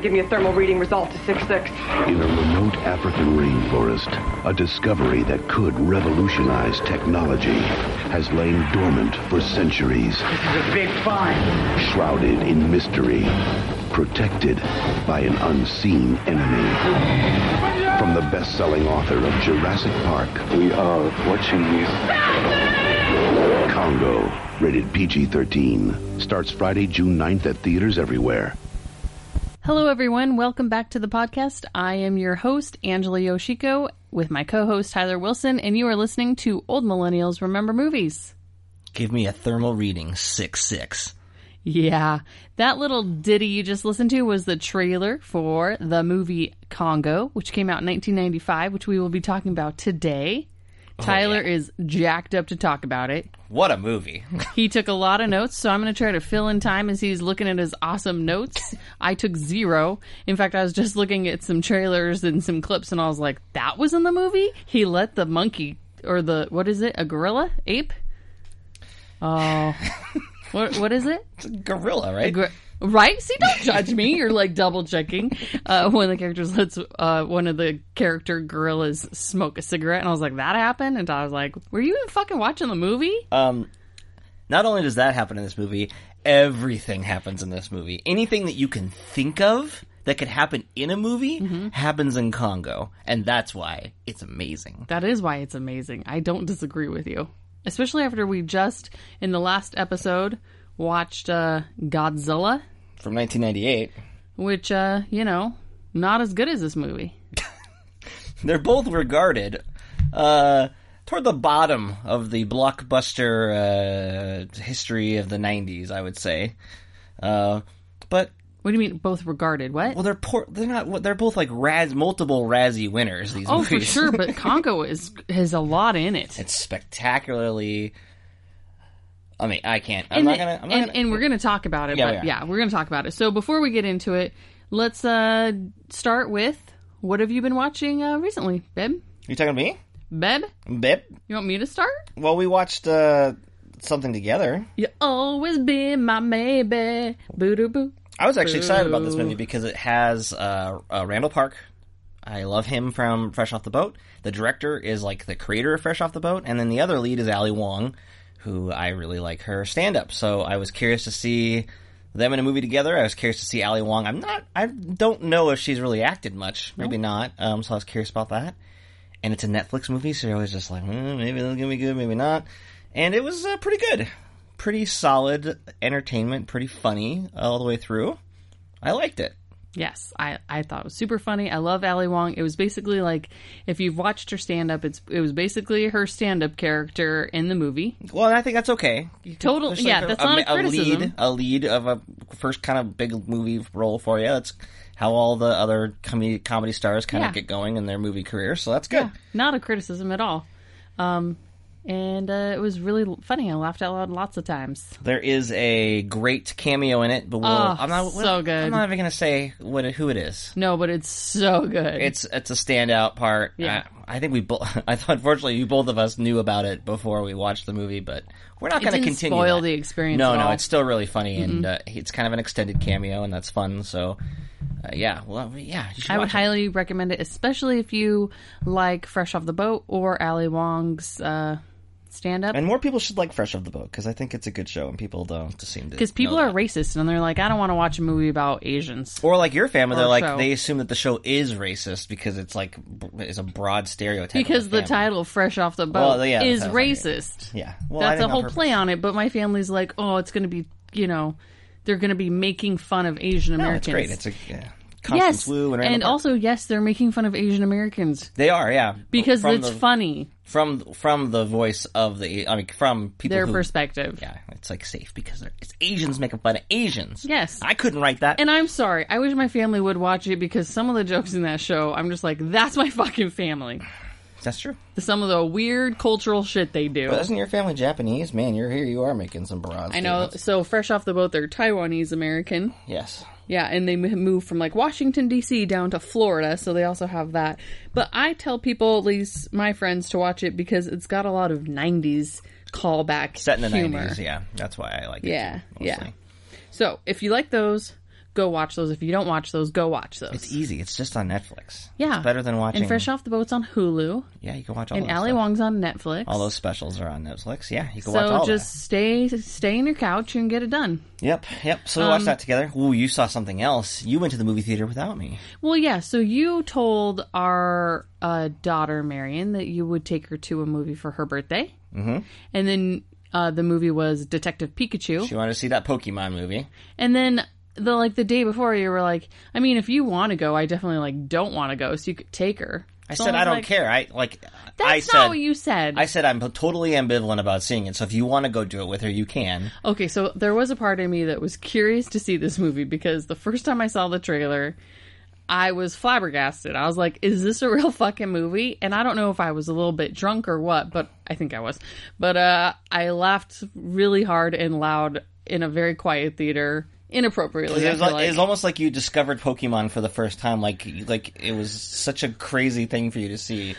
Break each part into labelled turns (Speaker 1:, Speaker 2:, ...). Speaker 1: Give me a thermal reading result to 6-6.
Speaker 2: In a remote African rainforest, a discovery that could revolutionize technology has lain dormant for centuries.
Speaker 3: This is a big find.
Speaker 2: Shrouded in mystery, protected by an unseen enemy. From the best selling author of Jurassic Park,
Speaker 4: We are watching you.
Speaker 2: Congo, rated PG 13, starts Friday, June 9th at theaters everywhere.
Speaker 5: Hello, everyone. Welcome back to the podcast. I am your host, Angela Yoshiko, with my co host, Tyler Wilson, and you are listening to Old Millennials Remember Movies.
Speaker 6: Give me a thermal reading, six six.
Speaker 5: Yeah, that little ditty you just listened to was the trailer for the movie Congo, which came out in 1995, which we will be talking about today. Tyler is jacked up to talk about it.
Speaker 6: What a movie!
Speaker 5: He took a lot of notes, so I'm going to try to fill in time as he's looking at his awesome notes. I took zero. In fact, I was just looking at some trailers and some clips, and I was like, that was in the movie? He let the monkey, or the, what is it? A gorilla? Ape? Oh. what, what is it?
Speaker 6: Gorilla, right?
Speaker 5: Gr- Right? See, don't judge me. You're like double checking. Uh, one of the characters lets uh, one of the character gorillas smoke a cigarette, and I was like, "That happened." And I was like, "Were you even fucking watching the movie?"
Speaker 6: um, not only does that happen in this movie, everything happens in this movie. Anything that you can think of that could happen in a movie happens in Congo, and that's why it's amazing.
Speaker 5: That is why it's amazing. I don't disagree with you. Especially after we just, in the last episode, watched uh, Godzilla,
Speaker 6: From 1998,
Speaker 5: which, uh, you know, not as good as this movie.
Speaker 6: they're both regarded uh, toward the bottom of the blockbuster uh, history of the 90s, I would say. Uh, but
Speaker 5: What do you mean, both regarded? What?
Speaker 6: well, they're poor, they're not. They're both like Raz, multiple Razzie winners. These
Speaker 5: oh,
Speaker 6: movies.
Speaker 5: for sure, but Congo is has a lot in it.
Speaker 6: It's spectacularly. I mean, I can't. I'm
Speaker 5: and,
Speaker 6: not gonna. I'm not
Speaker 5: and,
Speaker 6: gonna-
Speaker 5: and we're gonna talk about it.
Speaker 6: Yeah,
Speaker 5: but
Speaker 6: we are.
Speaker 5: yeah, we're gonna talk about it. So before we get into it, let's uh start with what have you been watching uh, recently, Beb?
Speaker 6: You talking to me,
Speaker 5: Beb,
Speaker 6: Bip?
Speaker 5: you want me to start?
Speaker 6: Well, we watched uh, something together.
Speaker 5: You always be my maybe. Boo doo boo.
Speaker 6: I was actually excited about this movie because it has uh, uh, Randall Park. I love him from Fresh Off the Boat. The director is like the creator of Fresh Off the Boat, and then the other lead is Ali Wong, who I really like her stand up. So I was curious to see them in a movie together. I was curious to see Ali Wong. I'm not. I don't know if she's really acted much. Maybe not. Um, so I was curious about that. And it's a Netflix movie, so I was just like, "Hmm, maybe it'll gonna be good, maybe not. And it was uh, pretty good, pretty solid entertainment, pretty funny all the way through. I liked it.
Speaker 5: Yes, I, I thought it was super funny. I love Ali Wong. It was basically like if you've watched her stand up, it's it was basically her stand up character in the movie.
Speaker 6: Well, and I think that's okay. You can-
Speaker 5: Total-
Speaker 6: there's
Speaker 5: yeah, that's not a criticism.
Speaker 6: lead, a lead of a first kind of big movie role for you. That's how all the other comedy comedy stars kind
Speaker 5: Yeah.
Speaker 6: of get going in their movie career. So that's good.
Speaker 5: Not a criticism at all. Um and uh, it was really funny. I laughed out loud lots of times.
Speaker 6: There is a great cameo in it, but we'll,
Speaker 5: Oh,
Speaker 6: I'm not
Speaker 5: so good.
Speaker 6: I'm not even gonna say what it, who it is.
Speaker 5: No, but it's so good.
Speaker 6: It's it's a standout part.
Speaker 5: Yeah.
Speaker 6: I, I think we both. I thought, unfortunately, you both of us knew about it before we watched the movie, but we're not
Speaker 5: It
Speaker 6: going to
Speaker 5: didn't
Speaker 6: continue.
Speaker 5: spoil
Speaker 6: that.
Speaker 5: the experience
Speaker 6: No,
Speaker 5: at
Speaker 6: no,
Speaker 5: all. Mm-hmm.
Speaker 6: it's still really funny, and uh, it's kind of an extended cameo, and that's fun. So, uh, yeah, well, yeah, you should
Speaker 5: I would
Speaker 6: watch it.
Speaker 5: highly recommend it, especially if you like Fresh Off the Boat or Ali Wong's uh, stand up.
Speaker 6: And more people should like Fresh Off the Boat because I think it's a good show, and people don't seem to
Speaker 5: Because people
Speaker 6: know
Speaker 5: are
Speaker 6: that.
Speaker 5: racist and they're like, I don't want to watch a movie about Asians.
Speaker 6: Or like your family,
Speaker 5: Or
Speaker 6: they're like
Speaker 5: show.
Speaker 6: they assume that the show is racist because it's like b- is a broad stereotype. of
Speaker 5: Because the
Speaker 6: family.
Speaker 5: title Fresh Off the Boat
Speaker 6: Well, yeah,
Speaker 5: is
Speaker 6: that's what I mean.
Speaker 5: racist.
Speaker 6: yeah, well, I
Speaker 5: That's a
Speaker 6: didn't know
Speaker 5: whole
Speaker 6: her-
Speaker 5: play on it, but my family's like, oh, it's going to be, you know, they're going to be making fun of Asian
Speaker 6: No,
Speaker 5: Americans.
Speaker 6: it's great. It's a yeah. Constance
Speaker 5: yes.
Speaker 6: Wu and, Randall
Speaker 5: and
Speaker 6: Park.
Speaker 5: also, yes, they're making fun of Asian Americans
Speaker 6: They are, yeah,
Speaker 5: because
Speaker 6: From
Speaker 5: it's
Speaker 6: the-
Speaker 5: funny,
Speaker 6: from from the voice of the. I mean, from people
Speaker 5: their
Speaker 6: who,
Speaker 5: perspective.
Speaker 6: Yeah, it's like safe because they're, it's Asians making fun of Asians.
Speaker 5: Yes.
Speaker 6: I couldn't write that.
Speaker 5: And I'm sorry. I wish my family would watch it because some of the jokes in that show, I'm just like, that's my fucking family.
Speaker 6: That's true.
Speaker 5: Some of the weird cultural shit they do.
Speaker 6: But isn't your family Japanese? Man, you're here. You are making some broad.
Speaker 5: I know.
Speaker 6: statements.
Speaker 5: So fresh off the boat, they're Taiwanese American.
Speaker 6: Yes.
Speaker 5: Yeah, and they m- moved from like Washington D.C. down to Florida, so they also have that. But I tell people, at least my friends, to watch it because it's got a lot of '90s callback
Speaker 6: Set in the
Speaker 5: humor.
Speaker 6: nineties. Yeah, that's why I like it.
Speaker 5: Yeah,
Speaker 6: too,
Speaker 5: yeah.
Speaker 6: mostly.
Speaker 5: So if you like those, Go watch those. If you don't watch those, go watch those.
Speaker 6: It's easy. It's just on Netflix.
Speaker 5: yeah,
Speaker 6: It's better than watching.
Speaker 5: And Fresh Off the Boat's on Hulu,
Speaker 6: yeah, you can watch all.
Speaker 5: and
Speaker 6: those
Speaker 5: Ali
Speaker 6: stuff.
Speaker 5: Wong's on Netflix.
Speaker 6: All those specials are on Netflix. Yeah, you can watch
Speaker 5: so
Speaker 6: all
Speaker 5: just stay stay in your couch and get it done.
Speaker 6: that. Yep, yep. So we
Speaker 5: Um,
Speaker 6: watched that together. Ooh, you saw something else. You went to the movie theater without me.
Speaker 5: Well, yeah. So you told our uh, daughter Marion that you would take her to a movie for her birthday, mm-hmm. and then uh, the movie was Detective Pikachu,
Speaker 6: She wanted to see that Pokemon movie.
Speaker 5: and then the like the day before you were like, I mean, if you want to go, I definitely like don't want to go, so you could take her.
Speaker 6: I
Speaker 5: So
Speaker 6: said I
Speaker 5: was
Speaker 6: don't
Speaker 5: like,
Speaker 6: care. I like.
Speaker 5: That's
Speaker 6: I
Speaker 5: not
Speaker 6: said,
Speaker 5: what you said.
Speaker 6: I said I'm totally ambivalent about seeing it. So if you want to go do it with her, you can.
Speaker 5: Okay, so there was a part of me that was curious to see this movie because the first time I saw the trailer, I was flabbergasted. I was like, is this a real fucking movie? And I don't know if I was a little bit drunk or what, but I think I was. But uh, I laughed really hard and loud in a very quiet theater, inappropriately.
Speaker 6: It
Speaker 5: I
Speaker 6: was,
Speaker 5: feel
Speaker 6: like, it was almost like you discovered Pokemon for the first time. Like, like it was such a crazy thing for you to see,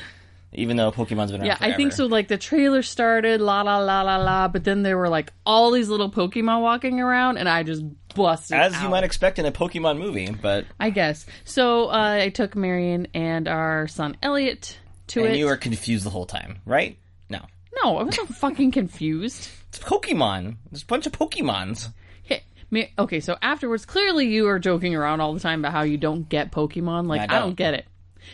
Speaker 6: even though Pokemon's been around.
Speaker 5: Yeah, I think
Speaker 6: forever.
Speaker 5: so. Like the trailer started, la la la la la, but then there were like all these little Pokemon walking around, and I just busted.
Speaker 6: As you
Speaker 5: out.
Speaker 6: might expect in a Pokemon movie, but
Speaker 5: I guess. So uh, I took Marion and our son Elliot to
Speaker 6: and
Speaker 5: it.
Speaker 6: you were confused the whole time, right? No,
Speaker 5: no, I wasn't fucking confused.
Speaker 6: it's Pokemon. There's a bunch of Pokemons.
Speaker 5: Hey, Ma- Okay, so afterwards, clearly you are joking around all the time about how you don't get Pokemon. Like, I
Speaker 6: I
Speaker 5: don't,
Speaker 6: don't.
Speaker 5: get it.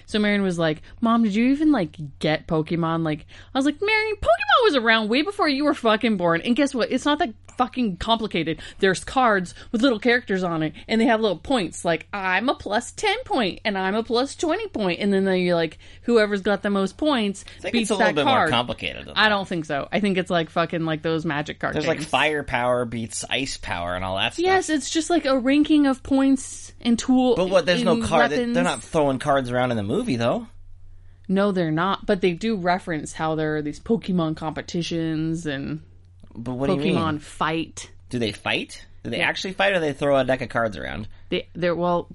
Speaker 5: So Marion was like, Mom, did you even like get Pokemon? Like, I was like, Marion, Pokemon was around way before you were fucking born. And guess what? It's not that fucking complicated. There's cards with little characters on it and they have little points. Like, I'm a plus 10 point and I'm a plus 20 point. And then you're like, whoever's got the most points
Speaker 6: I think
Speaker 5: beats
Speaker 6: it's a little
Speaker 5: that
Speaker 6: bit
Speaker 5: card.
Speaker 6: more complicated. Than
Speaker 5: I
Speaker 6: that.
Speaker 5: don't think so. I think it's like fucking like those magic card
Speaker 6: There's
Speaker 5: games.
Speaker 6: like firepower beats ice power and all that stuff.
Speaker 5: Yes, it's just like a ranking of points and tool.
Speaker 6: but what? There's no
Speaker 5: and
Speaker 6: card. They-
Speaker 5: weapons.
Speaker 6: They're not throwing cards around in the movie though.
Speaker 5: No, they're not. But they do reference how there are these Pokemon competitions and
Speaker 6: But what do you mean?
Speaker 5: Pokemon fight.
Speaker 6: Do they fight? Do they actually fight, or they throw a deck of cards around?
Speaker 5: They, they're well,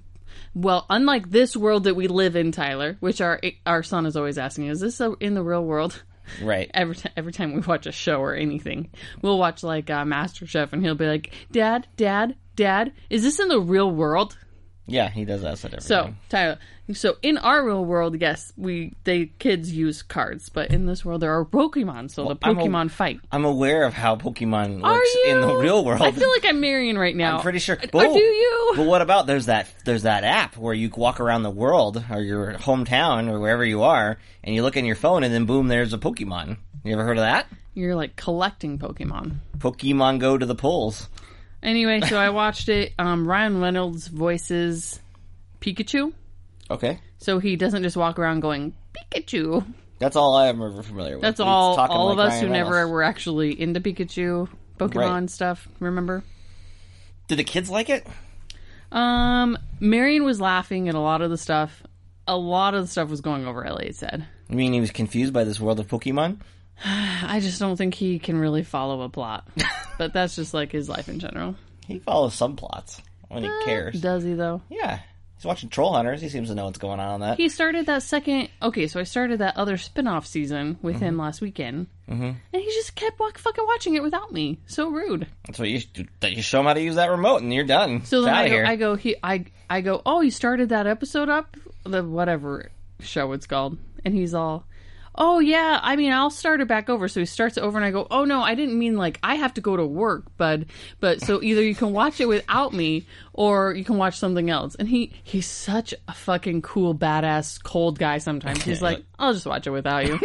Speaker 5: well, unlike this world that we live in, Tyler, which our our son is always asking, is this a, in the real world?
Speaker 6: Right.
Speaker 5: Every time, every time we watch a show or anything, we'll watch like uh, MasterChef, and he'll be like, "Dad, Dad, Dad, is this in the real world?"
Speaker 6: Yeah, he does that sort of
Speaker 5: So Tyler, so in our real world, yes, we they kids use cards, but in this world there are Pokemon, so the
Speaker 6: I'm a-
Speaker 5: Pokemon fight.
Speaker 6: I'm aware of how Pokemon
Speaker 5: Are
Speaker 6: works
Speaker 5: you
Speaker 6: in the real world.
Speaker 5: I feel like I'm Marion right now.
Speaker 6: I'm pretty sure.
Speaker 5: Or
Speaker 6: But-
Speaker 5: do you?
Speaker 6: But what about there's that there's that app where you walk around the world or your hometown or wherever you are, and you look in your phone, and then boom, there's a Pokemon. You ever heard of that?
Speaker 5: You're like collecting Pokemon.
Speaker 6: Pokemon Go to the polls.
Speaker 5: Anyway, so I watched it. Um, Ryan Reynolds voices Pikachu,
Speaker 6: Okay,
Speaker 5: so he doesn't just walk around going Pikachu.
Speaker 6: that's all I'm ever familiar with.
Speaker 5: That's
Speaker 6: He's
Speaker 5: all.
Speaker 6: talking
Speaker 5: All
Speaker 6: like
Speaker 5: of us
Speaker 6: Ryan
Speaker 5: who never
Speaker 6: Reynolds.
Speaker 5: were actually into Pokemon Pokemon
Speaker 6: Right.
Speaker 5: stuff. Remember?
Speaker 6: Did the kids like it?
Speaker 5: Um, Marion was laughing at a lot of the stuff. A lot of the stuff was going over. Elliot said,
Speaker 6: I mean, he was confused by this world of Pokemon.
Speaker 5: "I just don't think he can really follow a plot." but that's just like his life in general.
Speaker 6: He follows subplots when he
Speaker 5: Uh,
Speaker 6: cares.
Speaker 5: Does he though?
Speaker 6: Yeah, he's watching Troll Hunters. He seems to know what's going on on that.
Speaker 5: He started that second. Okay, so I started that other spin-off season with him last weekend, mm-hmm. and he just kept wa- fucking watching it without me. So rude.
Speaker 6: That's what you do. That you show him how to use that remote, and you're done.
Speaker 5: So
Speaker 6: it's
Speaker 5: then
Speaker 6: out
Speaker 5: I
Speaker 6: of
Speaker 5: go,
Speaker 6: here.
Speaker 5: I go, he, I, I go, oh, you started that episode up, the whatever show it's called, and he's all, oh yeah, I mean, I'll start it back over. So he starts it over, and I go, oh no, I didn't mean like I have to go to work, bud. But so either you can watch it without me, or you can watch something else. And he, he's such a fucking cool, badass, cold guy. Sometimes he's like, I'll just watch it without you.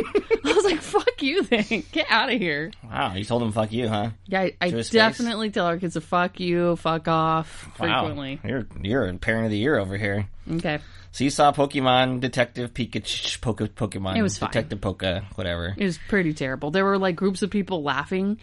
Speaker 5: I was like, fuck you, then get out of here.
Speaker 6: Wow, you told him fuck you, huh?
Speaker 5: Yeah, I, I
Speaker 6: To his face.
Speaker 5: definitely tell our kids to fuck you, fuck off frequently.
Speaker 6: Wow, you're you're a parent of the year over here.
Speaker 5: Okay.
Speaker 6: So you saw Pokemon Detective Pikachu, Poke, Pokemon
Speaker 5: It was fine.
Speaker 6: Detective Poka, whatever.
Speaker 5: It was pretty terrible. There were like groups of people laughing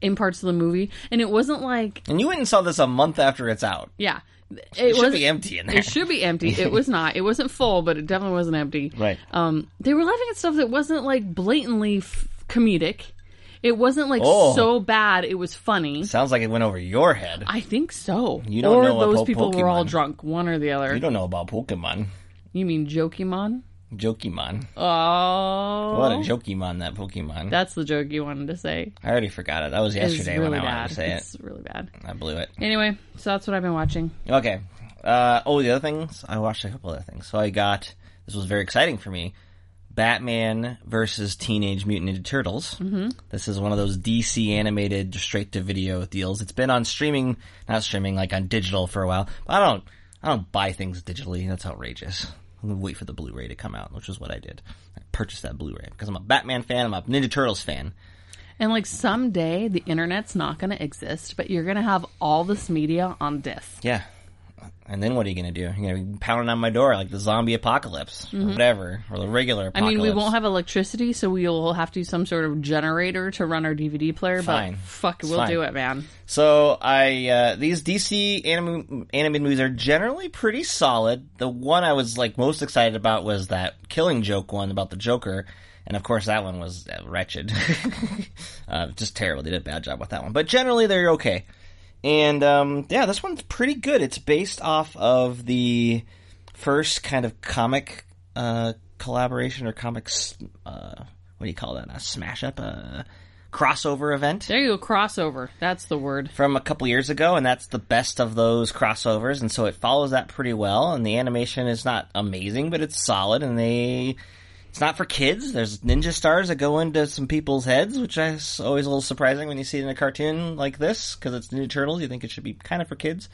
Speaker 5: in parts of the movie, and it wasn't like
Speaker 6: And you went and saw this a month after it's out.
Speaker 5: yeah, it,
Speaker 6: It, should
Speaker 5: wasn't-
Speaker 6: be empty in there.
Speaker 5: It should be empty. It was not. It wasn't full, but it definitely wasn't empty.
Speaker 6: Right.
Speaker 5: Um, they were laughing at stuff that wasn't like blatantly f- comedic. It wasn't like
Speaker 6: Oh.
Speaker 5: so bad. It was funny.
Speaker 6: Sounds like it went over your head.
Speaker 5: I think so.
Speaker 6: You don't
Speaker 5: or
Speaker 6: know
Speaker 5: those
Speaker 6: about
Speaker 5: people were all
Speaker 6: Pokemon.
Speaker 5: drunk, one or the other.
Speaker 6: You
Speaker 5: You,
Speaker 6: don't know about Pokemon.
Speaker 5: mean Jokimon?
Speaker 6: Jokimon.
Speaker 5: Oh,
Speaker 6: What a Jokimon, that Pokemon.
Speaker 5: that's the joke you wanted to say.
Speaker 6: I already forgot it. That was
Speaker 5: It's
Speaker 6: yesterday
Speaker 5: really
Speaker 6: when I
Speaker 5: bad.
Speaker 6: wanted to say it.
Speaker 5: It's really bad.
Speaker 6: I blew it.
Speaker 5: Anyway, so that's what I've been watching.
Speaker 6: Okay. Uh, oh, the other things I watched a couple other things. So I got this was very exciting for me. Batman versus Teenage Mutant Ninja Turtles. Mm-hmm. This is one of those DC animated straight to video deals. It's been on streaming, not streaming, like on digital for a while. But I don't, I don't buy things digitally. That's outrageous. I'm gonna wait for the Blu-ray to come out, which is what I did. I purchased that Blu-ray because I'm a Batman fan. I'm a Ninja Turtles fan.
Speaker 5: And like someday the internet's not going to exist, but you're going to have all this media on disc.
Speaker 6: Yeah. And then what are you going to do? You're going to be pounding on my door like the zombie apocalypse or whatever, or the regular
Speaker 5: Mm-hmm. I
Speaker 6: apocalypse.
Speaker 5: mean, we won't have electricity, so we'll have to use some sort of generator to run our DVD player,
Speaker 6: Fine.
Speaker 5: but fuck,
Speaker 6: It's
Speaker 5: we'll
Speaker 6: fine.
Speaker 5: do it, man.
Speaker 6: So I uh, these DC anim- animated movies are generally pretty solid. The one I was like most excited about was that Killing Joke one about the Joker, and of course that one was uh, wretched, uh, just terrible. They did a bad job with that one, but generally they're okay. And um, yeah, this one's pretty good. It's based off of the first kind of comic uh, collaboration or comics. Uh, what do you call that? A smash up, a crossover event
Speaker 5: There you go, crossover. That's the word.
Speaker 6: from a couple years ago, and that's the best of those crossovers, and so it follows that pretty well. And the animation is not amazing, but it's solid, and they. It's not for kids. There's ninja stars that go into some people's heads, which is always a little surprising when you see it in a cartoon like this, because it's Ninja Turtles. You think it should be kind of for kids,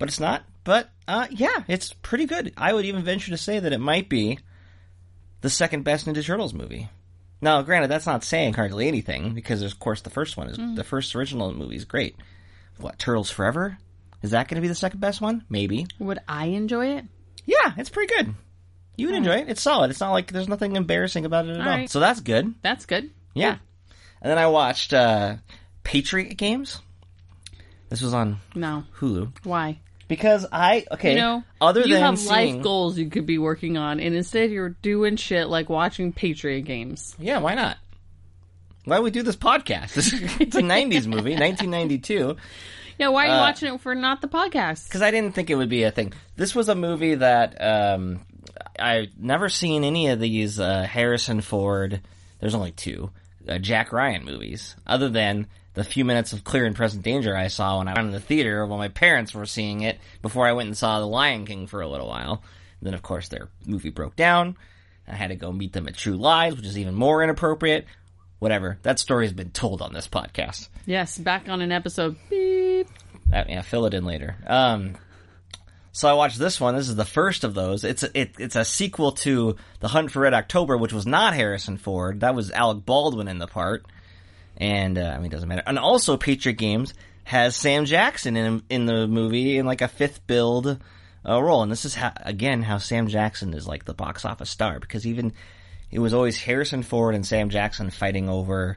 Speaker 6: but it's not. But uh, yeah, it's pretty good. I would even venture to say that it might be the second best Ninja Turtles movie. Now, granted, that's not saying hardly anything because, of course, the first one is the first original movie is great. What Turtles Forever is that going to be the second best one? Maybe.
Speaker 5: Would I enjoy it?
Speaker 6: Yeah, it's pretty good. You would enjoy it. It's solid. It's not like there's nothing embarrassing about it at all.
Speaker 5: right.
Speaker 6: So that's good.
Speaker 5: That's good.
Speaker 6: Yeah. And then I watched uh, Patriot Games. This was on
Speaker 5: No.
Speaker 6: Hulu
Speaker 5: Why?
Speaker 6: because I okay.
Speaker 5: You know,
Speaker 6: other
Speaker 5: you
Speaker 6: than
Speaker 5: have
Speaker 6: seeing-
Speaker 5: life goals you could be working on, and instead you're doing shit like watching Patriot games.
Speaker 6: Yeah, why not? Why we do this podcast? it's a '90s movie, 1992.
Speaker 5: Yeah, why are
Speaker 6: Uh.
Speaker 5: you watching it for not the podcast?
Speaker 6: because I didn't think it would be a thing. This was a movie that um, I've never seen any of these uh, Harrison Ford. There's only two uh, Jack Ryan movies, other than the few minutes of Clear and Present Danger I saw when I went in the theater while my parents were seeing it before I went and saw The Lion King for a little while. then, of course, their movie broke down. I had to go meet them at True Lies, which is even more inappropriate. Whatever. That story's been told on this podcast.
Speaker 5: Yes, back on an episode. Beep.
Speaker 6: Uh, yeah, fill it in later. Um, so I watched this one. This is the first of those. It's a, it, it's a sequel to The Hunt for Red October, which was not Harrison Ford. That was Alec Baldwin in the part. And uh, I mean, it doesn't matter. And also, Patriot Games has Sam Jackson in in the movie in like a fifth build uh, role. And this is how, again how Sam Jackson is like the box office star because even it was always Harrison Ford and Sam Jackson fighting over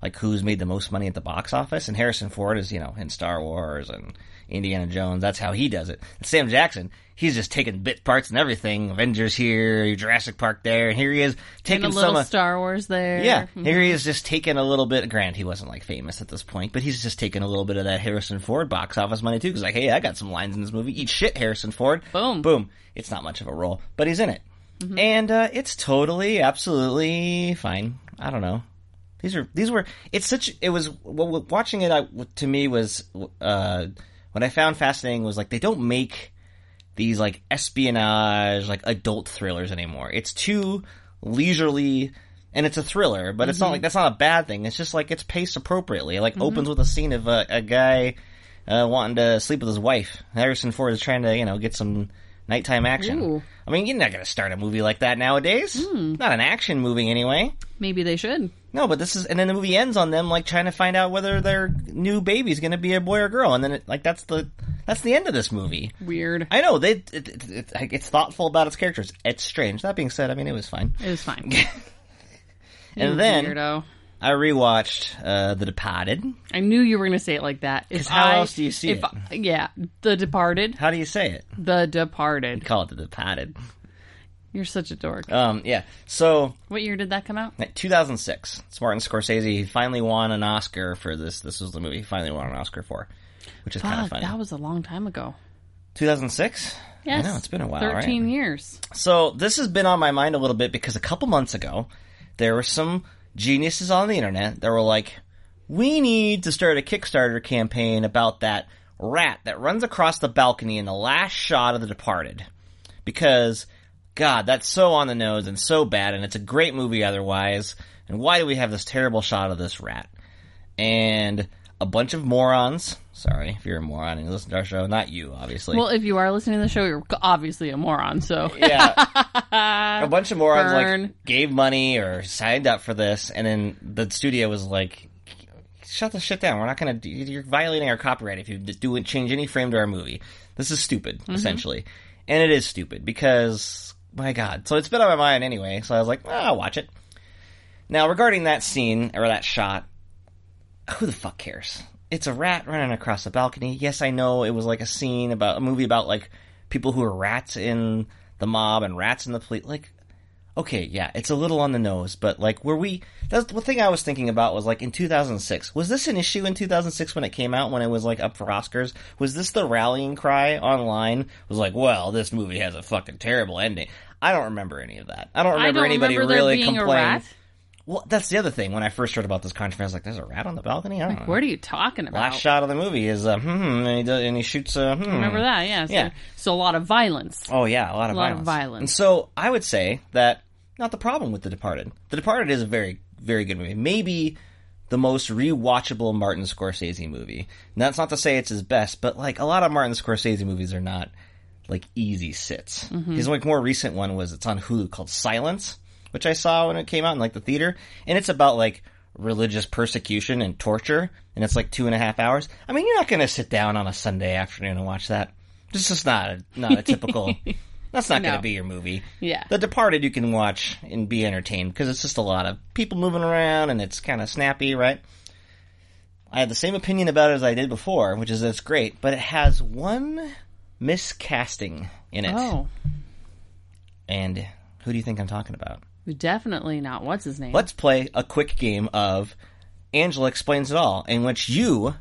Speaker 6: like who's made the most money at the box office. And Harrison Ford is, you know, in Star Wars and Indiana Jones. That's how he does it. And Sam Jackson, he's just taking bit parts and everything. Avengers here, Jurassic Park there, and here he is taking
Speaker 5: And a
Speaker 6: some
Speaker 5: little
Speaker 6: of-
Speaker 5: Star Wars there.
Speaker 6: yeah, here he is just taking a little bit. Grant, he wasn't like famous at this point, but he's just taking a little bit of that Harrison Ford box office money too. Because like, hey, I got some lines in this movie. Eat shit, Harrison Ford.
Speaker 5: Boom.
Speaker 6: boom. It's not much of a role, but he's in it, and uh, it's totally, absolutely fine. I don't know. These are these were. It's such. It was w- w- watching it. I, to me was uh, what I found fascinating was like they don't make these like espionage, like adult thrillers anymore. It's too leisurely, and it's a thriller, but it's not like that's not a bad thing. It's just like it's paced appropriately. It, like opens with a scene of a, a guy uh, wanting to sleep with his wife. Harrison Ford is trying to you know get some nighttime action.
Speaker 5: Ooh.
Speaker 6: I mean, you're not gonna start a movie like that nowadays. Not an action movie anyway.
Speaker 5: Maybe they should.
Speaker 6: No, but this is, and then the movie ends on them like trying to find out whether their new baby's going to be a boy or girl, and then it, like that's the that's the end of this movie.
Speaker 5: Weird.
Speaker 6: I know they it, it, it, like, it's thoughtful about its characters. It's strange. That being said, I mean it was fine.
Speaker 5: It was fine.
Speaker 6: And
Speaker 5: You
Speaker 6: then
Speaker 5: weirdo.
Speaker 6: I rewatched uh, The Departed.
Speaker 5: I knew you were going to say it like that. If
Speaker 6: 'Cause how
Speaker 5: I-
Speaker 6: else do you see
Speaker 5: if
Speaker 6: it?
Speaker 5: I- yeah, The Departed.
Speaker 6: How do you say it?
Speaker 5: The Departed.
Speaker 6: Call it The Departed.
Speaker 5: You're such a dork.
Speaker 6: Um, yeah. So
Speaker 5: what year did that come out?
Speaker 6: 2006, it's Martin Scorsese finally won an Oscar for this. This was the movie he finally won an Oscar for, which is kind of
Speaker 5: Fuck,
Speaker 6: funny.
Speaker 5: that was a long time ago.
Speaker 6: 2006.
Speaker 5: Yes.
Speaker 6: know, it's been a while, right?
Speaker 5: 13 years.
Speaker 6: So this has been on my mind a little bit because a couple months ago, there were some geniuses on the internet that were like, "We need to start a Kickstarter campaign about that rat that runs across the balcony in the last shot of The Departed," because God, that's so on the nose and so bad, and it's a great movie otherwise. And why do we have this terrible shot of this rat? And a bunch of morons. Sorry, if you're a moron and you listen to our show, not you, obviously
Speaker 5: Well, if you are listening to the show, you're obviously a moron, so.
Speaker 6: yeah. a bunch of morons
Speaker 5: Burn.
Speaker 6: like gave money or signed up for this, and then the studio was like, "Shut the shit down. We're not gonna. Do, you're violating our copyright if you d- do change any frame to our movie. This is stupid, essentially, and it is stupid because my god. So it's been on my mind anyway. So I was like, "Ah, I'll watch it. Now regarding that scene or that shot, who the fuck cares? It's a rat running across a balcony. Yes, I know it was like a scene about a movie about like people who are rats in the mob and rats in the police. Like, okay, yeah, it's a little on the nose, but like, were we? That's the thing I was thinking about was like in 2006. Was this an issue in 2006 when it came out when it was like up for Oscars? Was this the rallying cry online? It was like, well, this movie has a fucking terrible ending. I don't remember any of that. I don't
Speaker 5: I
Speaker 6: remember
Speaker 5: don't
Speaker 6: anybody
Speaker 5: remember there
Speaker 6: really
Speaker 5: being a
Speaker 6: complaining.
Speaker 5: rat.
Speaker 6: Well, that's the other thing. When I first heard about this controversy, I was like, "There's a rat on the balcony." I don't know.
Speaker 5: What are you talking about?
Speaker 6: Uh, Last shot of the movie is uh, hmm, and he, does, and he shoots uh, hmm.
Speaker 5: Remember that? Yeah. So,
Speaker 6: Yeah.
Speaker 5: so a lot of violence.
Speaker 6: Oh yeah, a lot of
Speaker 5: A lot of
Speaker 6: violence.
Speaker 5: violence.
Speaker 6: And so I would say that not the problem with The Departed. The Departed is a very very good movie. Maybe the most rewatchable Martin Scorsese movie. And that's not to say it's his best, but like a lot of Martin Scorsese movies are not like easy sits.
Speaker 5: Mm-hmm.
Speaker 6: His like more recent one was it's on Hulu called Silence, which I saw when it came out in like the theater, and it's about like religious persecution and torture, and it's like two and a half hours. I mean, you're not going to sit down on a Sunday afternoon and watch that. This is not a, not a typical. That's not going
Speaker 5: No.
Speaker 6: to be your movie.
Speaker 5: Yeah.
Speaker 6: The Departed you can watch and be entertained because it's just a lot of people moving around and it's kind of snappy, right? I had the same opinion about it as I did before, which is that it's great, but it has one miscasting in it.
Speaker 5: Oh,
Speaker 6: And who do you think I'm talking about?
Speaker 5: definitely not. What's his name?
Speaker 6: Let's play a quick game of Angela explains it all, in which you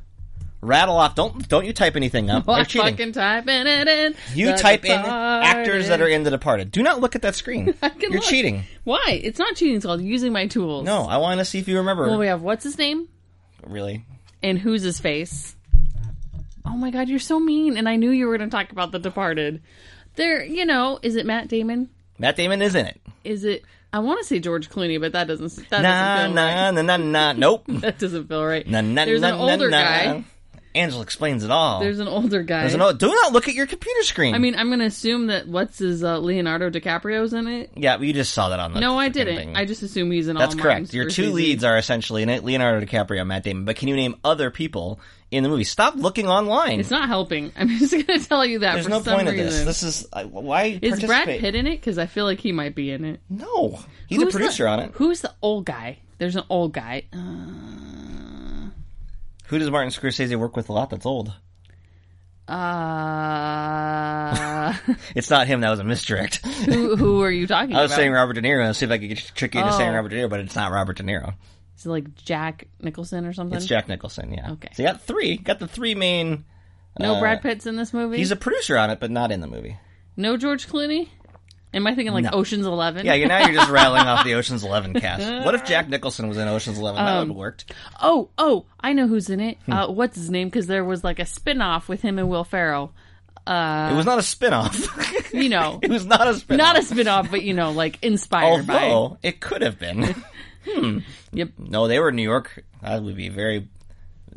Speaker 6: rattle off. Don't don't you type anything up.
Speaker 5: Well,
Speaker 6: They're
Speaker 5: I'm
Speaker 6: cheating.
Speaker 5: fucking typing it in.
Speaker 6: you
Speaker 5: The
Speaker 6: type in
Speaker 5: Departed.
Speaker 6: actors that are in The Departed. Do not look at that screen.
Speaker 5: can
Speaker 6: You're
Speaker 5: look.
Speaker 6: cheating.
Speaker 5: Why? It's not cheating. It's called using my tools.
Speaker 6: No, I want to see if you remember.
Speaker 5: Well, we have what's his name
Speaker 6: Really?
Speaker 5: and who's his face. Oh my god, you're so mean. And I knew you were going to talk about The Departed. There, you know, is it Matt Damon?
Speaker 6: Matt Damon is in it.
Speaker 5: Is it? I want to say George Clooney, but that doesn't. That
Speaker 6: Nah,
Speaker 5: doesn't feel right.
Speaker 6: nah, nah, nah, nah. Nope. Nah,
Speaker 5: That doesn't feel right.
Speaker 6: nah,
Speaker 5: There's
Speaker 6: nah,
Speaker 5: an
Speaker 6: nah,
Speaker 5: older
Speaker 6: nah.
Speaker 5: guy.
Speaker 6: Angela explains it all.
Speaker 5: There's an older guy.
Speaker 6: There's an old- Do not look at your computer screen.
Speaker 5: I mean, I'm going to assume that what's his uh, Leonardo DiCaprio's in it.
Speaker 6: yeah, you just saw that on the.
Speaker 5: No, I
Speaker 6: freaking
Speaker 5: didn't.
Speaker 6: thing.
Speaker 5: I just assume he's in.
Speaker 6: That's
Speaker 5: all
Speaker 6: correct.
Speaker 5: Martin
Speaker 6: Your two
Speaker 5: Scorsese.
Speaker 6: leads are essentially in it, Leonardo DiCaprio, and Matt Damon. But can you name other people in the movie? Stop looking online.
Speaker 5: It's not helping. I'm just going to tell you that.
Speaker 6: There's
Speaker 5: for
Speaker 6: no
Speaker 5: some
Speaker 6: point
Speaker 5: reason.
Speaker 6: of this. This is I why
Speaker 5: Is Brad
Speaker 6: participate?
Speaker 5: Pitt in it? Because I feel like he might be in it.
Speaker 6: No, he's a
Speaker 5: Who's the-
Speaker 6: producer on it.
Speaker 5: Who's the old guy? There's an old guy. Uh,
Speaker 6: Who does Martin Scorsese work with a lot? That's old.
Speaker 5: uh,
Speaker 6: It's not him. That was a misdirect.
Speaker 5: who, who are you talking
Speaker 6: I was
Speaker 5: about?
Speaker 6: saying Robert De Niro. Let's see if I could get trick you into saying
Speaker 5: Oh.
Speaker 6: Robert De Niro, but it's not Robert De Niro.
Speaker 5: Is it like Jack Nicholson or something?
Speaker 6: It's Jack Nicholson. Yeah.
Speaker 5: Okay.
Speaker 6: So you got three. Got the three main.
Speaker 5: no, Brad Pitt's in this movie.
Speaker 6: uh, He's a producer on it, but not in the movie.
Speaker 5: no George Clooney. Am I thinking like
Speaker 6: No.
Speaker 5: Ocean's Eleven?
Speaker 6: Yeah, you now you're just rattling off the Ocean's Eleven cast. What if Jack Nicholson was in Ocean's Eleven? that would have worked.
Speaker 5: Oh, oh, I know who's in
Speaker 6: Hmm.
Speaker 5: it. Uh, what's his name? Because there was like a spin off with him and Will Ferrell.
Speaker 6: it was not a spin-off.
Speaker 5: You know,
Speaker 6: it was not a
Speaker 5: uh,
Speaker 6: spin-off.
Speaker 5: not a spin off, but you know, like inspired by.
Speaker 6: Although it could have been. Hmm.
Speaker 5: Yep.
Speaker 6: No, they were New York. That would be very.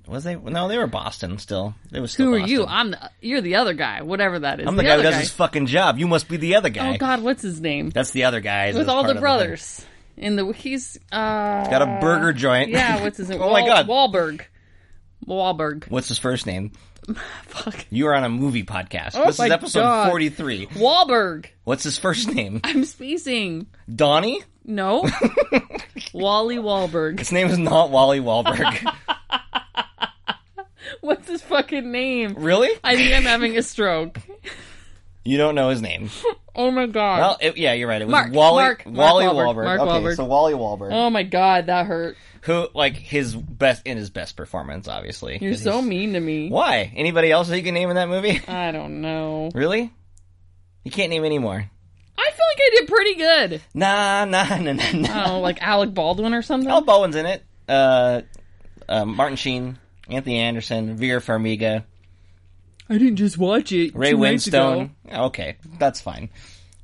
Speaker 6: Was they? No, they were Boston. Still, they was. Still
Speaker 5: Who are
Speaker 6: Boston.
Speaker 5: you? I'm the, you're the other guy, whatever that is.
Speaker 6: I'm the, guy who
Speaker 5: other
Speaker 6: does his fucking job. You must be the other guy.
Speaker 5: Oh God, what's his name?
Speaker 6: That's the other guy.
Speaker 5: With
Speaker 6: that's
Speaker 5: all
Speaker 6: part
Speaker 5: the
Speaker 6: of thing.
Speaker 5: brothers. In the he's uh
Speaker 6: Got a burger joint.
Speaker 5: yeah, what's his name?
Speaker 6: oh my
Speaker 5: Wal-
Speaker 6: God.
Speaker 5: Wahlberg. Wahlberg.
Speaker 6: What's his first name?
Speaker 5: Fuck. Oh
Speaker 6: You are on a movie podcast. this
Speaker 5: my
Speaker 6: is episode
Speaker 5: God.
Speaker 6: 43.
Speaker 5: Wahlberg.
Speaker 6: What's his first name?
Speaker 5: I'm spacing.
Speaker 6: Donnie?
Speaker 5: No. Wally Wahlberg.
Speaker 6: His name is not Wally Wahlberg.
Speaker 5: What's his fucking name?
Speaker 6: really?
Speaker 5: I think I'm having a stroke.
Speaker 6: You don't know his name.
Speaker 5: Oh my god.
Speaker 6: Well, it- yeah, you're right. It was
Speaker 5: Mark,
Speaker 6: Wally
Speaker 5: Mark, Mark
Speaker 6: Wally
Speaker 5: Wahlberg,
Speaker 6: Wahlberg.
Speaker 5: Mark
Speaker 6: okay,
Speaker 5: Wahlberg.
Speaker 6: so Wally Wahlberg,
Speaker 5: oh my god, that hurt.
Speaker 6: who like his best in his best performance, obviously.
Speaker 5: You're
Speaker 6: 'cause
Speaker 5: so Uh.
Speaker 6: he's-
Speaker 5: mean to me.
Speaker 6: Why? Anybody else that you can name in that movie?
Speaker 5: I don't know.
Speaker 6: really? You can't name any more.
Speaker 5: I feel like I did pretty good.
Speaker 6: Nah, nah, nah, nah, nah.
Speaker 5: Oh, like Alec Baldwin or something.
Speaker 6: Al Bowen's in it. Uh, uh, Martin Sheen, Anthony Anderson, Vera Farmiga,
Speaker 5: I didn't just watch it.
Speaker 6: Ray
Speaker 5: two nights
Speaker 6: Winstone.
Speaker 5: ago.
Speaker 6: Okay, that's fine.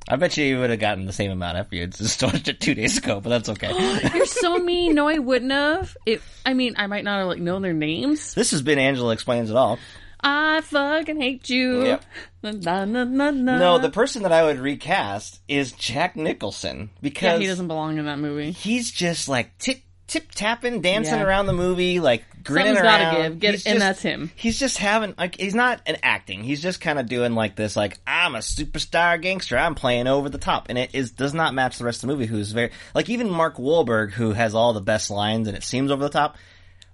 Speaker 6: I bet you would have gotten the same amount if you had just watched it two days ago, but that's okay.
Speaker 5: You're so mean. No, I wouldn't have. It. I mean, I might not have like known their names.
Speaker 6: this has been Angela Explains It All.
Speaker 5: I fucking hate you.
Speaker 6: Yep.
Speaker 5: Na, na, na, na.
Speaker 6: No, the person that I would recast is Jack Nicholson because
Speaker 5: Uh-huh. yeah, he doesn't belong in that movie.
Speaker 6: he's just like tip tip tapping, dancing
Speaker 5: Yeah.
Speaker 6: around the movie, like grinning
Speaker 5: Something's gotta
Speaker 6: around.
Speaker 5: give. Get-
Speaker 6: He's
Speaker 5: and
Speaker 6: just-
Speaker 5: that's him.
Speaker 6: He's just having like he's not an acting. He's just kind of doing like this, like I'm a superstar gangster. I'm playing over the top, and it is does not match the rest of the movie. Who's very like even Mark Wahlberg, who has all the best lines and it seems over the top.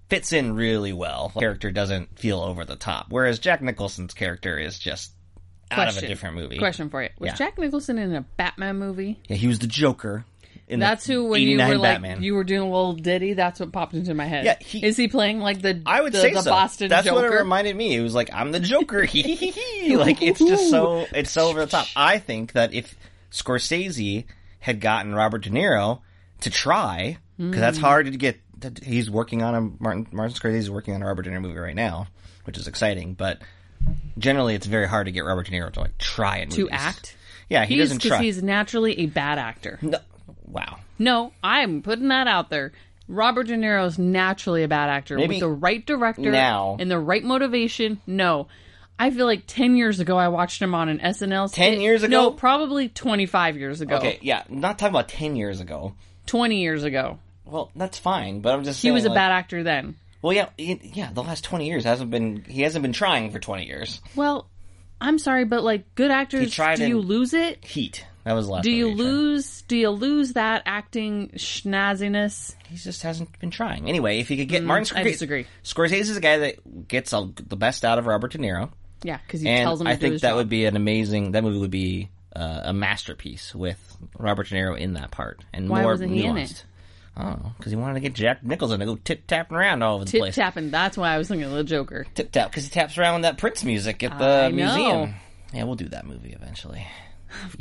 Speaker 6: Fits in really well. Character doesn't feel over the top, whereas Jack Nicholson's character is just out of a
Speaker 5: Question.
Speaker 6: different movie.
Speaker 5: Question for you: Was
Speaker 6: Yeah.
Speaker 5: Jack Nicholson in a Batman movie?
Speaker 6: Yeah, he was the Joker. In the
Speaker 5: That's who when you
Speaker 6: 89
Speaker 5: were like
Speaker 6: Batman.
Speaker 5: you were doing a little ditty. That's what popped into my head.
Speaker 6: Yeah, he-
Speaker 5: is he playing like the
Speaker 6: I would
Speaker 5: the,
Speaker 6: say
Speaker 5: the
Speaker 6: so.
Speaker 5: Boston
Speaker 6: That's
Speaker 5: Joker?
Speaker 6: what it reminded me. It was like I'm the Joker. Hee, hee, hee, hee. like it's just so it's so over the top. I think that if Scorsese had gotten Robert De Niro to try, because that's
Speaker 5: Hmm.
Speaker 6: hard to get. that- He's working on a Martin Martin Scorsese is working on a Robert De Niro movie right now, which is exciting. But generally, it's very hard to get Robert De Niro to like try and
Speaker 5: to act.
Speaker 6: Yeah, he
Speaker 5: he's
Speaker 6: doesn't
Speaker 5: because
Speaker 6: try.
Speaker 5: he's naturally a bad actor.
Speaker 6: No, wow.
Speaker 5: No, I'm putting that out there. Robert De Niro's naturally a bad actor.
Speaker 6: Maybe
Speaker 5: With the right director
Speaker 6: now.
Speaker 5: and the right motivation, no. I feel like 10 years ago I watched him on an SNL.
Speaker 6: 10
Speaker 5: skit.
Speaker 6: years ago?
Speaker 5: No, probably 25 years ago.
Speaker 6: Okay, yeah, not talking about ten years ago.
Speaker 5: 20 years ago.
Speaker 6: Well, that's fine, but I'm just
Speaker 5: He was a
Speaker 6: saying, like-
Speaker 5: bad actor then.
Speaker 6: Well, yeah, y- yeah. The last twenty years hasn't been he hasn't been trying for twenty years.
Speaker 5: Well, I'm sorry, but like good actors,
Speaker 6: tried
Speaker 5: do you
Speaker 6: in-
Speaker 5: lose it?
Speaker 6: Heat. That was the last.
Speaker 5: Do you
Speaker 6: movie he tried.
Speaker 5: lose? Do you lose that acting schnazziness?
Speaker 6: He just hasn't been trying. Anyway, if he could get Martin
Speaker 5: Mm, I
Speaker 6: Scorsese,
Speaker 5: disagree.
Speaker 6: Scorsese is a guy that gets all, the best out of Robert De Niro,
Speaker 5: Yeah, because he
Speaker 6: and
Speaker 5: tells him to
Speaker 6: I
Speaker 5: do
Speaker 6: think
Speaker 5: his
Speaker 6: that
Speaker 5: job.
Speaker 6: would be an amazing. That movie would be uh, a masterpiece with Robert De Niro in that part and
Speaker 5: Why
Speaker 6: more
Speaker 5: wasn't
Speaker 6: nuanced.
Speaker 5: he in it?
Speaker 6: Oh, because he wanted to get Jack Nicholson to go tip tapping around all over the
Speaker 5: Tip
Speaker 6: place.
Speaker 5: tapping. That's why I was thinking of the Joker.
Speaker 6: Tip tap because he taps around with that Prince music at the
Speaker 5: I know.
Speaker 6: museum. Yeah, we'll do that movie eventually.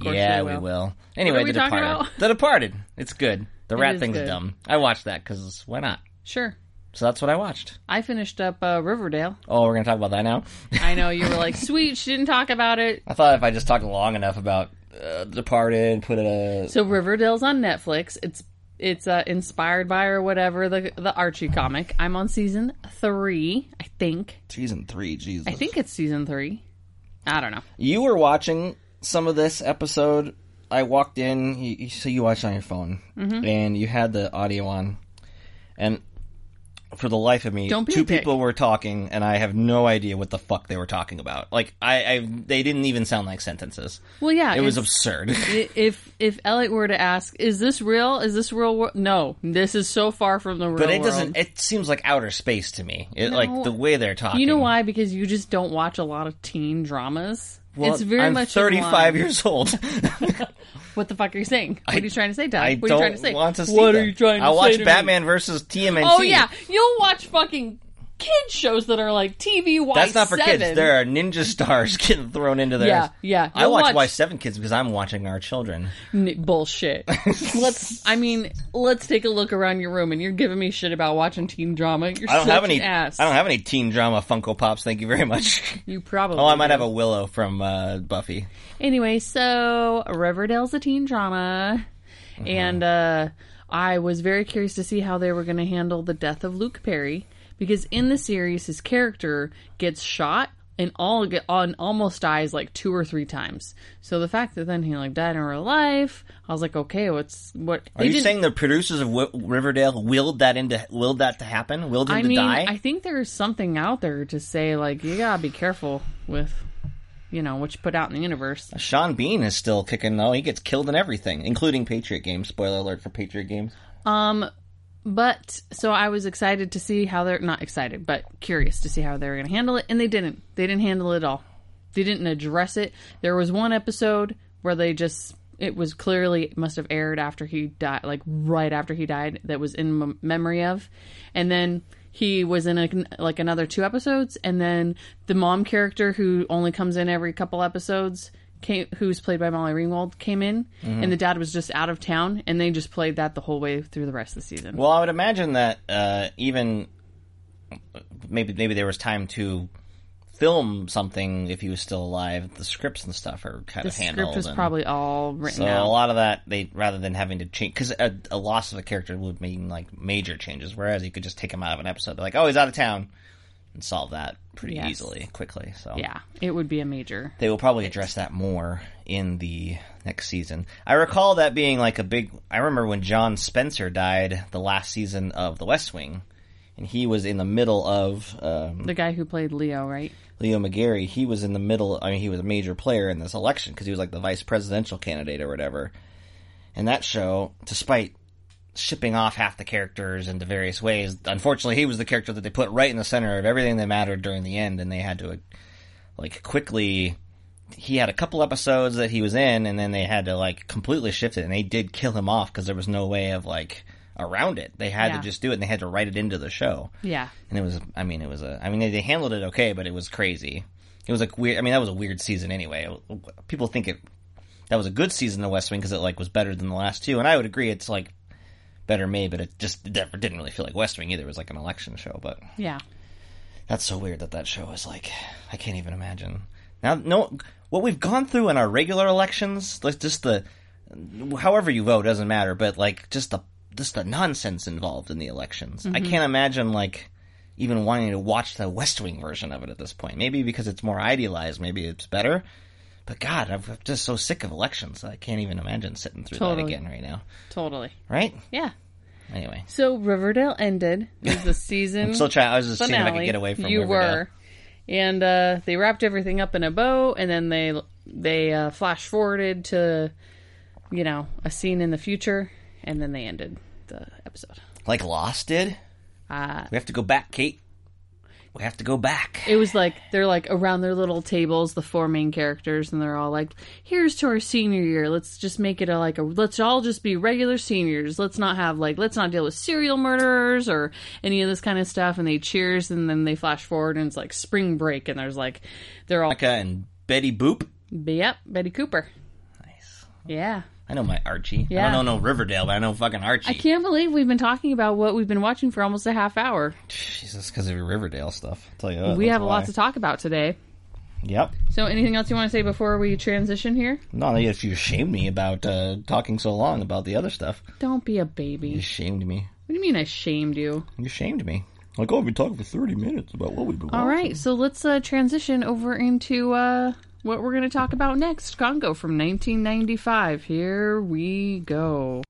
Speaker 5: course
Speaker 6: yeah,
Speaker 5: we
Speaker 6: we
Speaker 5: will.
Speaker 6: will. Anyway,
Speaker 5: we
Speaker 6: The
Speaker 5: talking
Speaker 6: Departed.
Speaker 5: about?
Speaker 6: The Departed. It's good. The rat
Speaker 5: is
Speaker 6: thing's
Speaker 5: good.
Speaker 6: dumb. I watched that because why not?
Speaker 5: Sure.
Speaker 6: So that's what I watched.
Speaker 5: I finished up uh, Riverdale.
Speaker 6: Oh, we're gonna talk about that now.
Speaker 5: I know you were like, sweet, she didn't talk about it.
Speaker 6: I thought if I just talked long enough about uh, The Departed, put a
Speaker 5: So Riverdale's on Netflix. It's it's uh, inspired by or whatever the the Archie comic. I'm on season three, I think.
Speaker 6: season three. Jesus,
Speaker 5: I think it's season three. I don't know.
Speaker 6: you were watching some of this episode. I walked in. You, you- so you watched on your phone,
Speaker 5: Mm-hmm.
Speaker 6: and you had the audio on, and. For the life of me,
Speaker 5: Don't be a
Speaker 6: two
Speaker 5: dick.
Speaker 6: people were talking, and I have no idea what the fuck they were talking about. Like, I, I they didn't even sound like sentences.
Speaker 5: Well, yeah,
Speaker 6: it was
Speaker 5: it's-
Speaker 6: absurd.
Speaker 5: i- if if Elliot were to ask, is this real? Is this real world? No, this is so far from the real
Speaker 6: but it
Speaker 5: world.
Speaker 6: doesn't. It seems like outer space to me. It, Like the way they're talking.
Speaker 5: You know why? Because you just don't watch a lot of teen dramas.
Speaker 6: Well,
Speaker 5: it's very
Speaker 6: I'm
Speaker 5: much in
Speaker 6: 35
Speaker 5: line.
Speaker 6: years old.
Speaker 5: What the fuck are you saying? What are you trying to say, Doug?
Speaker 6: I
Speaker 5: what
Speaker 6: don't
Speaker 5: are you trying to say?
Speaker 6: want to see
Speaker 5: what
Speaker 6: that.
Speaker 5: are you trying to
Speaker 6: I
Speaker 5: say?
Speaker 6: watched
Speaker 5: to me?
Speaker 6: Batman versus TMNT.
Speaker 5: Oh yeah, you'll watch fuking kid shows that are like TV.
Speaker 6: That's not for kids. There are ninja stars getting thrown into there.
Speaker 5: Yeah, yeah.
Speaker 6: I
Speaker 5: You'll
Speaker 6: watch,
Speaker 5: watch-
Speaker 6: Y7 Kids because I'm watching our children.
Speaker 5: N- bullshit. let's. I mean, let's take a look around your room, and you're giving me shit about watching teen drama. You're
Speaker 6: I don't
Speaker 5: such
Speaker 6: have any
Speaker 5: an ass.
Speaker 6: I don't have any teen drama Funko Pops, thank you very much.
Speaker 5: You probably.
Speaker 6: Oh, I might
Speaker 5: do.
Speaker 6: have a Willow from uh, Buffy.
Speaker 5: Anyway, so Riverdale's a teen drama,
Speaker 6: Uh-huh.
Speaker 5: and uh, I was very curious to see how they were going to handle the death of Luke Perry because in the series, his character gets shot and all on almost dies like two or three times. So the fact that then he like died in real life, I was like, okay, what's what?
Speaker 6: Are you saying the producers of w- Riverdale willed that into willed that to happen? Willed him
Speaker 5: I
Speaker 6: to
Speaker 5: mean,
Speaker 6: die?
Speaker 5: I think there's something out there to say like you gotta be careful with, you know, what you put out in the universe.
Speaker 6: Sean Bean is still kicking though. He gets killed in everything, including Patriot Games. Spoiler alert for Patriot Games.
Speaker 5: But so I was excited to see how they're not excited, but curious to see how they were going to handle it, and they didn't. They didn't handle it at all. They didn't address it. There was one episode where they just it was clearly it must have aired after he died, like right after he died, that was in mem- memory of, and then he was in a, like another two episodes, and then the mom character who only comes in every couple episodes came, who's played by Molly Ringwald, came in, and the dad was just out of town, and they just played that the whole way through the rest of the season.
Speaker 6: Well, I would imagine that uh, even maybe maybe there was time to film something if he was still alive. The scripts and stuff are kind
Speaker 5: the
Speaker 6: of handled.
Speaker 5: script was
Speaker 6: and-
Speaker 5: probably all written
Speaker 6: so
Speaker 5: out.
Speaker 6: a lot of that they rather than having to change because a, a loss of a character would mean like major changes. Whereas you could just take him out of an episode, be like, oh, he's out of town, and solve that pretty
Speaker 5: Yes.
Speaker 6: easily, quickly. So
Speaker 5: yeah, it would be a major.
Speaker 6: they will probably address that more in the next season. I recall that being like a big. I remember when John Spencer died the last season of The West Wing, and he was in the middle of um,
Speaker 5: The guy who played Leo, right?
Speaker 6: Leo McGarry. He was in the middle. I mean, he was a major player in this election because he was like the vice presidential candidate or whatever. And that show, despite shipping off half the characters into various ways, unfortunately, he was the character that they put right in the center of everything that mattered during the end, and they had to like quickly he had a couple episodes that he was in and then they had to like completely shift it and they did kill him off because there was no way of like around it they had
Speaker 5: Yeah.
Speaker 6: to just do it and they had to write it into the show
Speaker 5: Yeah.
Speaker 6: and it was i mean it was a i mean they, they handled it okay but it was crazy it was like weird i mean that was a weird season anyway people think it that was a good season of west wing because it like was better than the last two and i would agree it's like better made but it just never didn't really feel like west wing either it was like an election show but
Speaker 5: Yeah.
Speaker 6: that's so weird that that show is like. I can't even imagine. Now, no, what we've gone through in our regular elections, like just the, however you vote doesn't matter, but like just the just the nonsense involved in the elections. I can't imagine like even wanting to watch the West Wing version of it at this point. Maybe because it's more idealized, maybe it's better. But God, I'm just so sick of elections. I can't even imagine sitting through that
Speaker 5: Totally.
Speaker 6: again right now.
Speaker 5: Totally.
Speaker 6: Right?
Speaker 5: Yeah.
Speaker 6: Anyway,
Speaker 5: So Riverdale ended. It was the season.
Speaker 6: I'm still trying. I was just seeing if I
Speaker 5: finale.
Speaker 6: could get away from
Speaker 5: you
Speaker 6: Riverdale.
Speaker 5: were, and uh, they wrapped everything up in a bow, and then they they uh, flash forwarded to, you know, a scene in the future, and then they ended the episode.
Speaker 6: like Lost did. we have to go back, Kate. We have to go back.
Speaker 5: It was like they're like around their little tables, the four main characters, and they're all like, "Here's to our senior year. Let's just make it a like a let's all just be regular seniors. Let's not have like let's not deal with serial murderers or any of this kind of stuff." And they cheers, and then they flash forward, and it's like spring break, and there's like they're all
Speaker 6: Monica and Betty Boop.
Speaker 5: Yep, Betty Cooper.
Speaker 6: Nice.
Speaker 5: Yeah.
Speaker 6: I know my Archie. I
Speaker 5: Yeah.
Speaker 6: don't know no Riverdale, but I know fucking Archie.
Speaker 5: I can't believe we've been talking about what we've been watching for almost a half hour.
Speaker 6: Jesus, because of your Riverdale stuff. I'll tell you what,
Speaker 5: we
Speaker 6: that's
Speaker 5: have a lot
Speaker 6: why.
Speaker 5: to talk about today.
Speaker 6: Yep.
Speaker 5: So, anything else you want to say before we transition here?
Speaker 6: Not if you shamed me about uh, talking so long about the other stuff.
Speaker 5: Don't be a
Speaker 6: You
Speaker 5: baby.
Speaker 6: shamed me.
Speaker 5: What do you mean I shamed you?
Speaker 6: You shamed me. Like, oh, we've been talking for 30 minutes about what we've been
Speaker 5: All right, so let's uh, transition over into uh, what we're going to talk about next Congo from 1995. Here we go.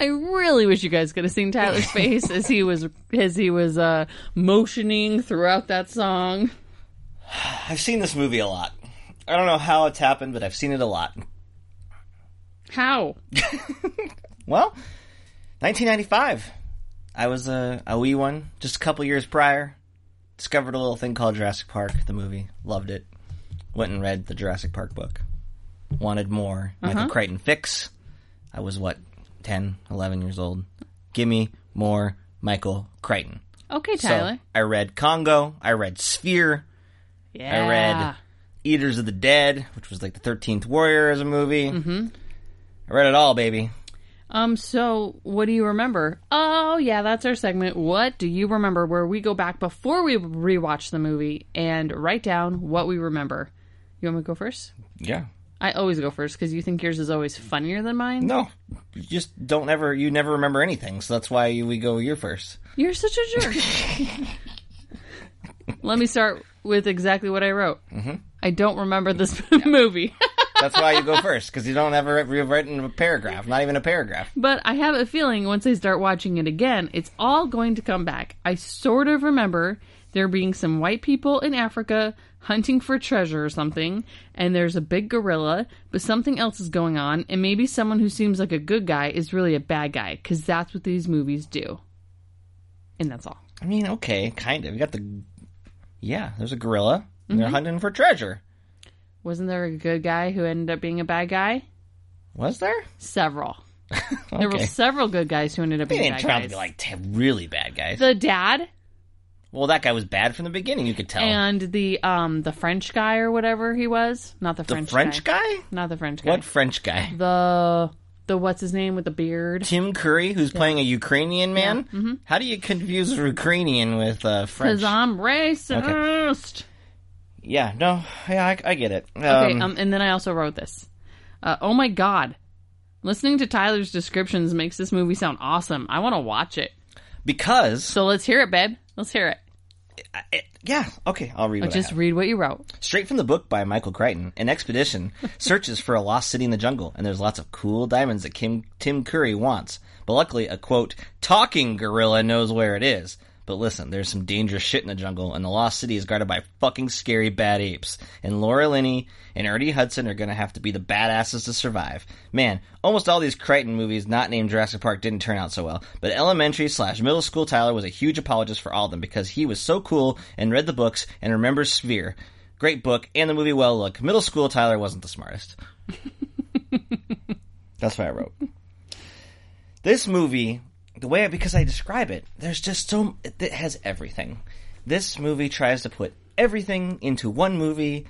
Speaker 5: I really wish you guys could have seen Tyler's face as he was as he was uh, motioning throughout that song.
Speaker 6: I've seen this movie a lot. I don't know how it's happened, but I've seen it a lot.
Speaker 5: How?
Speaker 6: Well, 1995. I was a, a wee one just a couple years prior. Discovered a little thing called Jurassic Park, the movie. Loved it. Went and read the Jurassic Park book. Wanted more.
Speaker 5: Uh-huh.
Speaker 6: Michael Crichton fix. I was, what, 10, 11 years old. Give me more Michael Crichton.
Speaker 5: Okay,
Speaker 6: So,
Speaker 5: Tyler.
Speaker 6: I read Congo. I read Sphere.
Speaker 5: yeah.
Speaker 6: I read Eaters of the Dead, which was like the 13th Warrior as a movie. Mm-hmm. I read it all, baby.
Speaker 5: Um, so what do you remember? Oh, yeah, that's our segment. What do you remember? Where we go back before we rewatch the movie and write down what we remember. You want me to go first?
Speaker 6: Yeah.
Speaker 5: I always go first because you think yours is always funnier than mine.
Speaker 6: No, you just don't ever. You never remember anything, so that's why we go year first.
Speaker 5: You're such a jerk. Let me start with exactly what I wrote. Mm-hmm. I don't remember this movie,
Speaker 6: That's why you go first because you don't ever you've written a paragraph, not even a paragraph.
Speaker 5: but I have a feeling once I start watching it again, it's all going to come back. I sort of remember there being some white people in Africa hunting for treasure or something, and there's a big gorilla, but something else is going on, and maybe someone who seems like a good guy is really a bad guy, because that's what these movies do. And that's all.
Speaker 6: I mean,
Speaker 5: Mm-hmm.
Speaker 6: okay, kind of. You got the yeah. There's a gorilla. and They're hunting for treasure.
Speaker 5: Wasn't there a good guy who ended up being a bad guy?
Speaker 6: Was there?
Speaker 5: Several. There were
Speaker 6: Okay.
Speaker 5: several good guys who ended up
Speaker 6: They
Speaker 5: being bad
Speaker 6: didn't turn out to
Speaker 5: guys.
Speaker 6: be like Oh. t- really bad guys.
Speaker 5: the dad
Speaker 6: well, that guy was bad from the beginning. You could tell.
Speaker 5: and the um the French guy or whatever he was. Not the
Speaker 6: the
Speaker 5: French,
Speaker 6: guy?
Speaker 5: Not the French guy.
Speaker 6: What French guy?
Speaker 5: The the what's his name with the beard?
Speaker 6: Tim Curry, who's playing a Ukrainian man.
Speaker 5: Mm-hmm.
Speaker 6: How do you confuse Ukrainian with uh, French?
Speaker 5: Because I'm racist.
Speaker 6: yeah, no, yeah, I, I get it. Um,
Speaker 5: Okay, um, and then I also wrote this. Uh, oh my god. Listening to Tyler's descriptions makes this movie sound awesome. I want to watch it.
Speaker 6: because
Speaker 5: So let's hear it, babe. Let's hear it.
Speaker 6: it, yeah, okay, I'll read. What I
Speaker 5: Oh, Just
Speaker 6: have.
Speaker 5: read what you wrote.
Speaker 6: Straight from the book by Michael Crichton, an expedition searches for a lost city in the jungle, and there's lots of cool diamonds that Kim, Tim Curry wants. But luckily, a quote, talking gorilla knows where it is. But listen, there's some dangerous shit in the jungle, and the lost city is guarded by fucking scary bad apes. And Laura Linney and Ernie Hudson are gonna have to be the badasses to survive. Man, almost all these Crichton movies not named Jurassic Park didn't turn out so well, but elementary slash middle school Tyler was a huge apologist for all of them because he was so cool and read the books and remembers Sphere. Great book, and the movie well look. Middle school Tyler wasn't the smartest. That's what I wrote. This movie, the way I, because I describe it, there's just so it has everything. This movie tries to put everything into one movie,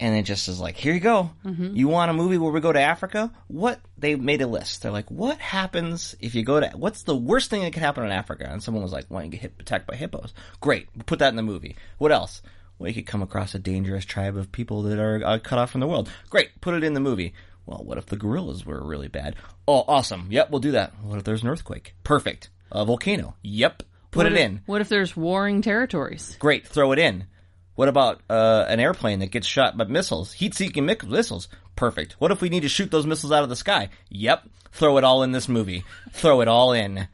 Speaker 6: and it just is like, here you go. You want a movie where we go to Africa? What they made a list. They're like, what happens if you go to? What's the worst thing that could happen in Africa? And someone was like, well, you get hit, attacked by hippos. Great, we'll put that in the movie. What else? Well, you could come across a dangerous tribe of people that are uh, cut off from the world. Great, put it in the movie. Well, what if the gorillas were really bad? Oh, awesome. Yep, we'll do that. What if there's an earthquake? Perfect. A volcano. Yep. Put it
Speaker 5: What if-
Speaker 6: in.
Speaker 5: What if there's warring territories?
Speaker 6: Great. Throw it in. What about uh, an airplane that gets shot by missiles? Heat seeking mic missiles. Perfect. What if we need to shoot those missiles out of the sky? Yep. Throw it all in this movie. Throw it all in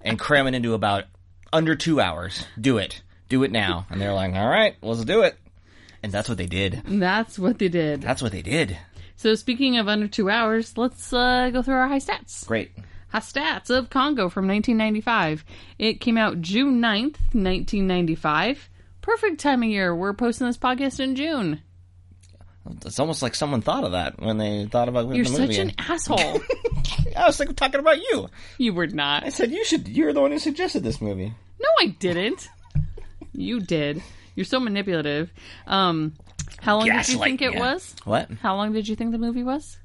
Speaker 6: and cram it into about under two hours. Do it. Do it now. And they're like, all right, let's do it. And that's what they did.
Speaker 5: And that's what they did.
Speaker 6: That's what they did.
Speaker 5: So speaking of under two hours, let's uh, go through our high stats.
Speaker 6: Great.
Speaker 5: High stats of Congo from 1995. It came out June 9th, 1995. Perfect time of year. We're posting this podcast in June.
Speaker 6: It's almost like someone thought of that when they thought about
Speaker 5: You're
Speaker 6: the
Speaker 5: such
Speaker 6: movie.
Speaker 5: an asshole.
Speaker 6: I was like talking about you.
Speaker 5: you were not.
Speaker 6: I said you should. You're the one who suggested this movie.
Speaker 5: No, I didn't. you did. You're so manipulative. Um, how long did you think it
Speaker 6: Gaslight, yeah.
Speaker 5: was?
Speaker 6: What?
Speaker 5: How long did you think the movie was?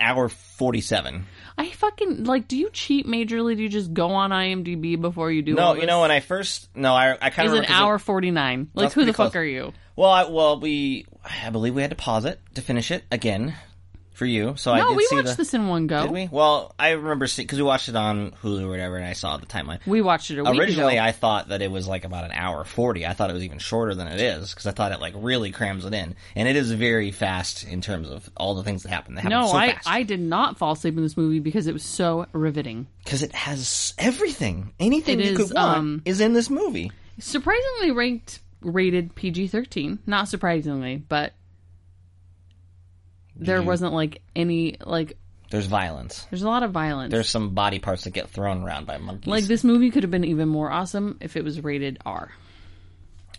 Speaker 6: Hour forty-seven.
Speaker 5: I fucking like. Do you cheat majorly? Do you just go on IMDb before you do?
Speaker 6: No,
Speaker 5: all
Speaker 6: you
Speaker 5: this?
Speaker 6: know when I first. No, I I kind
Speaker 5: It was
Speaker 6: of
Speaker 5: an hour forty nine. Like,
Speaker 6: That's
Speaker 5: who the
Speaker 6: pretty close.
Speaker 5: fuck are you?
Speaker 6: Well, I, well, we. I believe we had to pause it to finish it again for you. So I
Speaker 5: No,
Speaker 6: did
Speaker 5: we
Speaker 6: see
Speaker 5: watched
Speaker 6: the,
Speaker 5: this in one go.
Speaker 6: Did we? Well, I remember seeing because we watched it on Hulu or whatever, and I saw the timeline.
Speaker 5: We watched it a week
Speaker 6: Originally,
Speaker 5: ago.
Speaker 6: I thought that it was like about an hour forty. I thought it was even shorter than it is because I thought it like really crams it in, and it is very fast in terms of all the things that happen. That happen
Speaker 5: no,
Speaker 6: so
Speaker 5: I,
Speaker 6: fast.
Speaker 5: I did not fall asleep in this movie because it was so riveting.
Speaker 6: because it has everything. Anything
Speaker 5: It
Speaker 6: you
Speaker 5: is,
Speaker 6: could want
Speaker 5: um,
Speaker 6: is in this movie.
Speaker 5: Surprisingly ranked rated PG thirteen. Not surprisingly, but there
Speaker 6: Mm-hmm.
Speaker 5: wasn't like any like
Speaker 6: There's violence.
Speaker 5: There's a lot of violence.
Speaker 6: There's some body parts that get thrown around by monkeys.
Speaker 5: like this movie could have been even more awesome if it was rated R,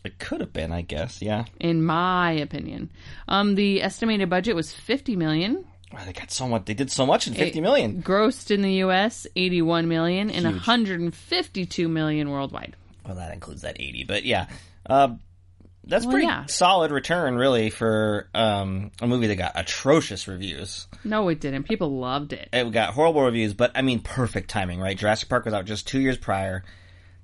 Speaker 6: it could have been, I guess. Yeah,
Speaker 5: in my opinion. Um, the estimated budget was 50 million,
Speaker 6: Wow, they got so much. They did so much in fifty
Speaker 5: It-
Speaker 6: million.
Speaker 5: grossed in the U.S. 81 million and 152 million worldwide.
Speaker 6: Well, that includes that eighty, but yeah, uh, that's
Speaker 5: Well,
Speaker 6: pretty
Speaker 5: yeah.
Speaker 6: solid return, really, for um, a movie that got atrocious reviews.
Speaker 5: No, it didn't. People loved it.
Speaker 6: It got horrible reviews, but I mean, perfect timing, right? Jurassic Park was out just two years prior.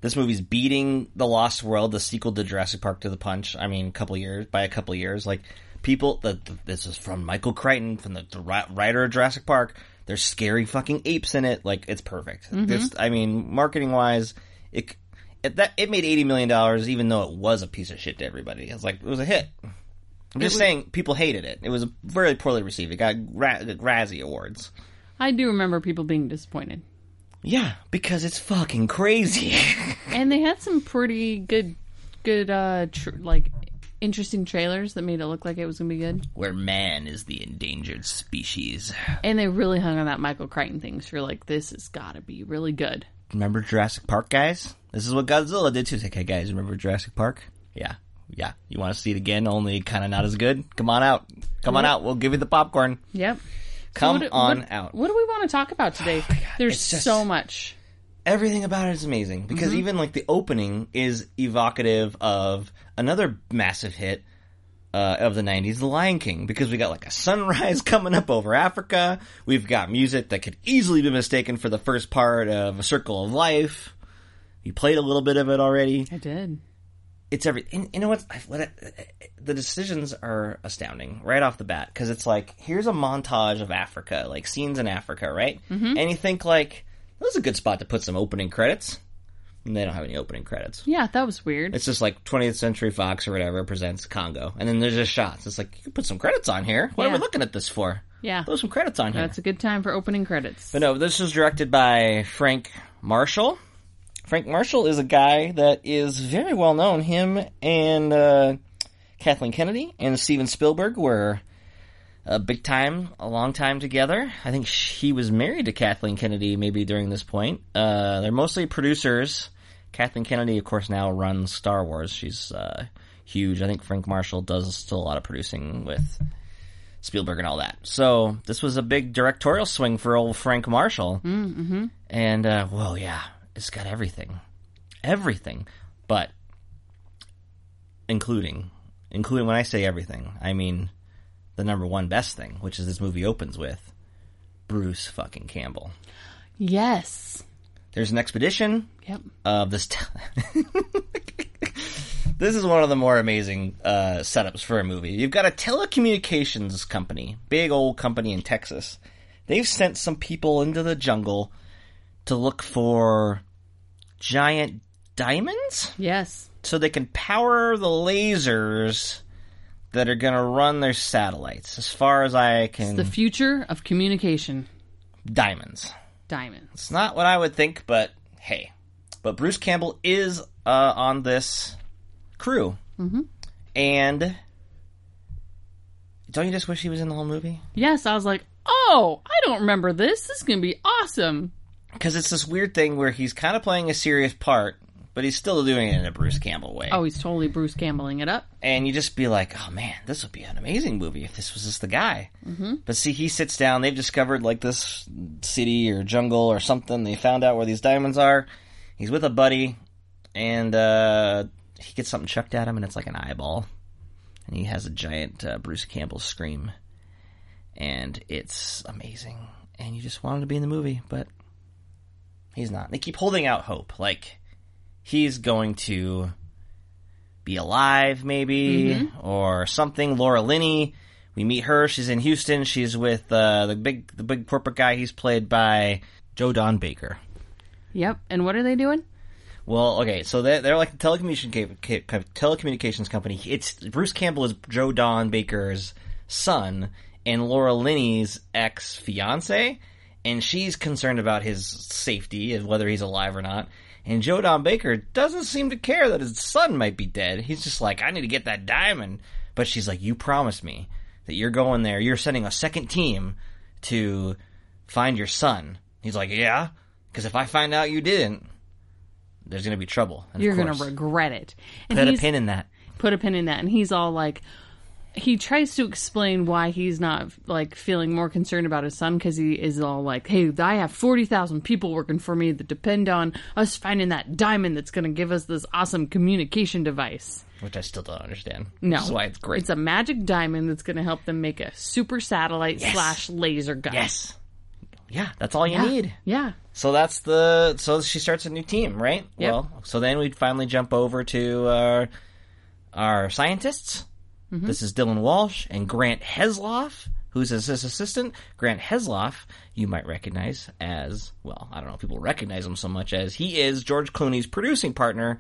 Speaker 6: This movie's beating The Lost World, the sequel to Jurassic Park, to the punch. I mean, couple years by a couple years. Like people, the, the, this is from Michael Crichton, from the, the ri- writer of Jurassic Park. There's scary fucking apes in it. Like it's perfect. This, I mean, marketing wise, it, c- it that it made eighty million dollars, even though it was a piece of shit to everybody. It's like it was a hit. I'm just saying, people hated it. It was very poorly received. It got ra- Razzie awards.
Speaker 5: I do remember people being disappointed.
Speaker 6: Yeah, because it's fucking crazy.
Speaker 5: And they had some pretty good, good, uh, tr- like interesting trailers that made it look like it was going to be good.
Speaker 6: Where man is the endangered species.
Speaker 5: And they really hung on that Michael Crichton thing. So you're like, this has got to be really good.
Speaker 6: Remember Jurassic Park, guys? This is what Godzilla did too. It's like, hey guys, remember Jurassic Park? Yeah. yeah, you want to see it again, only kind of not as good. Come on out. Come on out. We'll give you the popcorn.
Speaker 5: Yep. So
Speaker 6: Come
Speaker 5: what-
Speaker 6: on
Speaker 5: what-
Speaker 6: out. Oh
Speaker 5: What do we want to talk about today? There's
Speaker 6: it's just-
Speaker 5: so much.
Speaker 6: Everything about it is amazing because even like the opening is evocative of another massive hit uh, of the 90s, The Lion King, because we got like a sunrise coming up over Africa. We've got music that could easily be mistaken for the first part of A Circle of Life. You played a little bit of it already.
Speaker 5: I did.
Speaker 6: it's every. And, you know what? I, what I- the decisions are astounding right off the bat because it's like here's a montage of Africa, like scenes in Africa, right?
Speaker 5: Mm-hmm.
Speaker 6: And you think like this is a good spot to put some opening credits. And they don't have any opening credits.
Speaker 5: Yeah, that was weird.
Speaker 6: It's just like 20th Century Fox or whatever presents Congo, and then there's just shots. It's like you can put some credits on here. What are we
Speaker 5: Yeah.
Speaker 6: looking at this for?
Speaker 5: Yeah.
Speaker 6: throw some credits on here.
Speaker 5: That's a good time for opening credits.
Speaker 6: But no, this was directed by Frank Marshall. Frank Marshall is a guy that is very well known. Him and uh, Kathleen Kennedy and Steven Spielberg were a big time, a long time together. I think sh he was married to Kathleen Kennedy maybe during this point. Uh, they're mostly producers. Kathleen Kennedy, of course, now runs Star Wars. She's uh, huge. I think Frank Marshall does still a lot of producing with Spielberg and all that. So this was a big directorial swing for old Frank Marshall. Mm-hmm. And uh, well, yeah, it's got everything, everything, but including, including when I say everything, I mean the number one best thing, which is this movie opens with Bruce fucking Campbell.
Speaker 5: yes.
Speaker 6: There's an expedition
Speaker 5: Yep.
Speaker 6: of this. T- this is one of the more amazing uh, setups for a movie. You've got a telecommunications company, big old company in Texas. They've sent some people into the jungle to look for giant diamonds
Speaker 5: Yes.
Speaker 6: so they can power the lasers that are going to run their satellites. As far as I can,
Speaker 5: The future of communication.
Speaker 6: diamonds.
Speaker 5: Diamonds.
Speaker 6: It's not what I would think, but hey. But Bruce Campbell is uh, on this crew. Mm-hmm. And don't you just wish he was in the whole movie?
Speaker 5: Yes, I was like, oh, I don't remember this. This is going to be awesome.
Speaker 6: Because it's this weird thing where he's kind of playing a serious part, but he's still doing it in a Bruce Campbell way.
Speaker 5: Oh, he's totally Bruce Campbelling it up.
Speaker 6: and you just be like, "Oh man, this would be an amazing movie if this was just the guy." Mm-hmm. But see, he sits down. They've discovered like this city or jungle or something. They found out where these diamonds are. He's with a buddy, and uh, he gets something chucked at him, and it's like an eyeball. And he has a giant uh, Bruce Campbell scream, and it's amazing. And you just want him to be in the movie, but he's not. They keep holding out hope, like he's going to be alive maybe or something laura linney we meet her she's in houston she's with uh, the big the big corporate guy he's played by joe don baker
Speaker 5: Yep. And what are they doing?
Speaker 6: well okay so they're, they're like a telecommunication, ca- ca- telecommunications company it's bruce campbell is joe don baker's son and laura linney's ex-fiance and she's concerned about his safety and whether he's alive or not and Joe Don Baker doesn't seem to care that his son might be dead. He's just like, I need to get that diamond. But she's like, You promised me that you're going there. You're sending a second team to find your son. He's like, Yeah, because if I find out you didn't, there's going to be trouble. And of
Speaker 5: You're going
Speaker 6: course,
Speaker 5: to regret it. And
Speaker 6: put a
Speaker 5: he's-
Speaker 6: pin in that.
Speaker 5: put a pin in that and he's all like he tries to explain why he's not like feeling more concerned about his son because he is all like hey i have 40000 people working for me that depend on us finding that diamond that's going to give us this awesome communication device
Speaker 6: Which I still don't understand.
Speaker 5: no
Speaker 6: That's why it's great.
Speaker 5: it's a magic diamond that's going to help them make a super satellite slash laser gun
Speaker 6: yes. Yeah, that's all you need.
Speaker 5: yeah
Speaker 6: So that's the so she starts a new team, right?
Speaker 5: Yep.
Speaker 6: Well, so then we finally jump over to our our scientists.
Speaker 5: Mm-hmm.
Speaker 6: This is Dylan Walsh and Grant Hesloff, who's his assistant. Grant Hesloff, you might recognize as well. I don't know if people recognize him so much as he is George Clooney's producing partner.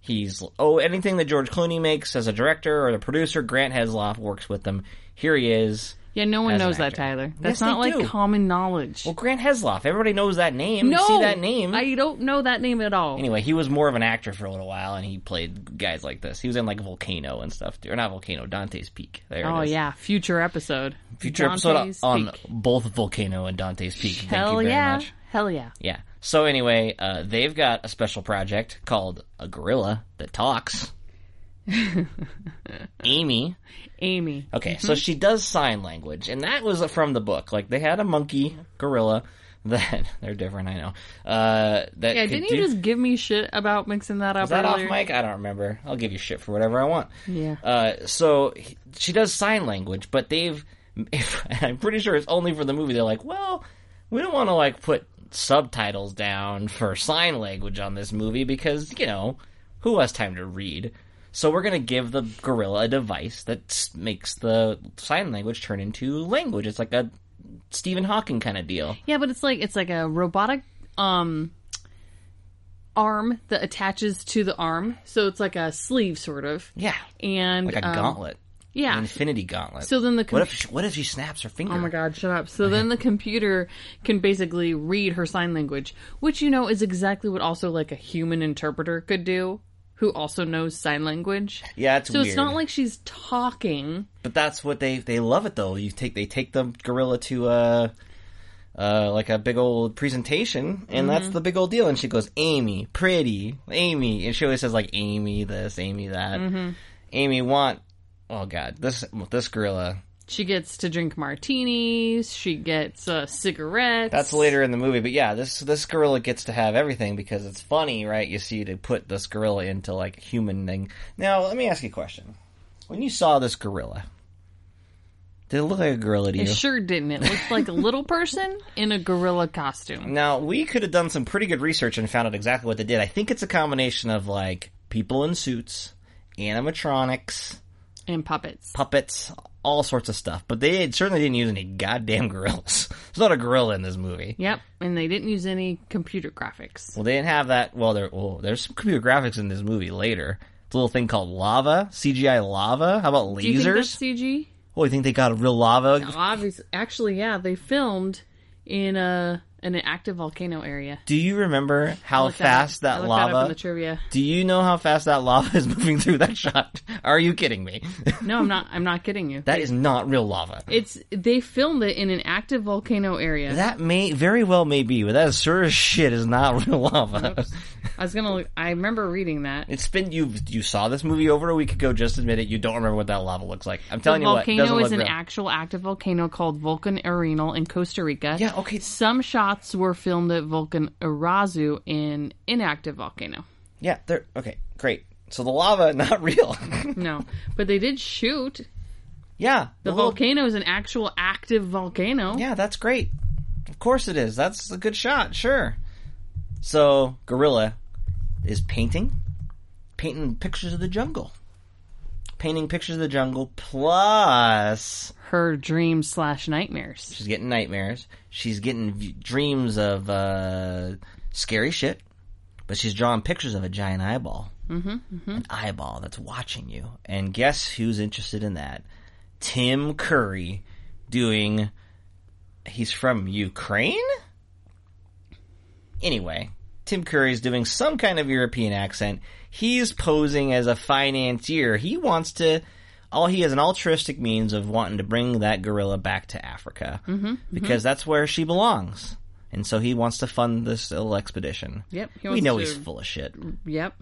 Speaker 6: He's oh anything that George Clooney makes as a director or the producer, Grant Hesloff works with them. Here he is.
Speaker 5: yeah no one
Speaker 6: As an
Speaker 5: knows that
Speaker 6: actor.
Speaker 5: tyler that's
Speaker 6: Yes, they
Speaker 5: not like
Speaker 6: do.
Speaker 5: common knowledge
Speaker 6: Well, Grant Hesloff, everybody knows that name. You
Speaker 5: no
Speaker 6: see that name.
Speaker 5: i don't know that name at all
Speaker 6: Anyway, he was more of an actor for a little while, and he played guys like this. He was in like Volcano and stuff, too. or not Volcano, Dante's Peak. There
Speaker 5: Oh
Speaker 6: it is.
Speaker 5: yeah, future episode.
Speaker 6: future
Speaker 5: Dante's
Speaker 6: episode on
Speaker 5: Peak.
Speaker 6: both Volcano and Dante's Peak. Thank
Speaker 5: Hell
Speaker 6: you very
Speaker 5: yeah,
Speaker 6: much.
Speaker 5: hell yeah.
Speaker 6: Yeah. So anyway, uh, they've got a special project called a gorilla that talks. Amy.
Speaker 5: Amy.
Speaker 6: Okay, so she does sign language, and that was from the book. Like they had a monkey gorilla that they're different. I know. Uh, that
Speaker 5: Yeah,
Speaker 6: could
Speaker 5: didn't
Speaker 6: do-
Speaker 5: you just give me shit about mixing that up
Speaker 6: Is that off
Speaker 5: earlier?
Speaker 6: mic? I don't remember. I'll give you shit for whatever I want.
Speaker 5: Yeah.
Speaker 6: Uh, so he- she does sign language, but they've. If, I'm pretty sure it's only for the movie. They're like, well, we don't want to like put subtitles down for sign language on this movie because you know who has time to read. So we're gonna give the gorilla a device that s- makes the sign language turn into language. It's like a Stephen Hawking kind of deal.
Speaker 5: Yeah, but it's like it's like a robotic um arm that attaches to the arm, so it's like a sleeve sort of.
Speaker 6: Yeah.
Speaker 5: And
Speaker 6: Like a
Speaker 5: um,
Speaker 6: gauntlet. An
Speaker 5: Yeah.
Speaker 6: infinity gauntlet.
Speaker 5: So then the
Speaker 6: what if she, what if she snaps her finger?
Speaker 5: Oh my god, shut up. So then the computer can basically read her sign language, which you know is exactly what also like a human interpreter could do who also knows sign language.
Speaker 6: Yeah, it's
Speaker 5: so it's not
Speaker 6: weird.
Speaker 5: like she's talking.
Speaker 6: But that's what they they love it though. You take they take the gorilla to uh uh like a big old presentation,
Speaker 5: Mm-hmm.
Speaker 6: and that's the big old deal. And she goes, Amy, pretty Amy, and she always says like Amy this, Amy that,
Speaker 5: Mm-hmm.
Speaker 6: Amy want. Oh god, this this gorilla.
Speaker 5: She gets to drink martinis, she gets uh, cigarettes.
Speaker 6: That's later in the movie, but yeah, this this gorilla gets to have everything because it's funny, right? You see, to put this gorilla into like a human thing. Now, let me ask you a question: When you saw this gorilla, did it look like a gorilla to you?
Speaker 5: It sure didn't. It looked like a little person in a gorilla costume.
Speaker 6: Now, we could have done some pretty good research and found out exactly what they did. I think it's a combination of like people in suits, animatronics,
Speaker 5: And puppets.
Speaker 6: puppets, all sorts of stuff. But they certainly didn't use any goddamn gorillas. There's not a gorilla in this movie.
Speaker 5: Yep. And they didn't use any computer graphics.
Speaker 6: Well, they didn't have that. Well, there, well, there's some computer graphics in this movie later. It's a little thing called lava, CGI lava. How about
Speaker 5: Do you think that's
Speaker 6: lasers?
Speaker 5: CG?
Speaker 6: Oh, you think they got a real lava?
Speaker 5: Obviously, actually, yeah, they filmed in a in an active volcano area.
Speaker 6: Do you remember how
Speaker 5: Look that
Speaker 6: fast
Speaker 5: up.
Speaker 6: that,
Speaker 5: Look
Speaker 6: lava?
Speaker 5: That up in the trivia.
Speaker 6: Do you know how fast that lava is moving through that shot? Are you kidding me?
Speaker 5: No, I'm not. I'm not kidding you.
Speaker 6: That is not real lava.
Speaker 5: it's they filmed it in an active volcano area.
Speaker 6: that may very well may be, but that sure as shit is not real lava.
Speaker 5: I was gonna. look- I remember reading that.
Speaker 6: It's been you you saw this movie over a week ago. Just admit it. You don't remember what that lava looks like. I'm
Speaker 5: The
Speaker 6: telling you what, it
Speaker 5: volcano
Speaker 6: doesn't
Speaker 5: is
Speaker 6: look
Speaker 5: an
Speaker 6: real.
Speaker 5: actual active volcano called Vulcan Arenal in Costa Rica.
Speaker 6: Yeah, okay.
Speaker 5: Some shots were filmed at Vulcan Arazu, an inactive volcano.
Speaker 6: Yeah, there. Okay, great. So the lava not real.
Speaker 5: No, but they did shoot.
Speaker 6: yeah,
Speaker 5: The
Speaker 6: well,
Speaker 5: volcano is an actual active volcano.
Speaker 6: Yeah, that's great. Of course it is. That's a good shot. Sure. So gorilla is painting, painting pictures of the jungle, painting pictures of the jungle. Plus,
Speaker 5: Her dreams slash nightmares.
Speaker 6: She's getting nightmares. She's getting v- dreams of uh, scary shit. But she's drawing pictures of a giant eyeball. Mm-hmm, An eyeball that's watching you. And guess who's interested in that? Tim Curry doing. He's from Ukraine? Anyway, Tim Curry's doing some kind of European accent. He's posing as a financier. He wants to. All he has an altruistic means of wanting to bring that gorilla back to Africa mm-hmm, because that's where she belongs, and so he wants to fund this little expedition.
Speaker 5: Yep, he
Speaker 6: we
Speaker 5: wants
Speaker 6: know
Speaker 5: to-
Speaker 6: he's full of shit,
Speaker 5: Yep.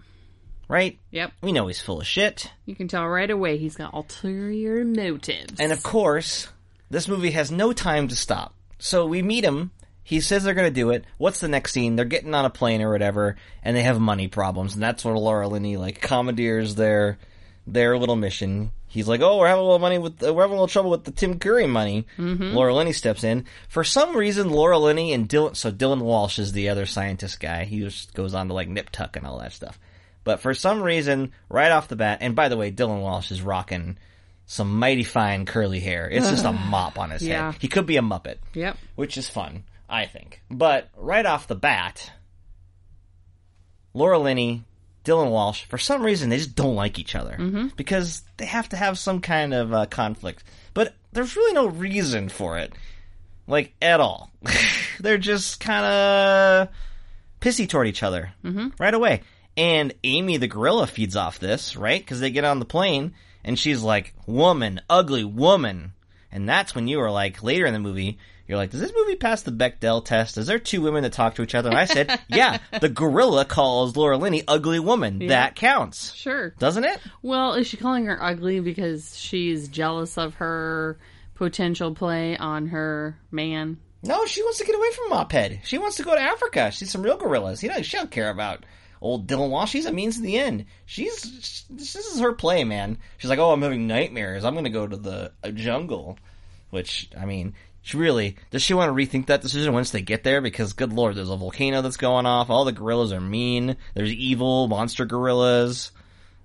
Speaker 6: right?
Speaker 5: Yep.
Speaker 6: We know he's full of shit,
Speaker 5: You can tell right away he's got ulterior motives.
Speaker 6: and of course, this movie has no time to stop. So we meet him. He says they're going to do it. What's the next scene? They're getting on a plane or whatever, and they have money problems, and that's where Laura Linney like commandeers their their little mission. He's like, "Oh, we're having a little money with uh, we're having a little trouble with the Tim Curry money." Laura Linney steps in. For some reason, Laura Linney and Dylan so Dylan Walsh is the other scientist guy. He just goes on to like nip tuck and all that stuff. But for some reason, right off the bat, and by the way, Dylan Walsh is rocking some mighty fine curly hair. It's just a mop on his
Speaker 5: Yeah.
Speaker 6: head. He could be a muppet
Speaker 5: yep.
Speaker 6: which is fun, I think. But right off the bat, Laura Linney, Dylan Walsh, for some reason they just don't like each other because they have to have some kind of uh, conflict. But there's really no reason for it, like at all. They're just kind of pissy toward each other right away. And Amy the gorilla feeds off this, right? Because they get on the plane and she's like, "Woman, ugly woman," And that's when you were like, later in the movie, you're like, does this movie pass the Bechdel test? Is there two women that talk to each other? And I said, yeah, the gorilla calls Laura Linney ugly woman. That counts.
Speaker 5: Sure.
Speaker 6: Doesn't it?
Speaker 5: Well, is she calling her ugly because she's jealous of her potential play on her man?
Speaker 6: No, she wants to get away from Mophead. She wants to go to Africa. She's some real gorillas. You know, she don't care about old Dylan Wall. She's a means to the end. She's sh this is her play, man. She's like, oh, I'm having nightmares. I'm going to go to the uh, jungle. Which I mean, she really does. She want to rethink that decision once they get there because, good lord, there's a volcano that's going off. All the gorillas are mean. There's evil monster gorillas.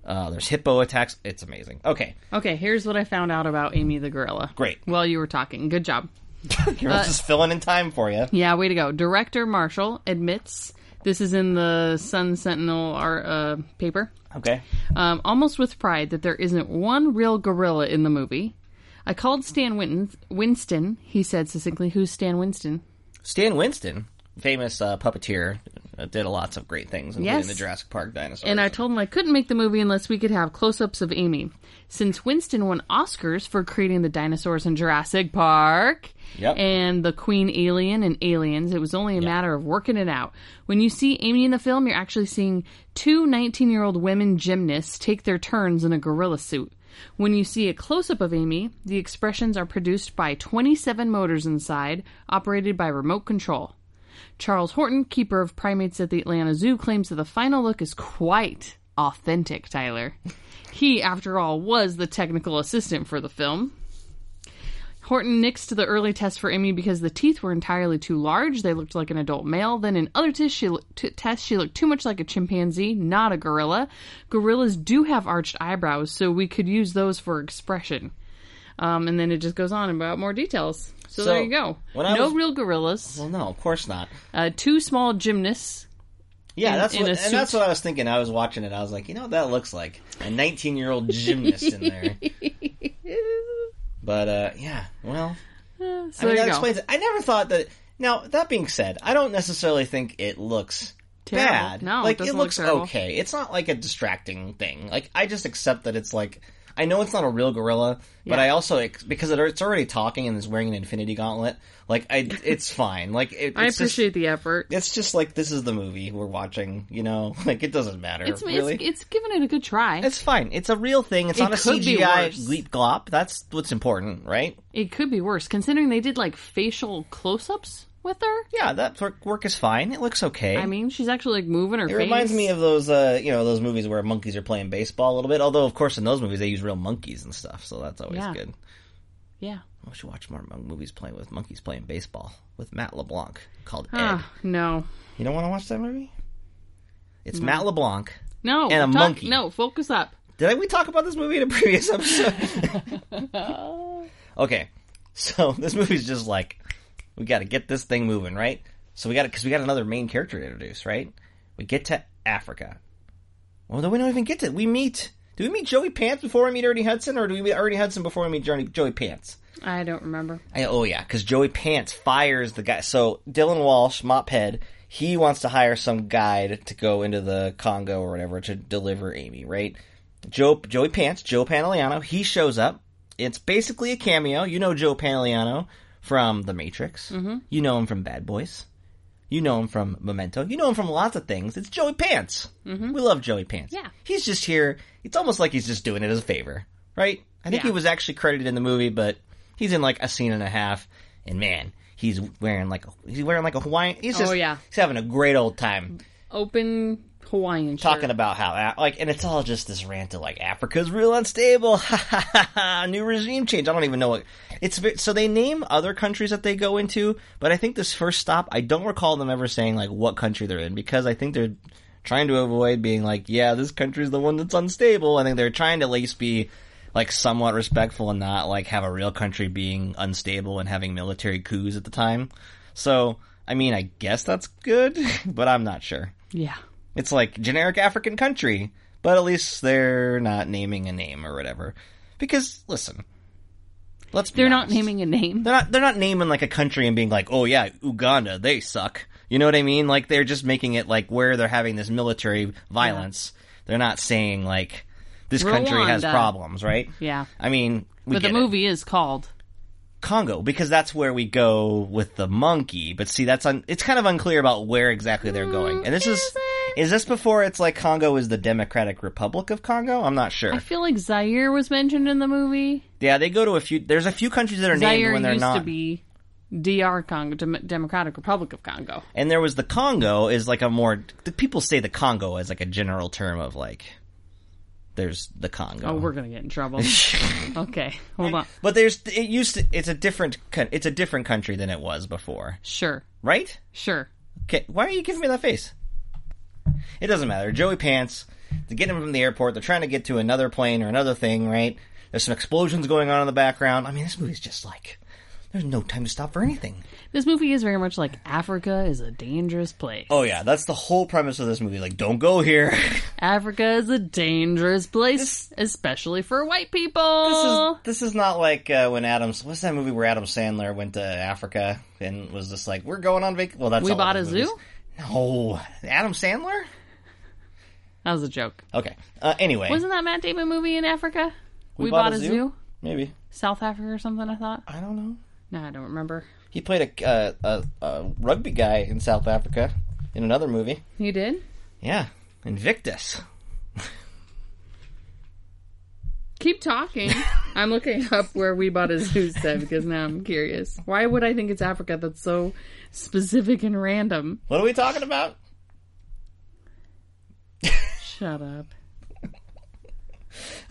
Speaker 6: Uh, there's hippo attacks. It's amazing. Okay,
Speaker 5: Okay, here's what I found out about Amy the gorilla.
Speaker 6: Great.
Speaker 5: While you were talking. Good job.
Speaker 6: you're just filling in time for you.
Speaker 5: Yeah, way to go. Director Marshall admits this is in the Sun Sentinel art, uh, paper.
Speaker 6: Okay,
Speaker 5: um, almost with pride that there isn't one real gorilla in the movie. I called Stan Win- Winston. He said succinctly, "Who's Stan Winston?"
Speaker 6: Stan Winston, famous uh, puppeteer, uh, did lots of great things, including
Speaker 5: Yes.
Speaker 6: the Jurassic Park dinosaurs.
Speaker 5: And I told him I couldn't make the movie unless we could have close-ups of Amy, since Winston won Oscars for creating the dinosaurs in Jurassic Park.
Speaker 6: Yep.
Speaker 5: And the Queen Alien and Aliens. It was only a matter of working it out. When you see Amy in the film, you're actually seeing two 19 year old women gymnasts take their turns in a gorilla suit. When you see a close up of Amy, the expressions are produced by 27 motors inside, operated by remote control. Charles Horton, keeper of primates at the Atlanta Zoo, claims that the final look is quite authentic, Tyler. He, after all, was the technical assistant for the film. Horton nixed the early test for Amy because the teeth were entirely too large. They looked like an adult male. Then in other tests, she, loo- t- tests, she looked too much like a chimpanzee, not a gorilla. Gorillas do have arched eyebrows, so we could use those for expression. Um, and then it just goes on about more details. So,
Speaker 6: So,
Speaker 5: there you go.
Speaker 6: when I
Speaker 5: no
Speaker 6: was-
Speaker 5: real gorillas.
Speaker 6: Well, no, of course not.
Speaker 5: Uh, two small gymnasts.
Speaker 6: Yeah,
Speaker 5: In-
Speaker 6: that's
Speaker 5: in
Speaker 6: what,
Speaker 5: a
Speaker 6: and
Speaker 5: suit.
Speaker 6: that's what I was thinking. I was watching it. I was like, you know what that looks like? A 19 year old gymnast in there. But uh, yeah, well,
Speaker 5: So
Speaker 6: I mean,
Speaker 5: there
Speaker 6: that
Speaker 5: you go.
Speaker 6: explains it. I never thought that. Now, that being said, I don't necessarily think it looks
Speaker 5: Terrible.
Speaker 6: bad.
Speaker 5: No, it
Speaker 6: like
Speaker 5: doesn't look
Speaker 6: looks
Speaker 5: terrible.
Speaker 6: okay. It's not like a distracting thing. Like I just accept that it's like I know it's not a real gorilla, but I also ex- because it, it's already talking and is wearing an infinity gauntlet. Like I, it's fine. Like it,
Speaker 5: I
Speaker 6: it's
Speaker 5: appreciate
Speaker 6: Just,
Speaker 5: the effort.
Speaker 6: it's just like this is the movie we're watching. You know, like it doesn't matter.
Speaker 5: It's,
Speaker 6: really,
Speaker 5: it's it's giving it a good try.
Speaker 6: It's fine. It's a real thing. It's
Speaker 5: It
Speaker 6: not a
Speaker 5: could be
Speaker 6: CGI
Speaker 5: worse.
Speaker 6: leap glop. That's what's important, right?
Speaker 5: It could be worse, considering they did like facial close-ups with her.
Speaker 6: Yeah, that work, work is fine. It looks okay.
Speaker 5: I mean, she's actually like moving her.
Speaker 6: It reminds me of those, uh, you know, those movies where monkeys are playing baseball a little bit. Although, of course, in those movies they use real monkeys and stuff, so that's always
Speaker 5: Yeah.
Speaker 6: good.
Speaker 5: Yeah.
Speaker 6: I should watch more mon- movies playing with monkeys playing baseball with Matt LeBlanc called Ed.
Speaker 5: Ah, no.
Speaker 6: You don't want to watch that movie? It's Matt LeBlanc.
Speaker 5: No.
Speaker 6: And
Speaker 5: talk-
Speaker 6: a monkey.
Speaker 5: No, focus up.
Speaker 6: Did I, we talk about this movie in a previous episode? okay, so this movie's just like we got to get this thing moving, right? So we got because we got another main character to introduce, right? We get to Africa. Well, then we don't even get to. We meet. Do we meet Joey Pants before we meet Ernie Hudson, or do we meet Ernie Hudson before we meet Johnny, Joey Pants?
Speaker 5: I don't remember.
Speaker 6: I, oh yeah, because Joey Pants fires the guy. So Dylan Walsh, Mophead, he wants to hire some guy to, to go into the Congo or whatever to deliver Amy, right? Joe Joey Pants, Joe Pantoliano, he shows up. It's basically a cameo. You know Joe Pantoliano from The Matrix. Mm-hmm. You know him from Bad Boys. You know him from Memento. You know him from lots of things. It's Joey Pants. Mm-hmm. We love Joey Pants.
Speaker 5: Yeah.
Speaker 6: he's just here. It's almost like he's just doing it as a favor, right? I think
Speaker 5: Yeah.
Speaker 6: he was actually credited in the movie, but he's in like a scene and a half, and man, he's wearing like he's wearing like a Hawaiian. He's just
Speaker 5: Oh, yeah.
Speaker 6: he's having a great old time
Speaker 5: Open Hawaiian. shirt.
Speaker 6: talking about how uh, like, and it's all just this rant of like Africa's real unstable, ha ha ha ha, new regime change. I don't even know what it's. ve- So they name other countries that they go into, but I think this first stop, I don't recall them ever saying like what country they're in because I think they're trying to avoid being like, yeah, this country's the one that's unstable. I think they're trying to at least be like somewhat respectful and not like have a real country being unstable and having military coups at the time. So. I mean, I guess that's good, but I'm not sure.
Speaker 5: Yeah.
Speaker 6: It's like generic African country, but at least they're not naming a name or whatever. Because listen, let's be
Speaker 5: They're not
Speaker 6: honest.
Speaker 5: naming a name.
Speaker 6: they're not they're not naming like a country and being like, oh yeah, Uganda, they suck. You know what I mean? Like they're just making it like where they're having this military violence. They're not saying like this country has
Speaker 5: Rwanda.
Speaker 6: problems, right?
Speaker 5: Yeah.
Speaker 6: I mean, we
Speaker 5: But the
Speaker 6: get it.
Speaker 5: movie is called
Speaker 6: Congo because that's where we go with the monkey. But see, that's un- it's kind of unclear about where exactly they're going. And this is is this before it's like Congo is the Democratic Republic of Congo? I'm not sure.
Speaker 5: I feel like Zaire was mentioned in the movie.
Speaker 6: yeah, they go to a few. There's a few countries that are named
Speaker 5: Zaire
Speaker 6: when they're
Speaker 5: used
Speaker 6: not.
Speaker 5: to be DR Congo, Dem- Democratic Republic of Congo.
Speaker 6: And there was the Congo is like a more the people say the Congo as like a general term of like there's the Congo.
Speaker 5: Oh, we're gonna get in trouble. okay, hold on.
Speaker 6: but there's it used to it's a different coun- it's a different country than it was before,
Speaker 5: Sure,
Speaker 6: right?
Speaker 5: sure.
Speaker 6: Okay, why are you giving me that face? It doesn't matter. Joey pants. They get him from the airport. They're trying to get to another plane or another thing, right? There's some explosions going on in the background. I mean, this movie's just like there's no time to stop for anything.
Speaker 5: This movie is very much like Africa is a dangerous place.
Speaker 6: Oh yeah, that's the whole premise of this movie. Like, don't go here.
Speaker 5: Africa is a dangerous place, especially for white
Speaker 6: This is
Speaker 5: people.
Speaker 6: this is not like uh, when Adams. What's that movie where Adam Sandler went to Africa and was just like, "We're going on vacation." Well, that's
Speaker 5: we
Speaker 6: all
Speaker 5: bought a
Speaker 6: of his
Speaker 5: zoo.
Speaker 6: movies. No, Adam Sandler.
Speaker 5: That was a joke.
Speaker 6: Okay. Uh, anyway,
Speaker 5: Wasn't that Matt Damon movie in Africa? We,
Speaker 6: Maybe
Speaker 5: South Africa or something. I thought.
Speaker 6: I don't know.
Speaker 5: No, I don't remember.
Speaker 6: He played a, uh, a a rugby guy in South Africa in another movie.
Speaker 5: You did.
Speaker 6: Yeah, Invictus.
Speaker 5: Keep talking. I'm looking up where we bought a zoo said because now I'm curious. Why would I think it's Africa? That's so specific and random.
Speaker 6: What are we talking about?
Speaker 5: Shut up.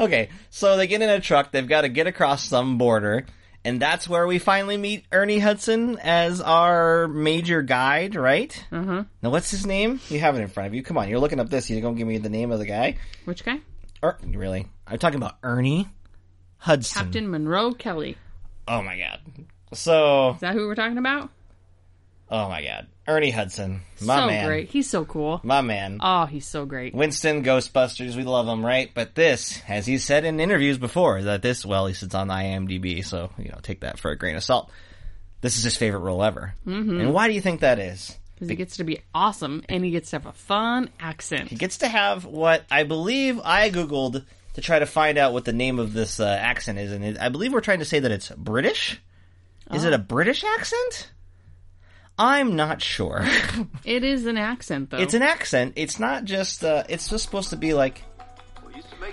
Speaker 6: Okay, so they get in a truck. They've got to get across some border, and that's where we finally meet Ernie Hudson as our major guide, right?
Speaker 5: Mm-hmm.
Speaker 6: Uh-huh. Now, what's his name? You have it in front of you. Come on, you're looking up this. You're gonna give me the name of the guy?
Speaker 5: Which guy?
Speaker 6: Er- really? I'm talking about Ernie Hudson.
Speaker 5: Captain Monroe Kelly.
Speaker 6: Oh my god. So,
Speaker 5: Is that who we're talking about?
Speaker 6: oh my god, Ernie Hudson, my
Speaker 5: so
Speaker 6: man,
Speaker 5: great. He's so cool.
Speaker 6: my man.
Speaker 5: Oh, he's so great.
Speaker 6: Winston, Ghostbusters, we love him, right? But this, as he said in interviews before, that this, well, he sits on IMDb, so, you know, take that for a grain of salt. This is his favorite role ever. Mm-hmm. And why do you think that is?
Speaker 5: Because he gets to be awesome and he gets to have a fun accent.
Speaker 6: He gets to have what I believe I Googled to try to find out what the name of this uh, accent is, and it, I believe we're trying to say that it's British? Is it a British accent? I'm not sure.
Speaker 5: It is an accent, though.
Speaker 6: it's an accent. It's not just, uh, it's just supposed to be like,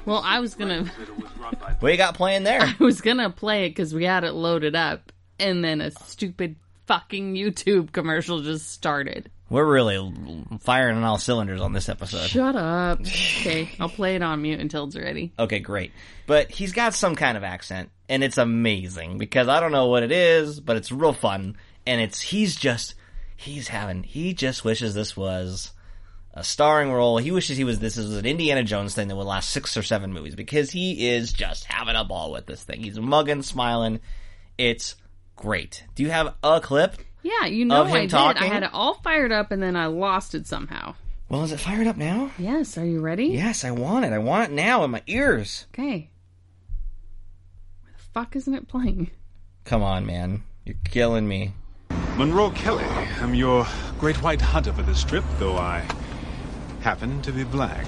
Speaker 5: well, I was gonna,
Speaker 6: what you got playing there?
Speaker 5: I was gonna play it because we had it loaded up, and then a stupid fucking YouTube commercial just started.
Speaker 6: We're really l- firing on all cylinders on this episode.
Speaker 5: Shut up. Okay, I'll play it on mute until it's ready.
Speaker 6: Okay, great. But he's got some kind of accent, and it's amazing because I don't know what it is, but it's real fun. And it's he's just he's having he just wishes this was a starring role. He wishes he was this was an Indiana Jones thing that would last six or seven movies because he is just having a ball with this thing. He's mugging, smiling. It's great. Do you have a clip?
Speaker 5: Yeah, you know
Speaker 6: Of him
Speaker 5: I did. I
Speaker 6: talking?
Speaker 5: had it all fired up, and then I lost it somehow.
Speaker 6: Well, is it fired up now?
Speaker 5: Yes, are you ready?
Speaker 6: Yes, I want it. I want it now in my ears.
Speaker 5: Okay. Where the fuck isn't it playing?
Speaker 6: Come on, man. You're killing me.
Speaker 7: Monroe Kelly, I'm your great white hunter for this trip, though I happen to be black.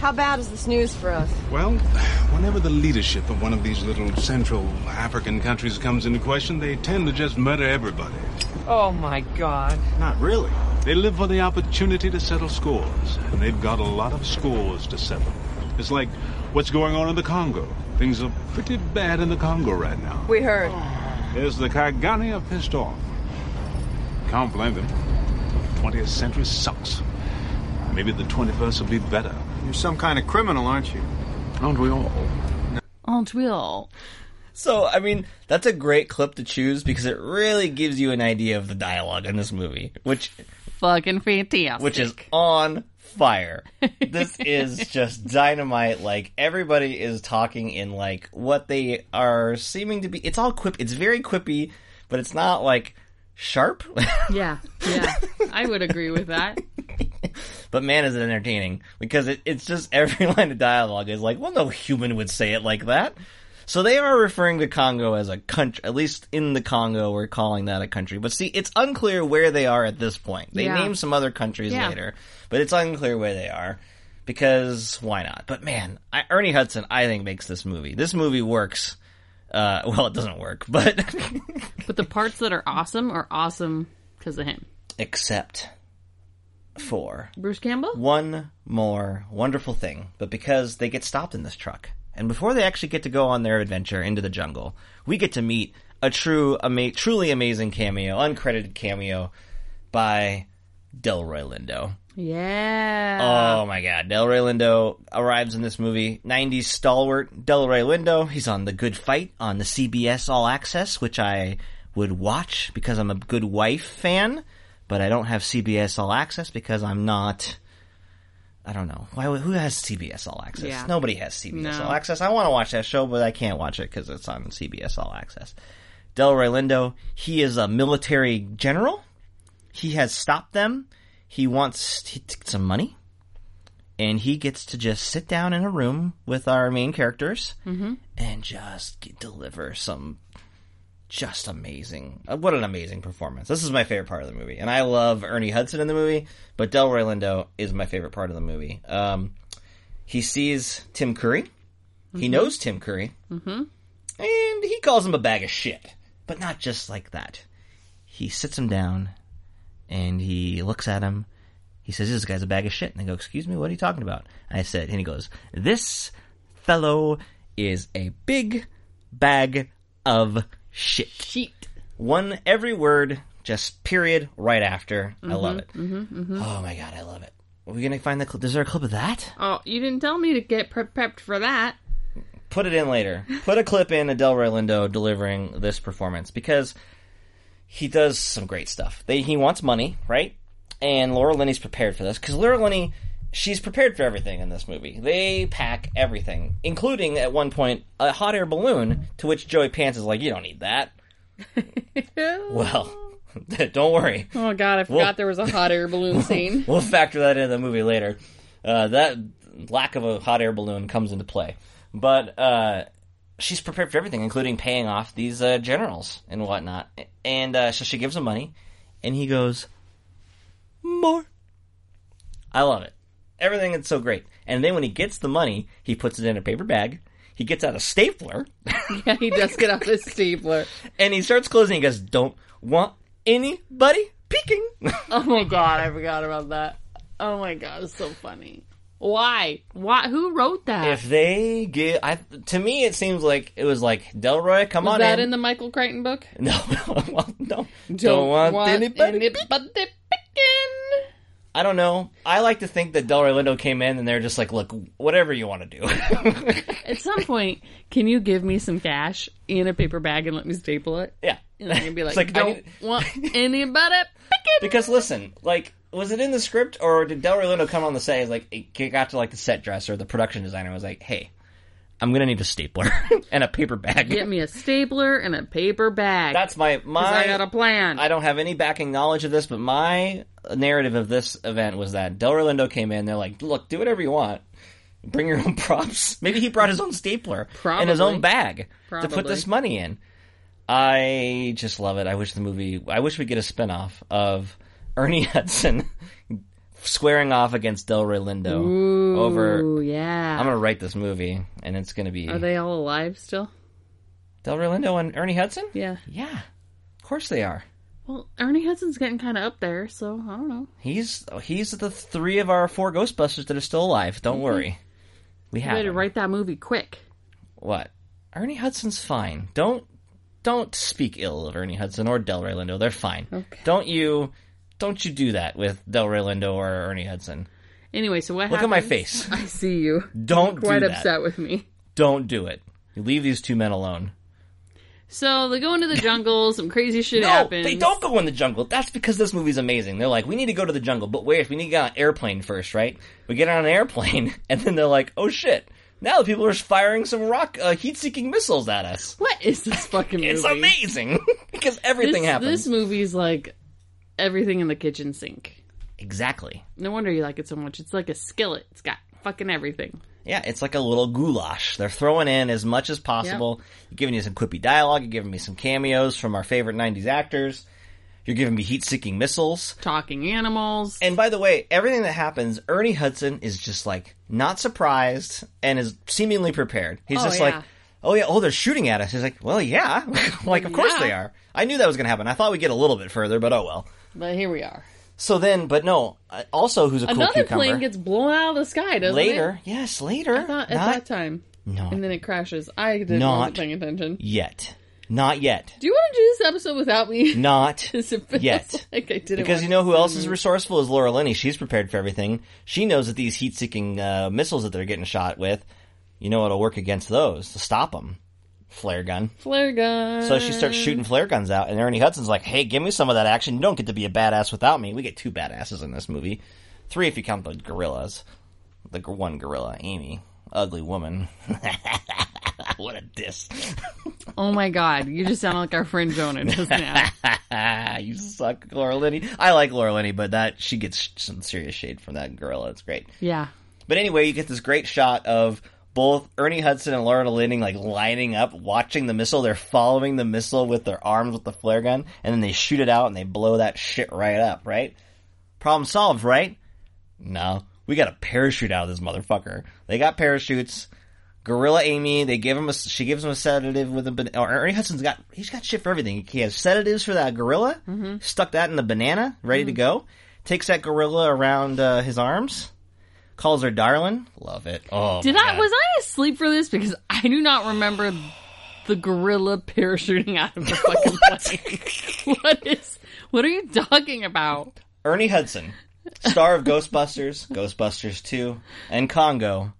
Speaker 8: How bad is this news for us?
Speaker 7: Well, whenever the leadership of one of these little central African countries comes into question, they tend to just murder everybody.
Speaker 3: Oh my god.
Speaker 7: Not really. They live for the opportunity to settle scores, and they've got a lot of scores to settle. It's like what's going on in the Congo. Things are pretty bad in the Congo right now.
Speaker 8: We heard.
Speaker 7: There's the Kagani are pissed off. Can't blame them. 20th century sucks. Maybe the 21st will be better.
Speaker 9: You're some kind of criminal, aren't you?
Speaker 7: Aren't we all?
Speaker 5: Aren't we all?
Speaker 6: So, I mean, that's a great clip to choose because it really gives you an idea of the dialogue in this movie, which
Speaker 5: Fucking fantastic.
Speaker 6: which is on fire. This is just dynamite. Like everybody is talking in like what they are seeming to be. It's all quip. It's very quippy, but it's not like sharp.
Speaker 5: Yeah, yeah. I would agree with that.
Speaker 6: but man, is it entertaining because it, it's just every line of dialogue is like, well, no human would say it like that. So they are referring to Congo as a country, at least in the Congo, we're calling that a country. But see, it's unclear where they are at this point. They
Speaker 5: Yeah.
Speaker 6: name some other countries
Speaker 5: Yeah.
Speaker 6: later, but it's unclear where they are because why not? But man, I, Ernie Hudson, I think makes this movie. This movie works Uh, well, it doesn't work, but
Speaker 5: But the parts that are awesome are awesome because of him.
Speaker 6: except for
Speaker 5: Bruce Campbell?
Speaker 6: one more wonderful thing, but because they get stopped in this truck, and before they actually get to go on their adventure into the jungle, we get to meet a true, ama- truly amazing cameo, uncredited cameo by Delroy Lindo.
Speaker 5: Yeah.
Speaker 6: Oh my god, Delroy Lindo arrives in this movie. 90s stalwart Delroy Lindo. He's on The Good Fight on the CBS All Access, which I would watch because I'm a Good Wife fan, but I don't have CBS All Access because I'm not. I don't know. Why? would- Who has CBS All Access?
Speaker 5: Yeah.
Speaker 6: Nobody has CBS
Speaker 5: No.
Speaker 6: All Access. I want to watch that show, but I can't watch it because it's on CBS All Access. Delroy Lindo, he is a military general. He has stopped them. He wants he t- some money and he gets to just sit down in a room with our main characters and just g deliver some just amazing. uh, What an amazing performance! This is my favorite part of the movie, and I love Ernie Hudson in the movie, but Delroy Lindo is my favorite part of the movie. Um, he sees Tim Curry. He knows Tim Curry, mm-hmm. and he calls him a bag of shit, but not just like that. He sits him down, and he looks at him, he says, This guy's a bag of shit. And I go, Excuse me, what are you talking about? I said, and he goes, This fellow is a big bag of shit.
Speaker 5: Sheet.
Speaker 6: One, every word, just period, right after. I love it. Oh my God, I love it. Are we going to find the clip? Is there a clip of that?
Speaker 5: Oh, you didn't tell me to get pre- prepped for that.
Speaker 6: Put it in later. Put a clip in of Delroy Lindo delivering this performance because he does some great stuff. They, he wants money, right? And Laura Linney's prepared for this because Laura Linney, she's prepared for everything in this movie. They pack everything, including at one point a hot air balloon, to which Joey Pants is like, "You don't need that." well, don't worry.
Speaker 5: Oh god, I forgot
Speaker 6: Well-
Speaker 5: there was a hot air balloon scene.
Speaker 6: We'll factor that into the movie later. Uh, that lack of a hot air balloon comes into play, but uh, she's prepared for everything, including paying off these uh, generals and whatnot. And uh, so she gives him money, and he goes, "More." I love it. Everything is so great. And then when he gets the money, he puts it in a paper bag. He gets out a stapler
Speaker 5: yeah, he does get off his stapler.
Speaker 6: and he starts closing. He goes, "Don't want anybody peeking."
Speaker 5: Oh my god, I forgot about that. Oh my god, it's so funny. Why? Why? Who wrote that?
Speaker 6: if they give, I to me it seems like it was like Delroy, come
Speaker 5: was
Speaker 6: on
Speaker 5: that
Speaker 6: in.
Speaker 5: in. the Michael Crichton book?
Speaker 6: no, no, no, don't want, anybody.
Speaker 5: anybody picking.
Speaker 6: I don't know. I like to think that Delroy Lindo came in and they're just like, look, whatever you want to do.
Speaker 5: At some point, can you give me some cash in a paper bag and let me staple it?
Speaker 6: yeah,
Speaker 5: And I'm gonna be like,
Speaker 6: It's like, I
Speaker 5: don't
Speaker 6: need-
Speaker 5: want anybody picking.
Speaker 6: because listen, like. Was it in the script, or did Delroy Lindo come on the set? He's like, it got to like the set dresser, the production designer and was like, "Hey, I'm gonna need a stapler and a paper bag."
Speaker 5: Get me a stapler and a paper bag.
Speaker 6: That's my my.
Speaker 5: I got a plan.
Speaker 6: I don't have any backing knowledge of this, but my narrative of this event was that Del Rolando came in. They're like, "Look, do whatever you want. Bring your own props." Maybe he brought his own stapler and his
Speaker 5: Probably.
Speaker 6: own bag to put
Speaker 5: Probably.
Speaker 6: this money in. I just love it. I wish the movie. I wish we get a spinoff of Ernie Hudson squaring off against Delroy Lindo over.
Speaker 5: Ooh, yeah.
Speaker 6: I'm gonna write this movie, and it's gonna be
Speaker 5: Are they all alive still?
Speaker 6: Delroy Lindo and Ernie Hudson.
Speaker 5: Yeah.
Speaker 6: yeah, of course they are.
Speaker 5: Well, Ernie Hudson's getting kind of up there, so I don't know.
Speaker 6: He's he's the three of our four Ghostbusters that are still alive.
Speaker 5: Mm-hmm.
Speaker 6: Don't worry, we
Speaker 5: I
Speaker 6: have
Speaker 5: better
Speaker 6: him.
Speaker 5: write that movie quick.
Speaker 6: what Ernie Hudson's fine. Don't don't speak ill of Ernie Hudson or Delroy Lindo. They're fine.
Speaker 5: Okay.
Speaker 6: Don't you don't you do that with Delroy Lindo or Ernie Hudson.
Speaker 5: Anyway, so what
Speaker 6: Look
Speaker 5: happens?
Speaker 6: at my face.
Speaker 5: I see you.
Speaker 6: Don't do
Speaker 5: Quite
Speaker 6: that.
Speaker 5: upset with me.
Speaker 6: Don't do it. You leave these two men alone.
Speaker 5: So they go into the jungle. Some crazy shit
Speaker 6: No,
Speaker 5: happens.
Speaker 6: they don't go in the jungle. That's because this movie's amazing. They're like, we need to go to the jungle, but wait, we need to get on an airplane first, right? We get on an airplane, and then they're like, oh shit, now the people are firing some rock uh, heat-seeking missiles at us.
Speaker 5: What is this fucking movie?
Speaker 6: It's amazing because
Speaker 5: This,
Speaker 6: everything happens
Speaker 5: this movie's like everything in the kitchen sink.
Speaker 6: exactly.
Speaker 5: No wonder you like it so much. It's like a skillet. It's got fucking everything.
Speaker 6: Yeah, it's like a little goulash. They're throwing in as much as possible. You're giving you some quippy dialogue. You're giving me some cameos from our favorite '90s actors. You're giving me heat-seeking missiles.
Speaker 5: Talking animals.
Speaker 6: And by the way, everything that happens, Ernie Hudson is just like not surprised and is seemingly prepared. He's
Speaker 5: Oh,
Speaker 6: just
Speaker 5: yeah.
Speaker 6: like, oh yeah, oh they're shooting at us. He's like, well, yeah, like of course
Speaker 5: Yeah.
Speaker 6: they are. I knew that was going to happen. I thought we'd get a little bit further, but oh well.
Speaker 5: But here we are.
Speaker 6: So then, but no. uh, Also, who's a cool
Speaker 5: Another
Speaker 6: cucumber?
Speaker 5: plane gets blown out of the sky, doesn't
Speaker 6: later,
Speaker 5: it?
Speaker 6: yes, later.
Speaker 5: I thought at
Speaker 6: not
Speaker 5: that time.
Speaker 6: No.
Speaker 5: And then it crashes. I didn't
Speaker 6: Not.
Speaker 5: wasn't paying attention.
Speaker 6: yet, not yet,
Speaker 5: Do you want to do this episode without me?
Speaker 6: not
Speaker 5: 'Cause it feels
Speaker 6: yet.
Speaker 5: Like I did it
Speaker 6: Because you
Speaker 5: once.
Speaker 6: know who else is resourceful is Laura Linney. She's prepared for everything. She knows that these heat-seeking uh, missiles that they're getting shot with, you know, it'll work against those to stop them. Flare gun.
Speaker 5: Flare gun.
Speaker 6: So she
Speaker 5: Uh.
Speaker 6: starts shooting flare guns out, and Ernie Hudson's like, "Hey, give me some of that action. You don't get to be a badass without me." We get two badasses in this movie, three if you count the gorillas. The gor- one gorilla, Amy, ugly woman. what a diss!
Speaker 5: Oh my god, you just sound like our friend Jonah just now.
Speaker 6: Ah, you suck, Laura Linney. I like Laura Linney, but that she gets some serious shade from that gorilla. It's great.
Speaker 5: yeah.
Speaker 6: But anyway, you get this great shot of both Ernie Hudson and Laura Linney like lining up, watching the missile. They're following the missile with their arms with the flare gun, and then they shoot it out and they blow that shit right up. Right? Problem solved. Right? No, we got a parachute out of this motherfucker. They got parachutes. Gorilla Amy, they give him a she gives him a sedative with a banana. Ernie Hudson's got he's got shit for everything. He has sedatives for that gorilla,
Speaker 5: Mm-hmm.
Speaker 6: stuck that in the banana, ready to go. Takes that gorilla around uh, his arms, calls her darling. Love it. Oh,
Speaker 5: Did
Speaker 6: my
Speaker 5: I
Speaker 6: God.
Speaker 5: was I asleep for this? Because I do not remember the gorilla parachuting out of the fucking plane. what is what are you talking about?
Speaker 6: Ernie Hudson, star of Ghostbusters, Ghostbusters 2, and Congo,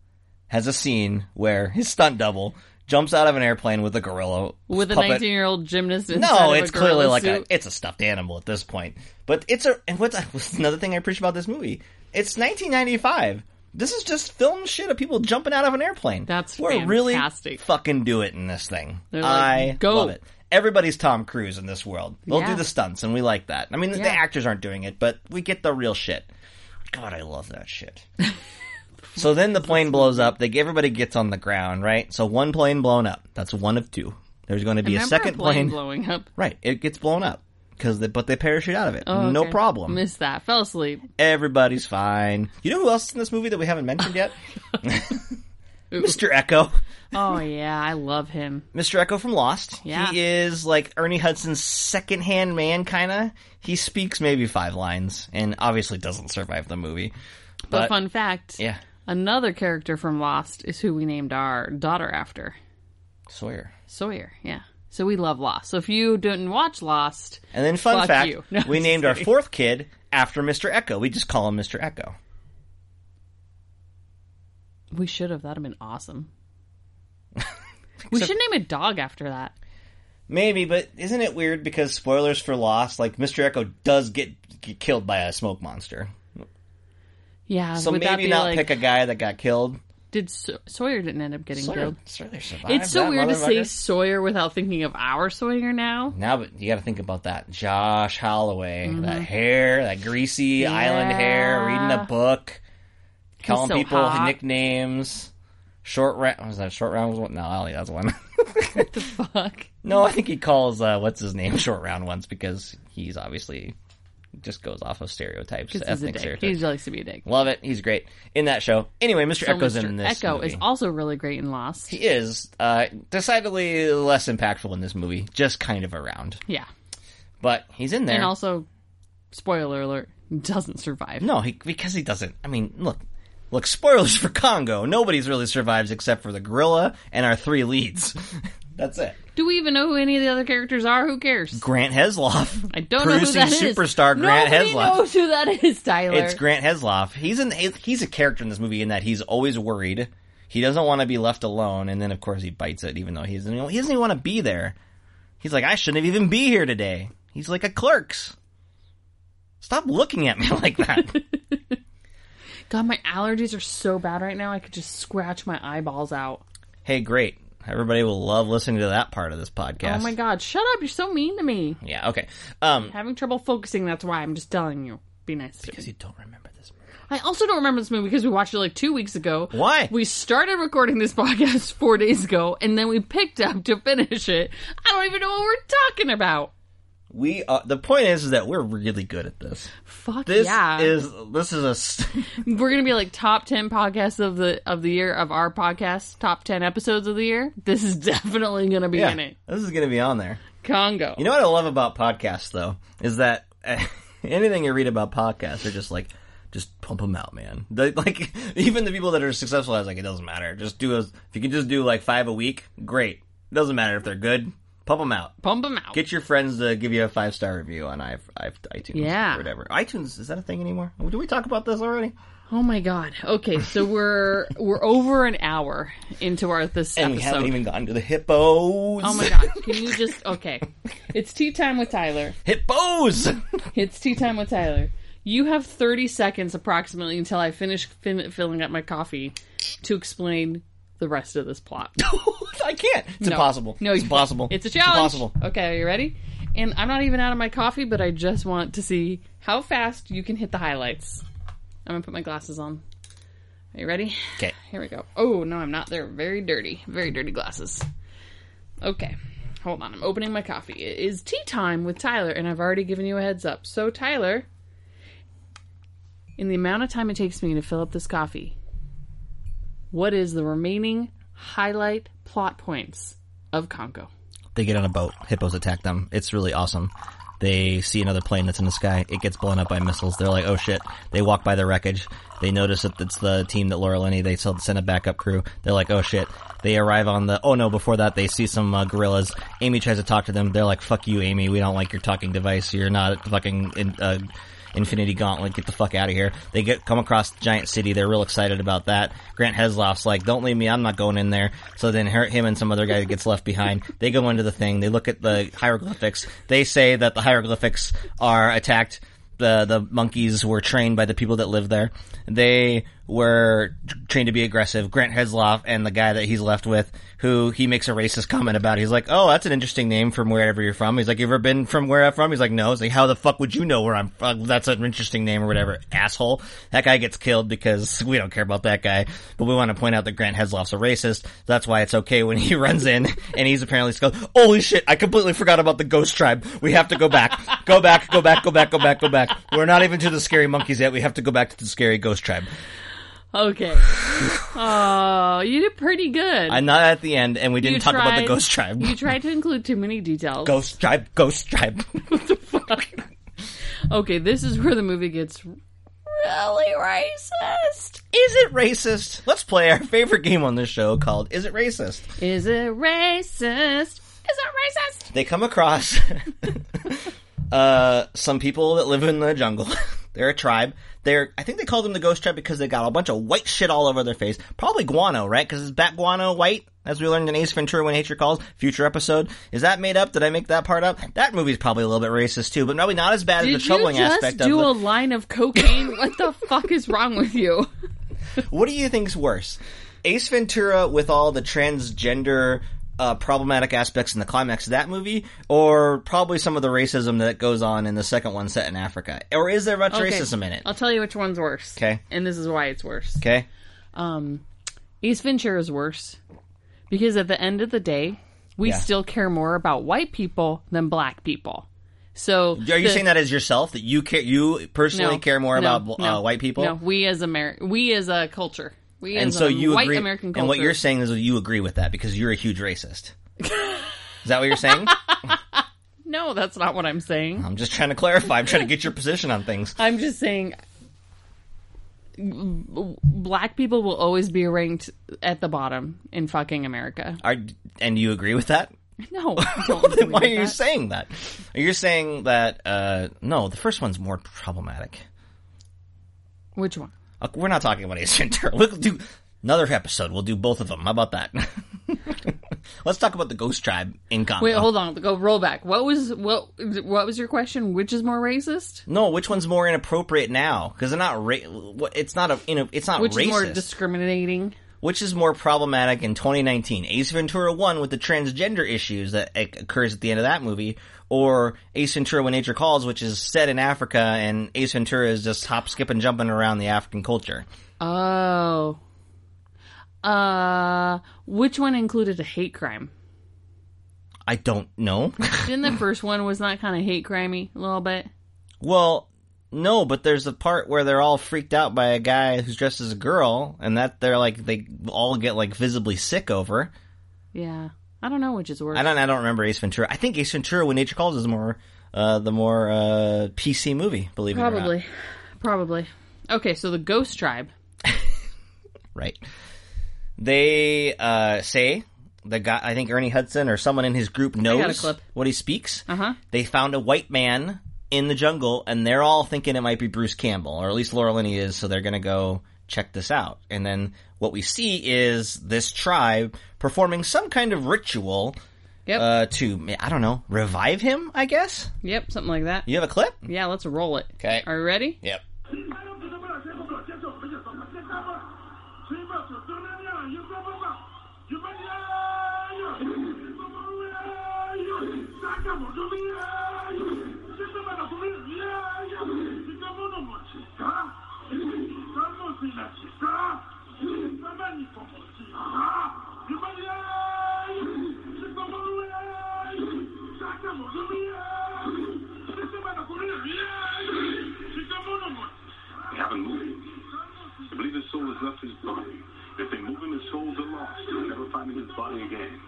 Speaker 6: has a scene where his stunt double jumps out of an airplane with a gorilla
Speaker 5: With a
Speaker 6: puppet.
Speaker 5: nineteen year old gymnast inside
Speaker 6: No,
Speaker 5: of a
Speaker 6: it's clearly
Speaker 5: gorilla
Speaker 6: like
Speaker 5: suit.
Speaker 6: a it's a stuffed animal at this point. But it's a and what's, what's another thing I appreciate about this movie? It's 1995. This is just film shit of people jumping out of an airplane.
Speaker 5: That's
Speaker 6: we're really
Speaker 5: fantastic.
Speaker 6: fucking do it in this thing.
Speaker 5: They're like,
Speaker 6: I
Speaker 5: "Go."
Speaker 6: love it. Everybody's Tom Cruise in this world. They'll
Speaker 5: Yeah.
Speaker 6: do the stunts, and we like that. I mean, the- the
Speaker 5: Yeah.
Speaker 6: actors aren't doing it, but we get the real shit. God, I love that shit. so then the plane blows up. They everybody gets on the ground, right? So one plane blown up. That's one of two. There's going to be a
Speaker 5: Remember
Speaker 6: second
Speaker 5: plane,
Speaker 6: plane.
Speaker 5: blowing up.
Speaker 6: Right, it gets blown up because they, but they parachute out of it.
Speaker 5: Oh,
Speaker 6: no
Speaker 5: okay.
Speaker 6: problem.
Speaker 5: Missed that. Fell asleep.
Speaker 6: Everybody's fine. You know who else is in this movie that we haven't mentioned yet? Mr. Echo.
Speaker 5: Oh yeah, I love him.
Speaker 6: Mr. Echo from Lost.
Speaker 5: Yeah.
Speaker 6: He is like Ernie Hudson's second-hand man, kind of. He speaks maybe five lines and obviously doesn't survive the movie.
Speaker 5: But, fun fact,
Speaker 6: Yeah,
Speaker 5: another character from Lost is who we named our daughter after.
Speaker 6: Sawyer.
Speaker 5: Sawyer, yeah. So we love Lost. So if you didn't watch Lost,
Speaker 6: And then fun
Speaker 5: Fuck
Speaker 6: fact,
Speaker 5: you. No,
Speaker 6: we
Speaker 5: I'm
Speaker 6: named our
Speaker 5: sorry.
Speaker 6: fourth kid after Mr. Echo. We just call him Mr. Echo.
Speaker 5: we should have. That'd have been awesome. we should name a dog after that.
Speaker 6: Maybe, but isn't it weird because spoilers for Lost, like Mr. Echo does get, get killed by a smoke monster.
Speaker 5: Yeah.
Speaker 6: So
Speaker 5: Uh, would that
Speaker 6: maybe
Speaker 5: be
Speaker 6: not
Speaker 5: like,
Speaker 6: pick a guy that got killed.
Speaker 5: Did Sa- Sawyer didn't end up getting
Speaker 6: Sawyer,
Speaker 5: killed?
Speaker 6: Sawyer survived
Speaker 5: It's so
Speaker 6: that
Speaker 5: weird to say
Speaker 6: motherfucker.
Speaker 5: Sawyer without thinking of our Sawyer now.
Speaker 6: Now, but you got to think about that. Josh Holloway,
Speaker 5: Mm-hmm.
Speaker 6: that hair, that greasy island hair, reading a book, calling
Speaker 5: so
Speaker 6: people
Speaker 5: hot.
Speaker 6: nicknames. Short round was that short round was one? No, I don't think that's one.
Speaker 5: Fuck.
Speaker 6: no, I think he calls uh, what's his name short round once because he's obviously just goes off of stereotypes,
Speaker 5: Because he's a
Speaker 6: ethnic
Speaker 5: dick.
Speaker 6: stereotypes.
Speaker 5: He likes to be a dick.
Speaker 6: Love it. He's great in that show. Anyway, Mr.
Speaker 5: So
Speaker 6: Echo's
Speaker 5: Mr.
Speaker 6: in this.
Speaker 5: Echo
Speaker 6: movie.
Speaker 5: is also really great in Lost.
Speaker 6: He is uh, decidedly less impactful in this movie, just kind of around.
Speaker 5: Yeah.
Speaker 6: But he's in there.
Speaker 5: And also, spoiler alert, doesn't survive.
Speaker 6: no, he, because he doesn't. I mean, look, look. Spoilers for Congo. Nobody's really survives except for the gorilla and our three leads. That's it.
Speaker 5: Do we even know who any of the other characters are? Who cares?
Speaker 6: Grant Hesloff.
Speaker 5: I don't
Speaker 6: Producing
Speaker 5: know who that is.
Speaker 6: superstar Grant
Speaker 5: Nobody
Speaker 6: Heslop.
Speaker 5: knows who that is, Tyler.
Speaker 6: It's Grant Hesloff. He's an he's a character in this movie in that he's always worried. He doesn't want to be left alone, and then of course he bites it, even though he doesn't. He doesn't even want to be there. He's like, I shouldn't even be here today. He's like a clerk's. Stop looking at me like that.
Speaker 5: God, my allergies are so bad right now. I could just scratch my eyeballs out. Oh
Speaker 6: hey, great. Everybody will love listening to that part of this podcast.
Speaker 5: Oh my God, shut up! You're so mean to me.
Speaker 6: Yeah. Okay. Um.
Speaker 5: Having trouble focusing. That's why I'm just telling you. Be nice. To me.
Speaker 6: Because you don't remember this movie.
Speaker 5: I also don't remember this movie because we watched it like two weeks ago.
Speaker 6: Why?
Speaker 5: We started recording this podcast four days ago, and then we picked up to finish it. I don't even know what we're talking about.
Speaker 6: We are, the point is, is that we're really good at this.
Speaker 5: Fuck
Speaker 6: This
Speaker 5: yeah.
Speaker 6: is this is a s-
Speaker 5: We're gonna be like top ten podcasts of the of the year of our podcast, top ten episodes of the year. This is definitely gonna be
Speaker 6: yeah.
Speaker 5: in it.
Speaker 6: This is going to be on there.
Speaker 5: Congo.
Speaker 6: You know what I love about podcasts though is that anything you read about podcasts are just like just pump them out, man. They, like even the people that are successful, I was like, it doesn't matter. Just do a, if you can just do like five a week, great. It doesn't matter if they're good. Pump them out.
Speaker 5: Pump 'em out.
Speaker 6: Get your friends to give you a five star review on i i iTunes,
Speaker 5: Yeah.
Speaker 6: or whatever. iTunes is that a thing anymore? Did we talk about this already?
Speaker 5: oh my god. Okay, so we're we're over an hour into our this
Speaker 6: And we
Speaker 5: episode.
Speaker 6: haven't even gotten to the hippos.
Speaker 5: Oh my god! Can you just okay? It's tea time with Tyler.
Speaker 6: hippos!
Speaker 5: It's tea time with Tyler. You have thirty seconds approximately until I finish fin- filling up my coffee to explain the rest of this plot.
Speaker 6: I can't. It's
Speaker 5: No.
Speaker 6: impossible.
Speaker 5: No,
Speaker 6: it's
Speaker 5: you-
Speaker 6: impossible.
Speaker 5: It's a challenge.
Speaker 6: impossible.
Speaker 5: Okay, are you ready? And I'm not even out of my coffee, but I just want to see how fast you can hit the highlights. I'm gonna put my glasses on. Are you ready?
Speaker 6: Okay.
Speaker 5: Here we go. Oh no, I'm not. They're very dirty. Very dirty glasses. Okay. Hold on. I'm opening my coffee. It is tea time with Tyler, and I've already given you a heads up. So Tyler, in the amount of time it takes me to fill up this coffee, what is the remaining highlight plot points of Congo?
Speaker 6: They get on a boat. Hippos attack them. It's really awesome. They see another plane that's in the sky. It gets blown up by missiles. They're like, oh shit. They walk by the wreckage. They notice that it's the team that Laura Linney, they sell- send a backup crew. They're like, oh shit. They arrive on the, oh no, before that they see some uh, gorillas. Amy tries to talk to them. They're like, fuck you, Amy. We don't like your talking device. You're not fucking, in, uh, Infinity Gauntlet, get the fuck out of here. They get come across the giant city. They're real excited about that. Grant Hesloff's like, "Don't leave me. I'm not going in there." So then her, him and some other guy gets left behind. They go into the thing. They look at the hieroglyphics. They say that the hieroglyphics are attacked. The the monkeys were trained by the people that live there. They were t- trained to be aggressive. Grant Hesloff and the guy that he's left with, who he makes a racist comment about. He's like, "Oh, that's an interesting name from wherever you're from." He's like, "You ever been from where I'm from?" He's like, "No." He's like, "How the fuck would you know where I'm from? That's an interesting name or whatever." Asshole. That guy gets killed because we don't care about that guy, but we want to point out that Grant Hesloff's a racist. That's why it's okay when he runs in and he's apparently skull. Holy shit! I completely forgot about the ghost tribe. We have to go back, go back, go back, go back, go back, go back. We're not even to the scary monkeys yet. We have to go back to the scary ghost tribe.
Speaker 5: Okay. oh, you did pretty good.
Speaker 6: I'm not at the end, and we didn't
Speaker 5: You
Speaker 6: talk about the
Speaker 5: tried-
Speaker 6: ghost tribe.
Speaker 5: You tried to include too many details.
Speaker 6: Ghost tribe, ghost tribe.
Speaker 5: Okay, this is where the movie gets really racist.
Speaker 6: Is it racist? Let's play our favorite game on this show called Is It Racist?
Speaker 5: Is it racist? Is it racist?
Speaker 6: They come across uh, some people that live in the jungle. They're a tribe. They're I think they call them the ghost tribe because they got a bunch of white shit all over their face. Probably guano, right? Because is bat guano white? As we learned in Ace Ventura when Nature Calls, future episode. Is that made up? Did I make that part up? That movie's probably a little bit racist too, but probably not as bad
Speaker 5: Did
Speaker 6: as
Speaker 5: you
Speaker 6: the troubling
Speaker 5: just
Speaker 6: aspect of
Speaker 5: do
Speaker 6: the-
Speaker 5: a line of cocaine? what the fuck is wrong with you?
Speaker 6: What do you think's worse? Ace Ventura with all the transgender uh, problematic aspects in the climax of that movie, or probably some of the racism that goes on in the second one set in Africa? Or is there much
Speaker 5: Okay, Uh,
Speaker 6: racism in it?
Speaker 5: I'll tell you which one's worse.
Speaker 6: 'Kay.
Speaker 5: And this is why it's worse.
Speaker 6: Okay.
Speaker 5: Um, East Ventura is worse because at the end of the day, we
Speaker 6: Yeah.
Speaker 5: still care more about white people than black people. So
Speaker 6: Are you
Speaker 5: the-
Speaker 6: saying that as yourself that you care, you personally care more
Speaker 5: no,
Speaker 6: about uh,
Speaker 5: no,
Speaker 6: white people?
Speaker 5: No, we as Ameri- we as a culture, we
Speaker 6: and
Speaker 5: as
Speaker 6: so
Speaker 5: a
Speaker 6: you
Speaker 5: white
Speaker 6: agree.
Speaker 5: American culture.
Speaker 6: and what you're saying is you agree with that because you're a huge racist. is that what you're saying?
Speaker 5: No, that's not what I'm saying.
Speaker 6: I'm just trying to clarify. I'm trying to get your position on things.
Speaker 5: I'm just saying b- black people will always be ranked at the bottom in fucking America.
Speaker 6: Are, and you agree with that?
Speaker 5: No, I don't agree
Speaker 6: Why are
Speaker 5: with
Speaker 6: you
Speaker 5: that.
Speaker 6: saying that? You're saying that uh, no, the first one's more problematic.
Speaker 5: Which one?
Speaker 6: Uh, We're not talking about Ace Ventura. We'll do another episode. We'll do both of them. How about that? Let's talk about the Ghost Tribe in Congo.
Speaker 5: Wait, hold on. Go roll back. What was what? What was your question? Which is more racist?
Speaker 6: no, which one's more inappropriate now? Because they're not. Ra- what- it's not a. You know, it's not
Speaker 5: Which
Speaker 6: racist.
Speaker 5: is more discriminating?
Speaker 6: which is more problematic in 2019 ace ventura 1 with the transgender issues that o- occurs at the end of that movie or ace ventura when nature calls which is set in africa and ace ventura is just hop skip and jumping around the african culture
Speaker 5: Oh, uh, which one included a hate crime?
Speaker 6: I don't know.
Speaker 5: Didn't the first one was not kind of hate crimey a little bit?
Speaker 6: well, no, but there's a part where they're all freaked out by a guy who's dressed as a girl, and that they're like they all get like visibly sick over.
Speaker 5: Yeah, I don't know which is worse.
Speaker 6: I don't. I don't remember Ace Ventura. I think Ace Ventura: When Nature Calls is more uh, the more uh, PC movie. Believe it or not.
Speaker 5: Probably, probably. Okay, so the Ghost Tribe.
Speaker 6: Right. They uh, say the guy. I think Ernie Hudson or someone in his group
Speaker 5: a
Speaker 6: knows
Speaker 5: clip.
Speaker 6: what he speaks.
Speaker 5: Uh-huh.
Speaker 6: They found a white man in the jungle, and they're all thinking it might be Bruce Campbell, or at least Laura Linney is. So they're gonna go check this out. And then what we see is this tribe performing some kind of ritual.
Speaker 5: Yep.
Speaker 6: Uh, to I don't know, revive him. I guess
Speaker 5: Yep, something like that.
Speaker 6: you have a clip.
Speaker 5: Yeah, let's roll it.
Speaker 6: 'Kay.
Speaker 5: Are you ready?
Speaker 6: Yep.
Speaker 10: They haven't moved. They believe his soul has left his body. If they move him, his souls are lost. They'll never find his body again.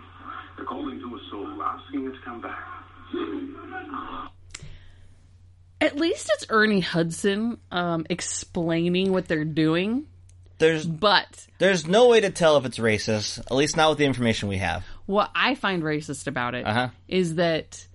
Speaker 10: They're calling to his soul, asking it to come back.
Speaker 5: At least it's Ernie Hudson um, explaining what they're doing.
Speaker 6: There's
Speaker 5: But
Speaker 6: There's no way to tell if it's racist, at least not with the information we have.
Speaker 5: what I find racist about it is
Speaker 6: Uh-huh.
Speaker 5: that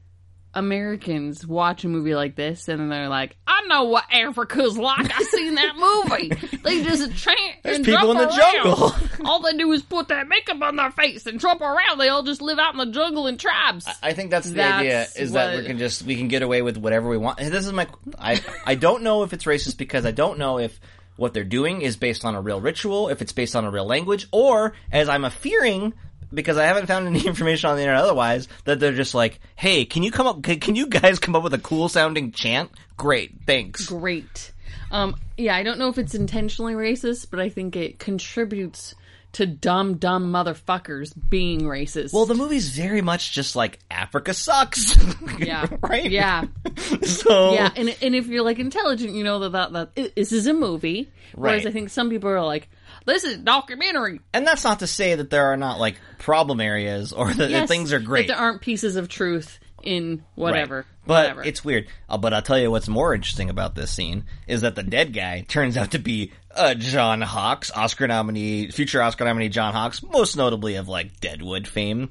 Speaker 5: Americans watch a movie like this and then they're like, "I know what Africa's like. I seen that movie. They just chant and
Speaker 6: people
Speaker 5: jump
Speaker 6: in the
Speaker 5: around.
Speaker 6: jungle."
Speaker 5: all they do is put that makeup on their face and trump around. They all just live out in the jungle in tribes."
Speaker 6: I think that's the
Speaker 5: That's
Speaker 6: idea is that
Speaker 5: what-
Speaker 6: we can just we can get away with whatever we want. This is my I I don't know if it's racist because I don't know if what they're doing is based on a real ritual, if it's based on a real language, or as I'm a fearing because I haven't found any information on the internet otherwise that they're just like, "Hey, can you come up can can you guys come up with a cool sounding chant? Great, thanks."
Speaker 5: great. Um, yeah, I don't know if it's intentionally racist, but I think it contributes to dumb, dumb motherfuckers being racist.
Speaker 6: Well, the movie's very much just like Africa sucks.
Speaker 5: yeah,
Speaker 6: right?
Speaker 5: yeah,
Speaker 6: So
Speaker 5: yeah. And and if you're like intelligent, you know that that, that i- this is a movie. Whereas
Speaker 6: Right.
Speaker 5: I think some people are like, this is a documentary.
Speaker 6: And that's not to say that there are not like problem areas or that, that
Speaker 5: Yes,
Speaker 6: things are
Speaker 5: but
Speaker 6: great.
Speaker 5: there aren't pieces of truth in
Speaker 6: Right.
Speaker 5: whatever.
Speaker 6: But
Speaker 5: whatever.
Speaker 6: it's weird. Uh, but I'll tell you what's more interesting about this scene is that the dead guy turns out to be uh, John Hawks, Oscar nominee, future Oscar nominee John Hawks, most notably of like Deadwood fame.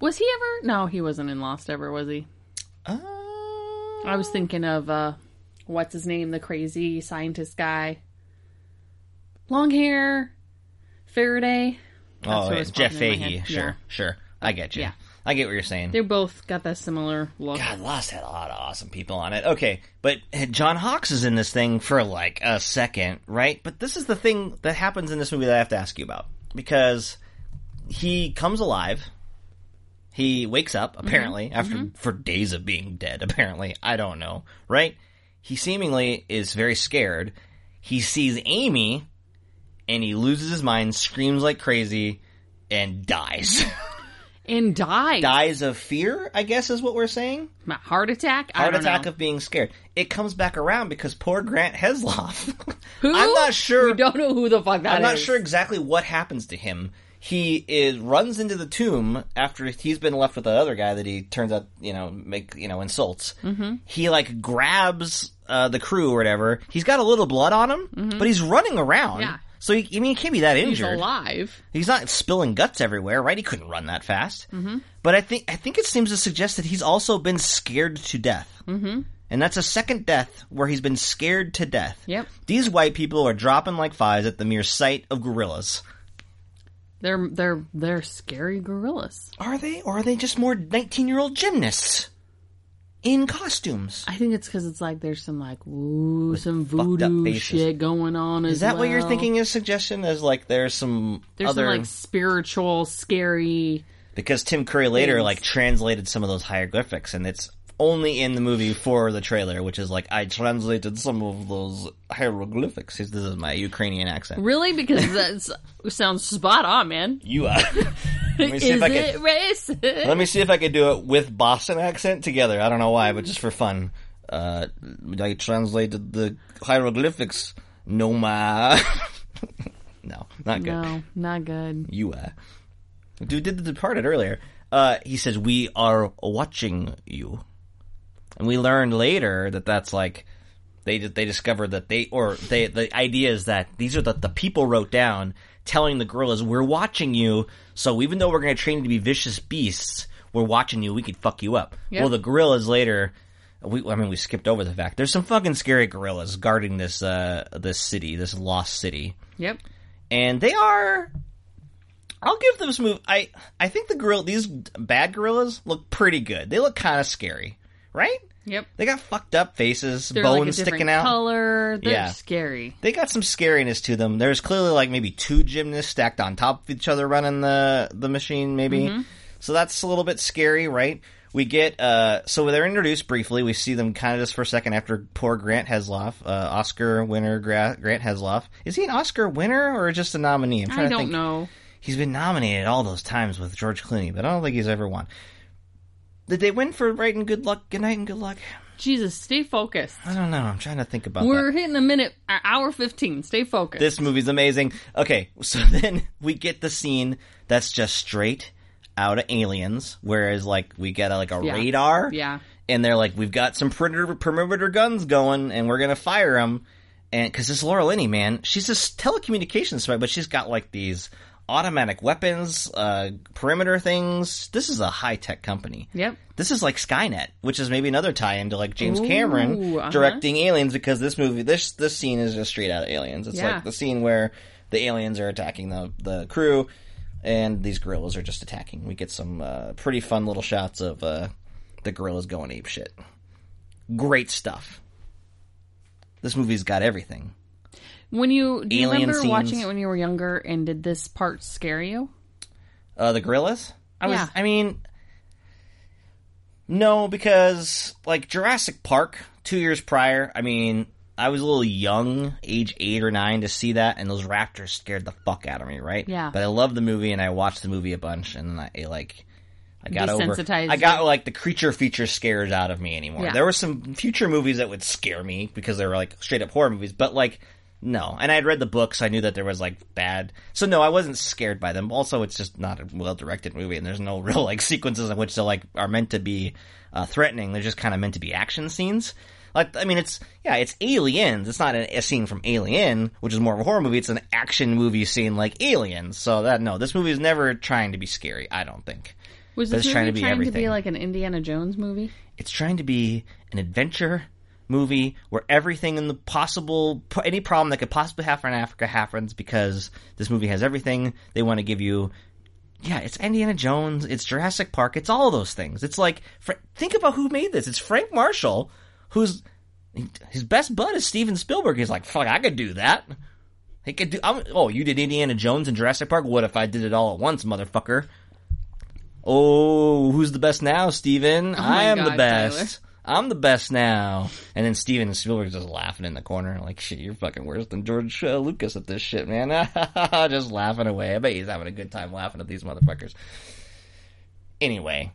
Speaker 5: was he ever? No, he wasn't in Lost ever, was he?
Speaker 6: Uh,
Speaker 5: I was thinking of uh what's his name, the crazy scientist guy. Long hair, Faraday.
Speaker 6: oh,
Speaker 5: what
Speaker 6: yeah,
Speaker 5: was
Speaker 6: Jeff
Speaker 5: popping in my
Speaker 6: Fahey.
Speaker 5: head.
Speaker 6: Sure,
Speaker 5: Yeah.
Speaker 6: sure. I get you.
Speaker 5: Yeah.
Speaker 6: I get what you're saying.
Speaker 5: They both got that similar look.
Speaker 6: God, Lost had a lot of awesome people on it. Okay, but John Hawks is in this thing for like a second, right? But this is the thing that happens in this movie that I have to ask you about because he comes alive. He wakes up apparently after for days of being dead. Apparently, I don't know, right? He seemingly is very scared. He sees Amy, and he loses his mind, screams like crazy, and dies.
Speaker 5: And died.
Speaker 6: dies of fear, I guess, is what we're saying
Speaker 5: My heart attack? I
Speaker 6: heart
Speaker 5: don't
Speaker 6: attack
Speaker 5: know.
Speaker 6: of being scared. It comes back around because poor Grant Hesloff.
Speaker 5: who?
Speaker 6: I'm not sure.
Speaker 5: We don't know who the fuck that
Speaker 6: I'm not
Speaker 5: is.
Speaker 6: sure exactly what happens to him. He is runs into the tomb after he's been left with the other guy that he turns out you know make you know insults. Mm-hmm. He like grabs uh, the crew or whatever. He's got a little blood on him, but he's running around.
Speaker 5: Mm-hmm. Yeah.
Speaker 6: So he, I mean, he can't be that
Speaker 5: He's
Speaker 6: injured.
Speaker 5: alive.
Speaker 6: He's not spilling guts everywhere, right? He couldn't run that fast. Mm-hmm. But I think I think it seems to suggest that he's also been scared to death. Mm-hmm. And that's a second death where he's been scared to death.
Speaker 5: Yep.
Speaker 6: These white people are dropping like flies at the mere sight of gorillas.
Speaker 5: They're they're they're scary gorillas.
Speaker 6: Are they, or are they just more nineteen-year-old gymnasts in costumes?
Speaker 5: I think it's because it's like there's some like ooh some
Speaker 6: up
Speaker 5: voodoo
Speaker 6: faces.
Speaker 5: shit going on.
Speaker 6: Is that what you're thinking? Is suggestion is like there's some
Speaker 5: There's
Speaker 6: other
Speaker 5: some like spiritual, scary.
Speaker 6: because Tim Curry later
Speaker 5: Things.
Speaker 6: like translated some of those hieroglyphics, and it's only in the movie for the trailer, which is like I translated some of those hieroglyphics. This is my Ukrainian accent.
Speaker 5: Really? Because that sounds spot on, man.
Speaker 6: You are. Let me see
Speaker 5: Is
Speaker 6: if I
Speaker 5: it
Speaker 6: can.
Speaker 5: racist?
Speaker 6: Let me see if I could do it with Boston accent together. I don't know why, but just for fun. Uh, I translated the hieroglyphics. No ma. no, not good.
Speaker 5: No, not good.
Speaker 6: You are. Dude did the Departed earlier. Uh, he says we are watching you, and we learned later that that's like they they discovered that they or they the idea is that these are that the people wrote down telling the gorillas we're watching you. So even though we're going to train you to be vicious beasts, we're watching you. We could fuck you up.
Speaker 5: Yep.
Speaker 6: Well, the gorillas later. We, I mean, we skipped over the fact there's some fucking scary gorillas guarding this uh this city, this lost city
Speaker 5: Yep.
Speaker 6: and they are. I'll give this movie. I I think the gorilla, these bad gorillas, look pretty good. They look kind of scary, right?
Speaker 5: Yep.
Speaker 6: They got fucked up faces,
Speaker 5: They're
Speaker 6: bones
Speaker 5: like a different
Speaker 6: sticking out.
Speaker 5: color. They're
Speaker 6: Yeah.
Speaker 5: scary.
Speaker 6: They got some scariness to them. There's clearly like maybe two gymnasts stacked on top of each other running the the machine, maybe.
Speaker 5: Mm-hmm.
Speaker 6: So that's a little bit scary, right? We get uh, so they're introduced briefly. We see them kind of just for a second after poor Grant Hesloff, uh, Oscar winner Gra- Grant Hesloff. Is he an Oscar winner or just a nominee? I'm trying
Speaker 5: I
Speaker 6: to
Speaker 5: don't
Speaker 6: think.
Speaker 5: know.
Speaker 6: He's been nominated all those times with George Clooney, but I don't think he's ever won. Did they win for Right and Good Luck, Good Night and Good Luck?
Speaker 5: Jesus, stay focused.
Speaker 6: I don't know. I'm trying to think about that.
Speaker 5: We're hitting the minute, uh, hour 15. Stay focused.
Speaker 6: This movie's amazing. Okay, so then we get the scene that's just straight out of Aliens, whereas like we get a, like a
Speaker 5: Yeah.
Speaker 6: radar,
Speaker 5: Yeah.
Speaker 6: and they're like, we've got some perimeter perimeter guns going, and we're gonna fire them, and because this Laura Linney man, she's a s- telecommunications spy, but she's got like these automatic weapons, uh, perimeter things. This is a high tech company.
Speaker 5: Yep.
Speaker 6: This is like Skynet, which is maybe another tie-in to like James
Speaker 5: Ooh,
Speaker 6: Cameron
Speaker 5: uh-huh.
Speaker 6: directing Aliens because this movie, this this scene is just straight out of Aliens. It's
Speaker 5: Yeah.
Speaker 6: like the scene where the aliens are attacking the the crew, and these gorillas are just attacking. We get some uh, pretty fun little shots of uh, the gorillas going ape shit. Great stuff. This movie's got everything.
Speaker 5: When you, do you
Speaker 6: Alien
Speaker 5: remember
Speaker 6: scenes.
Speaker 5: watching it when you were younger and did this part scare you?
Speaker 6: Uh, the gorillas? I was.
Speaker 5: Yeah.
Speaker 6: I mean, no, because like Jurassic Park, two years prior. I mean, I was a little young, age eight or nine, to see that, and those raptors scared the fuck out of me, right?
Speaker 5: Yeah.
Speaker 6: But I loved the movie, and I watched the movie a bunch, and then I it, like. I got over.
Speaker 5: Desensitized
Speaker 6: I got like the creature feature scares out of me anymore.
Speaker 5: Yeah.
Speaker 6: There were some future movies that would scare me because they were like straight up horror movies, but like no. And I had read the book, so I knew that there was like bad. So no, I wasn't scared by them. Also, it's just not a well directed movie, and there's no real like sequences in which they like are meant to be uh, threatening. They're just kind of meant to be action scenes. Like I mean, it's yeah, it's Aliens. It's not an, a scene from Alien, which is more of a horror movie. It's an action movie scene like Aliens. So that no, this movie is never trying to be scary. I don't think.
Speaker 5: Was
Speaker 6: But
Speaker 5: this
Speaker 6: it's
Speaker 5: movie
Speaker 6: trying to be everything.
Speaker 5: like an Indiana Jones movie?
Speaker 6: It's trying to be an adventure movie where everything in the possible any problem that could possibly happen in Africa happens because this movie has everything they want to give you. Yeah, it's Indiana Jones, it's Jurassic Park, it's all those things. It's like Fra- think about who made this. It's Frank Marshall, who's his best bud is Steven Spielberg. He's like, fuck, I could do that. He could do. I'm, oh, you did Indiana Jones and Jurassic Park. What if I did it all at once, motherfucker? Oh, who's the best now, Steven? I
Speaker 5: Oh my
Speaker 6: am the
Speaker 5: God,
Speaker 6: best. I'm the best now. And then Steven Spielberg's just laughing in the corner, like, shit, you're fucking worse than George uh, Lucas at this shit, man. just laughing away. I bet he's having a good time laughing at these motherfuckers. Anyway,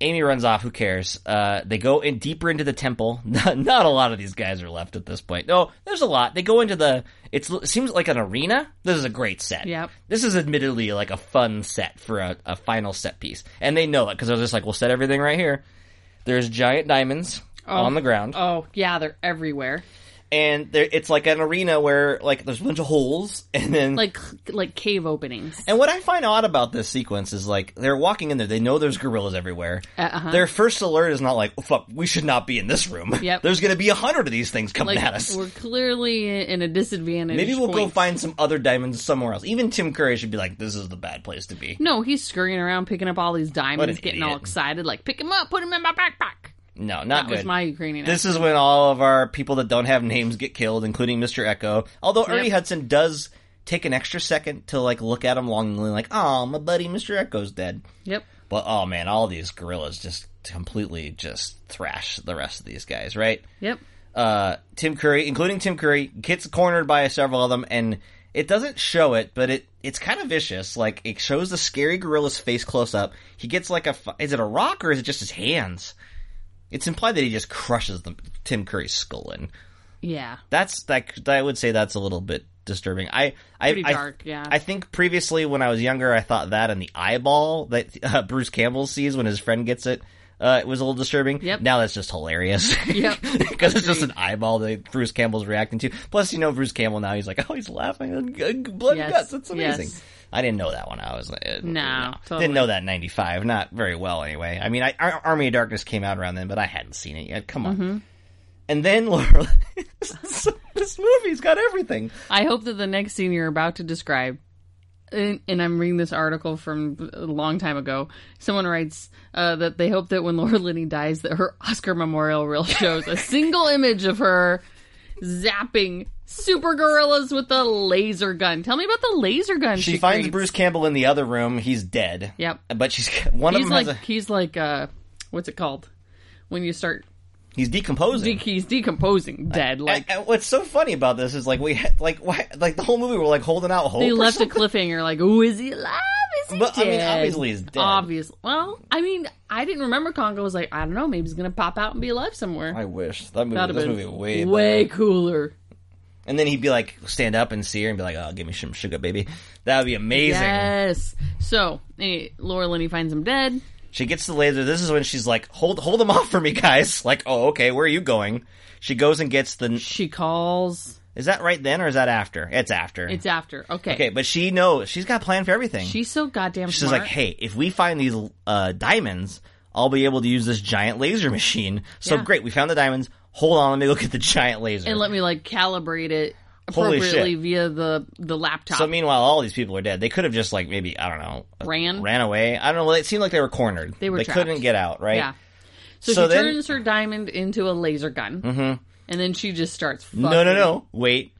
Speaker 6: Amy runs off. Who cares? Uh, they go in deeper into the temple. Not, not a lot of these guys are left at this point. No, there's a lot. They go into the. It's, it seems like an arena. This is a great set.
Speaker 5: Yep.
Speaker 6: This is admittedly like a fun set for a, a final set piece, and they know it because they're just like, we'll set everything right here. There's giant diamonds on the ground
Speaker 5: Oh, yeah, they're everywhere.
Speaker 6: and there, it's like an arena where like there's a bunch of holes and then
Speaker 5: Like like cave openings.
Speaker 6: and what I find odd about this sequence is like they're walking in there, they know there's gorillas everywhere.
Speaker 5: Uh-huh.
Speaker 6: Their first alert is not like, oh, "Fuck, we should not be in this room."
Speaker 5: Yep.
Speaker 6: there's going to be a hundred of these things coming
Speaker 5: Like
Speaker 6: at us.
Speaker 5: we're clearly in a disadvantage.
Speaker 6: Maybe we'll go
Speaker 5: point.
Speaker 6: find some other diamonds somewhere else. Even Tim Curry should be like, "This is the bad place to be."
Speaker 5: No, he's scurrying around picking up all these diamonds,
Speaker 6: an
Speaker 5: getting all
Speaker 6: idiot.
Speaker 5: excited, like pick him up, put him in my backpack.
Speaker 6: No, not
Speaker 5: That was
Speaker 6: good.
Speaker 5: my Ukrainian
Speaker 6: This is when all of our people that don't have names get killed, including Mr. Echo. Although Ernie
Speaker 5: Yep.
Speaker 6: Hudson does take an extra second to like look at him longingly, like, "Oh, my buddy, Mr. Echo's dead."
Speaker 5: Yep.
Speaker 6: But oh man, all these gorillas just completely just thrash the rest of these guys, right?
Speaker 5: Yep.
Speaker 6: Uh, Tim Curry, including Tim Curry, gets cornered by several of them, and It doesn't show it, but it it's kind of vicious. Like it shows the scary gorilla's face close up. He gets like a f- is it a rock or is it just his hands? It's implied that he just crushes the Tim Curry's skull in.
Speaker 5: Yeah.
Speaker 6: That's like I would say that's a little bit disturbing. I I
Speaker 5: Pretty
Speaker 6: I-
Speaker 5: dark, yeah.
Speaker 6: I think previously when I was younger, I thought that and the eyeball that uh, Bruce Campbell sees when his friend gets it. Uh, it was a little disturbing.
Speaker 5: Yep.
Speaker 6: Now that's just hilarious.
Speaker 5: Yep.
Speaker 6: Because it's just an eyeball that Bruce Campbell's reacting to. Plus, you know, Bruce Campbell now he's like, oh, he's laughing. Blood
Speaker 5: Yes,
Speaker 6: and guts. That's amazing.
Speaker 5: yes.
Speaker 6: I didn't know that when I was. Uh,
Speaker 5: No, totally.
Speaker 6: Didn't know that in 95. Not very well, anyway. I mean, I, Ar- Army of Darkness came out around then, but I hadn't seen it yet. Come on.
Speaker 5: Mm-hmm.
Speaker 6: And then, Laura, this movie's got everything.
Speaker 5: I hope that the next scene you're about to describe, and, and I'm reading this article from a long time ago. Someone writes uh, that they hope that when Laura Linney dies, that her Oscar memorial reel shows a single image of her zapping super gorillas with a laser gun. Tell me about the laser gun. She,
Speaker 6: She, finds
Speaker 5: creates.
Speaker 6: Bruce Campbell in the other room. He's dead.
Speaker 5: Yep.
Speaker 6: But she's one of
Speaker 5: He's
Speaker 6: them
Speaker 5: like
Speaker 6: has a
Speaker 5: he's like uh, what's it called when you start
Speaker 6: he's decomposing.
Speaker 5: de- he's decomposing dead like.
Speaker 6: And- and what's so funny about this is like we had, like why like the whole movie we're like holding out hope.
Speaker 5: they
Speaker 6: or
Speaker 5: left a
Speaker 6: something.
Speaker 5: cliffhanger like, "Ooh, is he alive? Is he
Speaker 6: But, I
Speaker 5: dead?"
Speaker 6: mean, obviously he's dead.
Speaker 5: Obvious- Well, I mean, I didn't remember Congo was like, I don't know, maybe he's gonna pop out and be alive somewhere.
Speaker 6: I wish that movie.
Speaker 5: That'd
Speaker 6: This
Speaker 5: have
Speaker 6: movie
Speaker 5: been
Speaker 6: way.
Speaker 5: way cooler.
Speaker 6: And then he'd be like, stand up and see her, and be like, "Oh, give me some sugar, baby." That would be amazing.
Speaker 5: Yes. So, anyway, Laura Linney finds him dead.
Speaker 6: She gets the laser. This is when she's like, "Hold, hold them off for me, guys." Like, "Oh, okay, where are you going?" She goes and gets the.
Speaker 5: She calls.
Speaker 6: Is that right then, or is that after? It's after.
Speaker 5: It's after. Okay.
Speaker 6: okay, but she knows she's got a plan for everything.
Speaker 5: She's so goddamn
Speaker 6: She's
Speaker 5: smart.
Speaker 6: like, hey, if we find these uh, diamonds, I'll be able to use this giant laser machine. So
Speaker 5: Yeah.
Speaker 6: great, we found the diamonds. Hold on, let me look at the giant laser.
Speaker 5: and let me like calibrate it
Speaker 6: Holy shit.
Speaker 5: appropriately via the the laptop.
Speaker 6: so meanwhile, all these people are dead. They could have just like maybe I don't know, uh,
Speaker 5: Ran?
Speaker 6: ran away. I don't know. It seemed like they were cornered.
Speaker 5: They were
Speaker 6: They
Speaker 5: trapped.
Speaker 6: couldn't get out. Right.
Speaker 5: yeah. So,
Speaker 6: So
Speaker 5: she
Speaker 6: then-
Speaker 5: turns her diamond into a laser gun, mm-hmm. and then she just starts. Fucking.
Speaker 6: No, no, no. Wait.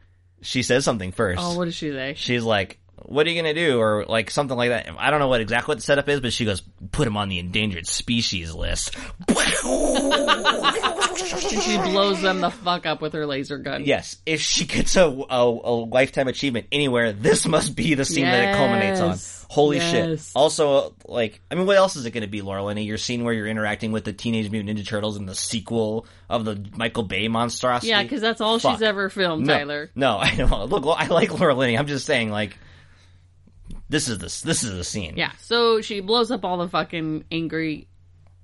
Speaker 6: She says something first.
Speaker 5: Oh, what does she say?
Speaker 6: She's like, "What are you gonna do?" Or like something like that. I don't know what exactly what the setup is, but she goes, "Put him on the endangered species list."
Speaker 5: she blows them the fuck up with her laser gun.
Speaker 6: Yes, if she gets a, a, a lifetime achievement anywhere, this must be the scene that it culminates
Speaker 5: Yes.
Speaker 6: on. Holy shit.
Speaker 5: Yes.
Speaker 6: Also, like, I mean, what else is it going to be, Laura Linney? Your scene where you're interacting with the Teenage Mutant Ninja Turtles in the sequel of the Michael Bay monstrosity?
Speaker 5: Yeah, because that's all
Speaker 6: Fuck.
Speaker 5: she's ever filmed,
Speaker 6: no,
Speaker 5: Tyler.
Speaker 6: No, I know. Look, I like Laura Linney. I'm just saying, like, this is this this is the scene.
Speaker 5: Yeah, so she blows up all the fucking angry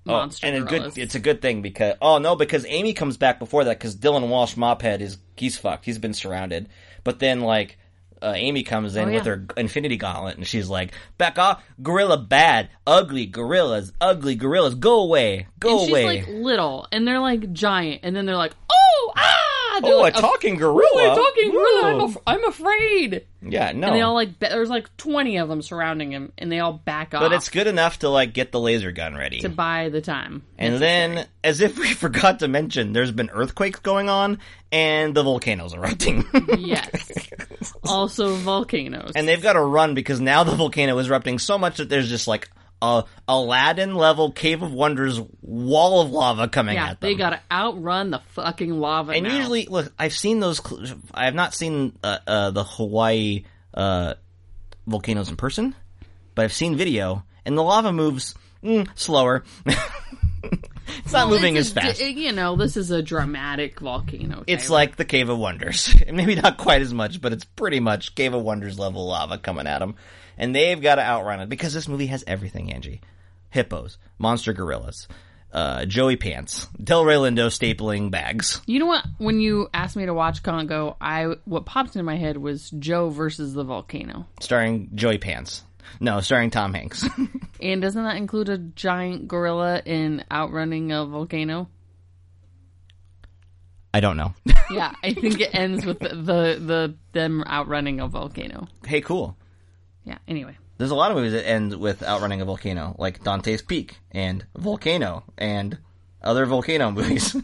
Speaker 6: Oh,
Speaker 5: monster
Speaker 6: and a
Speaker 5: gorillas.
Speaker 6: good, it's a good thing because oh no, because Amy comes back before that because Dylan Walsh Mophead is he's fucked. He's been surrounded, but then like uh, Amy comes in
Speaker 5: Oh,
Speaker 6: with
Speaker 5: yeah.
Speaker 6: her Infinity Gauntlet and she's like, "Back off, gorilla bad, ugly gorillas, ugly gorillas, go away, go
Speaker 5: and she's
Speaker 6: away."
Speaker 5: like little, and they're like giant, and then they're like, oh ah, They're
Speaker 6: oh,
Speaker 5: like,
Speaker 6: a talking
Speaker 5: "Oh,
Speaker 6: gorilla.
Speaker 5: a talking gorilla. I'm,
Speaker 6: Ooh.
Speaker 5: af- I'm afraid.
Speaker 6: yeah, no.
Speaker 5: And they all like ba- there's like twenty of them surrounding him, and they all back off.
Speaker 6: but it's good enough to like get the laser gun ready.
Speaker 5: to buy the time.
Speaker 6: And then, as if we forgot to mention, there's been earthquakes going on and the volcanoes erupting.
Speaker 5: yes. also volcanoes.
Speaker 6: and they've got to run because now the volcano is erupting so much that there's just like a Aladdin level cave of wonders wall of lava coming
Speaker 5: yeah,
Speaker 6: at them.
Speaker 5: they gotta outrun the fucking lava.
Speaker 6: and
Speaker 5: now.
Speaker 6: usually, look, I've seen those. Cl- I have not seen uh, uh, the Hawaii uh, volcanoes in person, but I've seen video, and the lava moves mm, slower. it's not
Speaker 5: Well,
Speaker 6: moving
Speaker 5: it's
Speaker 6: as
Speaker 5: a-
Speaker 6: fast.
Speaker 5: eh, You know, this is a dramatic volcano.
Speaker 6: It's
Speaker 5: Tyler.
Speaker 6: like the Cave of Wonders. Maybe not quite as much, but it's pretty much Cave of Wonders level lava coming at them. And they've got to outrun it because this movie has everything, Angie. Hippos, monster gorillas, uh, Joey pants, Delray Lindo stapling bags.
Speaker 5: you know what? When you asked me to watch Congo, I what popped into my head was Joe versus the volcano.
Speaker 6: Starring Joey Pants. No, starring Tom Hanks.
Speaker 5: And doesn't that include a giant gorilla in outrunning a volcano?
Speaker 6: I don't know.
Speaker 5: Yeah, I think it ends with the the, the them outrunning a volcano.
Speaker 6: hey, cool.
Speaker 5: Yeah. Anyway,
Speaker 6: There's a lot of movies that end with outrunning a volcano, like Dante's Peak and Volcano and other volcano movies.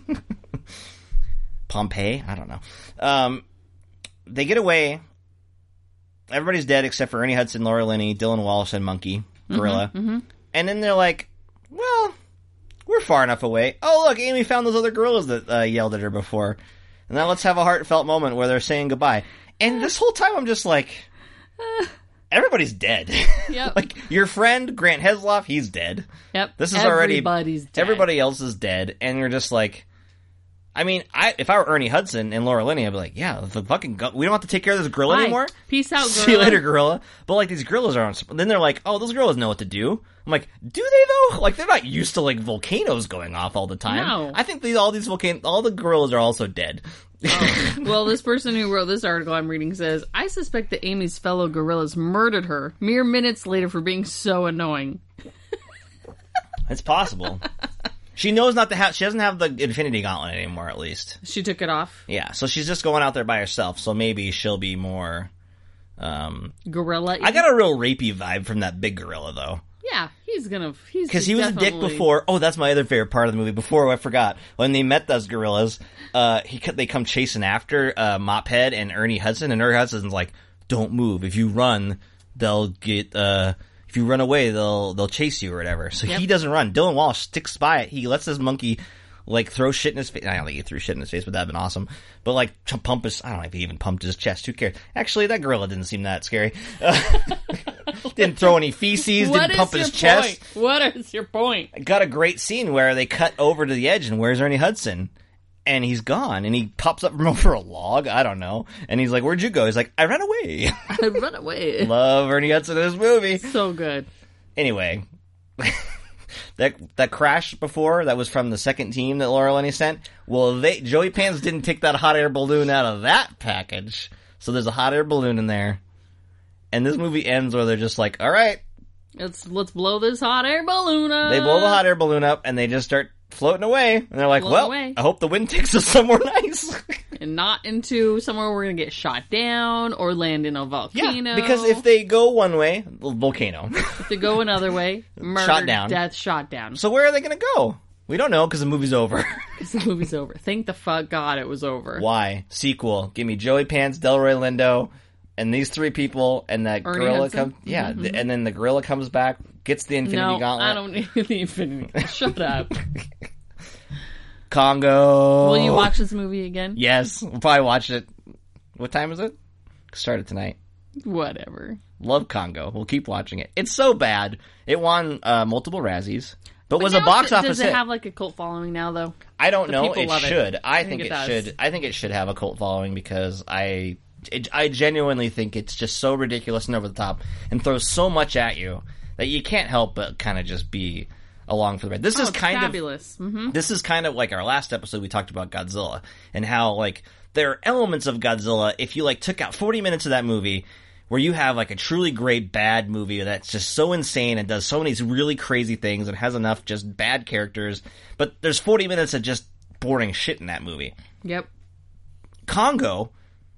Speaker 6: Pompeii, I don't know. Um, they get away. Everybody's dead except for Ernie Hudson, Laura Linney, Dylan Walsh, and Monkey Gorilla. And then they're like, "Well, we're far enough away. Oh, look, Amy found those other gorillas that uh, yelled at her before." And now let's have a heartfelt moment where they're saying goodbye. And this whole time, I'm just like, everybody's dead.
Speaker 5: Yep.
Speaker 6: like your friend Grant Hesloff, he's dead.
Speaker 5: Yep.
Speaker 6: This is already
Speaker 5: Everybody's dead.
Speaker 6: everybody else is dead, and you're just like, I mean, I if I were Ernie Hudson and Laura Linney, I'd be like, yeah, the fucking gu- we don't have to take care of this gorilla
Speaker 5: Bye.
Speaker 6: anymore.
Speaker 5: Peace out,
Speaker 6: See you
Speaker 5: gorilla.
Speaker 6: later, gorilla. But like these gorillas are on. Then they're like, oh, those gorillas know what to do. I'm like, do they though? Like they're not used to like volcanoes going off all the time.
Speaker 5: No.
Speaker 6: I think these all these volcano all the gorillas are also dead.
Speaker 5: Well, this person who wrote this article I'm reading says, I suspect that Amy's fellow gorillas murdered her mere minutes later for being so annoying.
Speaker 6: It's possible. she knows not to have. She doesn't have the Infinity Gauntlet anymore. At least,
Speaker 5: She took it off.
Speaker 6: yeah. So she's just going out there by herself. So maybe she'll be more. Um,
Speaker 5: Gorilla.
Speaker 6: I got a real rapey vibe from that big gorilla though,
Speaker 5: Yeah, he's gonna. He's
Speaker 6: because he was a dick
Speaker 5: definitely-
Speaker 6: before. Oh, that's my other favorite part of the movie. Before I forgot when they met those gorillas, uh, he co- they come chasing after uh, Mophead and Ernie Hudson, and Ernie Hudson's like, "Don't move. If you run, they'll get." Uh, if you run away, they'll they'll chase you or whatever. So he doesn't run. Dylan Walsh sticks by it. He lets his monkey like throw shit in his face. I don't think he threw shit in his face, but that'd been awesome. But like to pump his, I don't know if he even pumped his chest. Who cares? Actually, that gorilla didn't seem that scary. didn't throw any feces.
Speaker 5: What
Speaker 6: didn't
Speaker 5: is
Speaker 6: pump
Speaker 5: your
Speaker 6: his chest
Speaker 5: point? What is your point?
Speaker 6: got a great scene where they cut over to the edge and where's Ernie Hudson? And he's gone and he pops up from over a log. I don't know. And he's like, Where'd you go? He's like, I ran away.
Speaker 5: I run away.
Speaker 6: Love Ernie Hudson in this movie.
Speaker 5: so good.
Speaker 6: Anyway, that that crash before that was from the second team that Laura Lenny sent. Well, they Joey Pants didn't take that hot air balloon out of that package, so there's a hot air balloon in there. And this movie ends where they're just like, "All right,
Speaker 5: Let's let's blow this hot air balloon up.
Speaker 6: They blow the hot air balloon up and they just start floating away. And they're like,
Speaker 5: Float
Speaker 6: well,
Speaker 5: away.
Speaker 6: I hope the wind takes us somewhere nice.
Speaker 5: and not into somewhere we're gonna get shot down or land in a volcano.
Speaker 6: Because if they go one way, volcano.
Speaker 5: If they go another way, murder,
Speaker 6: down.
Speaker 5: death, shot down.
Speaker 6: so where are they going to go? We don't know because the movie's over.
Speaker 5: Because the movie's over. Thank the fuck God it was over.
Speaker 6: Why? Sequel. Give me Joey Pants, Delroy Lindo, and these three people, and that
Speaker 5: Ernie
Speaker 6: gorilla
Speaker 5: Hudson? Mm-hmm.
Speaker 6: comes. Yeah, th- and then the gorilla comes back, gets the Infinity
Speaker 5: No,
Speaker 6: Gauntlet.
Speaker 5: I don't need the infinity. Shut up.
Speaker 6: Congo.
Speaker 5: Will you watch this movie again?
Speaker 6: Yes, we'll probably watch it. What time is it? Started tonight.
Speaker 5: Whatever.
Speaker 6: Love Congo. We'll keep watching it. It's so bad. It won uh, multiple Razzies, but, was a
Speaker 5: now does
Speaker 6: box
Speaker 5: it-
Speaker 6: office
Speaker 5: Does it
Speaker 6: hit.
Speaker 5: have like a cult following now though?
Speaker 6: I don't
Speaker 5: the
Speaker 6: know.
Speaker 5: people
Speaker 6: It
Speaker 5: love it.
Speaker 6: should. I
Speaker 5: I
Speaker 6: think
Speaker 5: think
Speaker 6: it,
Speaker 5: it does.
Speaker 6: should. I think it should have a cult following because I, it, I genuinely think it's just so ridiculous and over the top and throws so much at you that you can't help but kind of just be along for the ride. This is
Speaker 5: Oh, it's
Speaker 6: kind of
Speaker 5: fabulous. hmm
Speaker 6: this is kind of like our last episode we talked about Godzilla and how like there are elements of Godzilla if you like took out 40 minutes of that movie where you have like a truly great bad movie that's just so insane and does so many really crazy things and has enough just bad characters but there's 40 minutes of just boring shit in that movie.
Speaker 5: Mm-hmm. Yep.
Speaker 6: Congo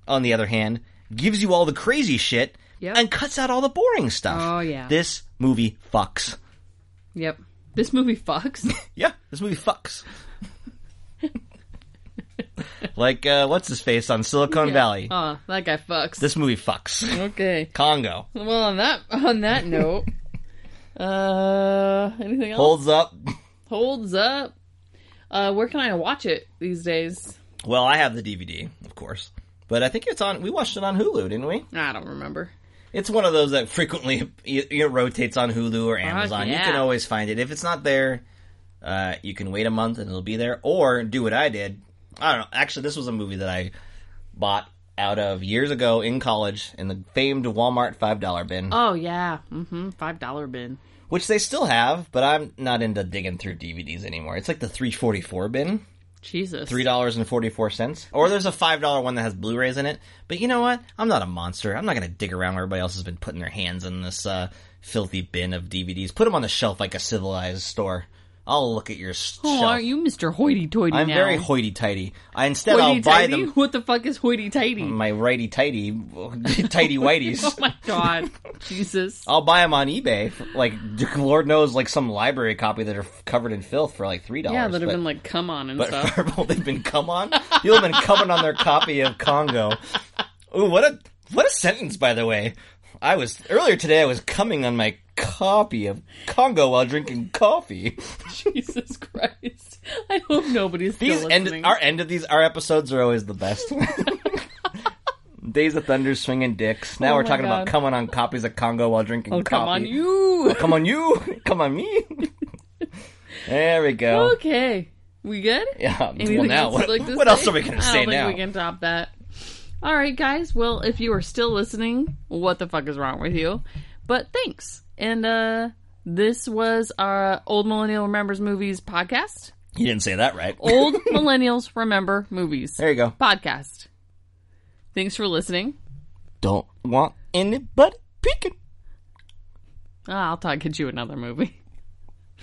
Speaker 6: on the other hand gives you all the crazy shit
Speaker 5: Yep.
Speaker 6: and cuts out all the boring stuff.
Speaker 5: Oh, yeah.
Speaker 6: This movie fucks.
Speaker 5: Yep. This movie fucks.
Speaker 6: Yeah, this movie fucks. like, uh, what's his face on Silicon Valley?
Speaker 5: oh, that guy fucks.
Speaker 6: This movie fucks.
Speaker 5: okay.
Speaker 6: Congo
Speaker 5: Well, on that on that note, uh, anything else
Speaker 6: holds up.
Speaker 5: holds up? Uh, where can I watch it these days?
Speaker 6: Well, I have the DVD, of course, but I think it's on. We watched it on Hulu, didn't we?
Speaker 5: I don't remember.
Speaker 6: It's one of those that frequently it it rotates on Hulu or Amazon. You can
Speaker 5: yeah.
Speaker 6: always find it. If it's not there, uh, you can wait a month and it'll be there, or do what I did. I don't know. Actually, this was a movie that I bought out of years ago in college in the famed Walmart five dollar bin.
Speaker 5: Oh yeah, mm-hmm. Five dollar bin.
Speaker 6: which they still have, but I'm not into digging through DVDs anymore. It's like the 344 bin,
Speaker 5: Jesus.
Speaker 6: three dollars and forty four cents, or there's a five dollar one that has Blu-rays in it. But you know what? I'm not a monster. I'm not gonna dig around where everybody else has been putting their hands in this uh, filthy bin of DVDs. Put them on the shelf like a civilized store. I'll look at your s-
Speaker 5: Oh,
Speaker 6: shelf.
Speaker 5: aren't you Mister Hoity Toity?
Speaker 6: I'm
Speaker 5: now?
Speaker 6: very hoity-toity. I instead I'll buy
Speaker 5: Hoity-toity?
Speaker 6: them Mm.
Speaker 5: What the fuck is hoity tighty?
Speaker 6: my righty-tighty, tighty-whities.
Speaker 5: Oh my god, Jesus!
Speaker 6: I'll buy them on eBay. for, Like, Lord knows, like some library copy that are f- covered in filth for Oh, like three dollars.
Speaker 5: Yeah, that have been like come on and
Speaker 6: But
Speaker 5: stuff.
Speaker 6: Verbal, they've been come on. People have been coming on their copy of Congo. Ooh, what a what a sentence, by the way. I was earlier today. I was coming on my copy of Congo while drinking coffee.
Speaker 5: Jesus Christ! I hope nobody's still
Speaker 6: These end
Speaker 5: listening.
Speaker 6: our end of these our episodes are always the best. Days of Thunder swinging dicks. Now
Speaker 5: Oh
Speaker 6: we're
Speaker 5: my
Speaker 6: talking about
Speaker 5: God.
Speaker 6: coming on copies of Congo while drinking
Speaker 5: Oh,
Speaker 6: coffee.
Speaker 5: come on, you.
Speaker 6: Come on you. Come on me. there we go.
Speaker 5: Okay, we good?
Speaker 6: Yeah.
Speaker 5: Anything
Speaker 6: well, now
Speaker 5: else
Speaker 6: what,
Speaker 5: you'd like to
Speaker 6: what
Speaker 5: say?
Speaker 6: else are we going
Speaker 5: I
Speaker 6: to
Speaker 5: don't
Speaker 6: say
Speaker 5: think
Speaker 6: now?
Speaker 5: We can top that. All right, guys. Well, if you are still listening, what the fuck is wrong with you? But thanks. And uh this was our Old Millennial Remembers Movies podcast.
Speaker 6: You didn't say that right.
Speaker 5: Old Millennials Remember Movies
Speaker 6: There you go.
Speaker 5: podcast. Thanks for listening.
Speaker 6: Don't want anybody peeking.
Speaker 5: Ah, I'll talk at you another movie.